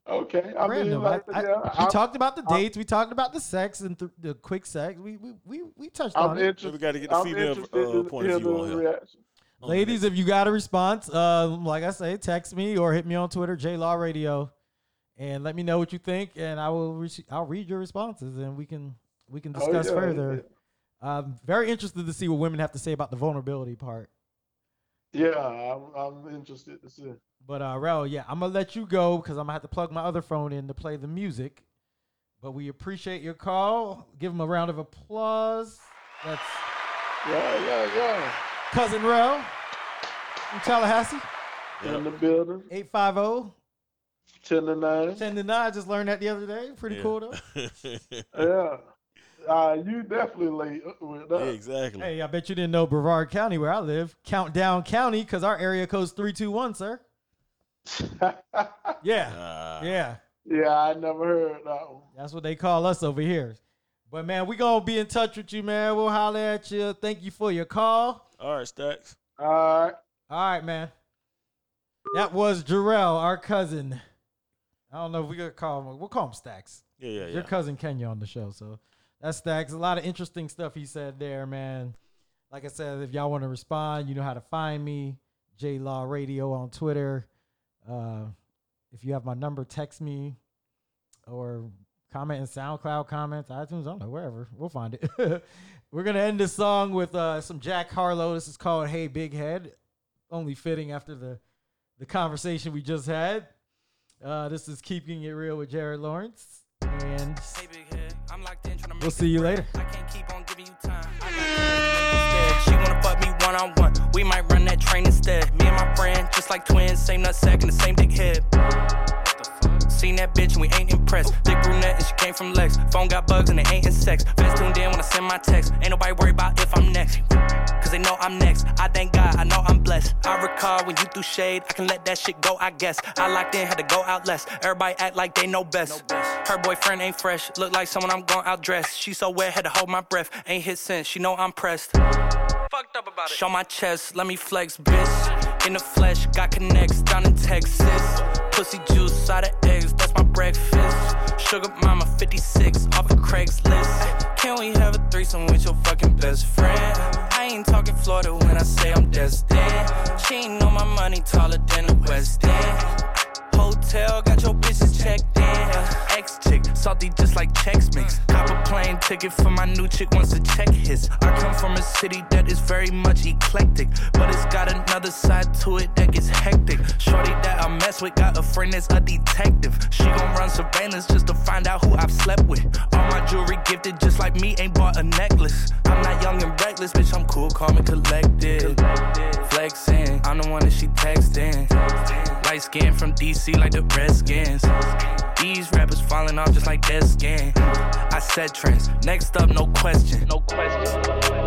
D: Okay, I mean,
A: random.
D: like,
A: I- I-
D: yeah,
A: we
D: I'm,
A: talked about the
D: I-
A: dates. we talked about the sex and th- the quick sex. We we we, we touched
D: I'm
A: on it.
D: interested.
E: We got to get the
D: I'm
E: female
D: interested
E: uh,
D: to
E: point
D: hear
E: of view
D: the
E: on here.
D: reaction.
E: On the
A: Ladies, if you got a response, um, like I say, text me or hit me on Twitter, J Law Radio, and let me know what you think, and I will re- I'll read your responses, and we can we can
D: Oh,
A: discuss
D: yeah,
A: further. I'm very interested to see what women have to say about the vulnerability part.
D: Yeah, I'm, I'm interested to see.
A: But uh, Rel, yeah, I'm gonna let you go because I'm gonna have to plug my other phone in to play the music. But we appreciate your call. Give him a round of applause. That's
D: Yeah, yeah, yeah.
A: cousin Rel from Tallahassee.
E: Yep.
D: In the building,
A: 850
D: ten to nine.
A: 10 to 9. I just learned that the other day. Pretty
E: Yeah.
A: cool though.
D: Yeah, uh, you definitely late uh, with
E: yeah,
D: that.
E: exactly.
A: Hey, I bet you didn't know Brevard County, where I live, Countdown County, because our area code's 321, sir. Yeah.
E: Uh,
A: Yeah.
D: yeah, I never heard that one.
A: That's what they call us over here. But man, we gonna be in touch with you, man. We'll holler at you. Thank you for your call.
E: All right, Stacks.
D: All right,
A: All right, man. That was Jarrell, our cousin. I don't know if we gonna call him. We'll call him Stacks.
E: Yeah, yeah, yeah.
A: Your cousin Kenya on the show, so that's Stacks. A lot of interesting stuff he said there, man. Like I said, if y'all want to respond, you know how to find me. J Law Radio on Twitter. Uh, if you have my number, text me or comment in SoundCloud comments, iTunes, I don't know, wherever. We'll find it. We're gonna end this song with uh, some Jack Harlow. This is called "Hey Big Head." Only fitting after the the conversation we just had. Uh, this is keeping it real with Jared Lawrence, and
G: Hey, big head. I'm locked in tryna make
A: we'll
G: this
A: see you
G: bread.
A: later.
G: I can't keep on giving you time. I got plans to make instead. She wanna fuck me one on one. We might run that train instead. Me and my friend, just like twins, same nutsack and the same dick head. Seen that bitch and we ain't impressed. Thick brunette and she came from Lex. Phone got bugs and it ain't insects. Fans tuned in when I send my text. Ain't nobody worried about if I'm next. Cause they know I'm next. I thank God, I know I'm blessed. I recall when you threw shade, I can let that shit go, I guess. I locked in, had to go out less. Everybody act like they know best. Her boyfriend ain't fresh. Look like someone I'm gon' outdress. She so wet, had to hold my breath. Ain't hit since, she know I'm pressed. Show my chest, let me flex, bitch. In the flesh, got connects down in Texas. Pussy juice, side of eggs, that's my breakfast. Sugar mama, 56, off of Craigslist. Can we have a threesome with your fucking best friend? I ain't talking Florida when I say I'm destined. She ain't on my money, taller than the West End. Hotel, got your bitches checked in. Ex chick, salty just like Chex Mix. Cop a plane ticket for my new chick wants to check his. I come from a city that is very much eclectic, but it's got another side to it that gets hectic. Shorty that I mess with got a friend that's a detective. She gon' run surveillance just to find out who I've slept with. All my jewelry gifted, just like me, ain't bought a necklace. I'm not young and reckless, bitch, I'm cool, calm and collected. Flexing, I'm the one that she texting. Light skin from DC like the Redskins. These rappers falling off just like dead skin. I set trends. Next up, no question. No question.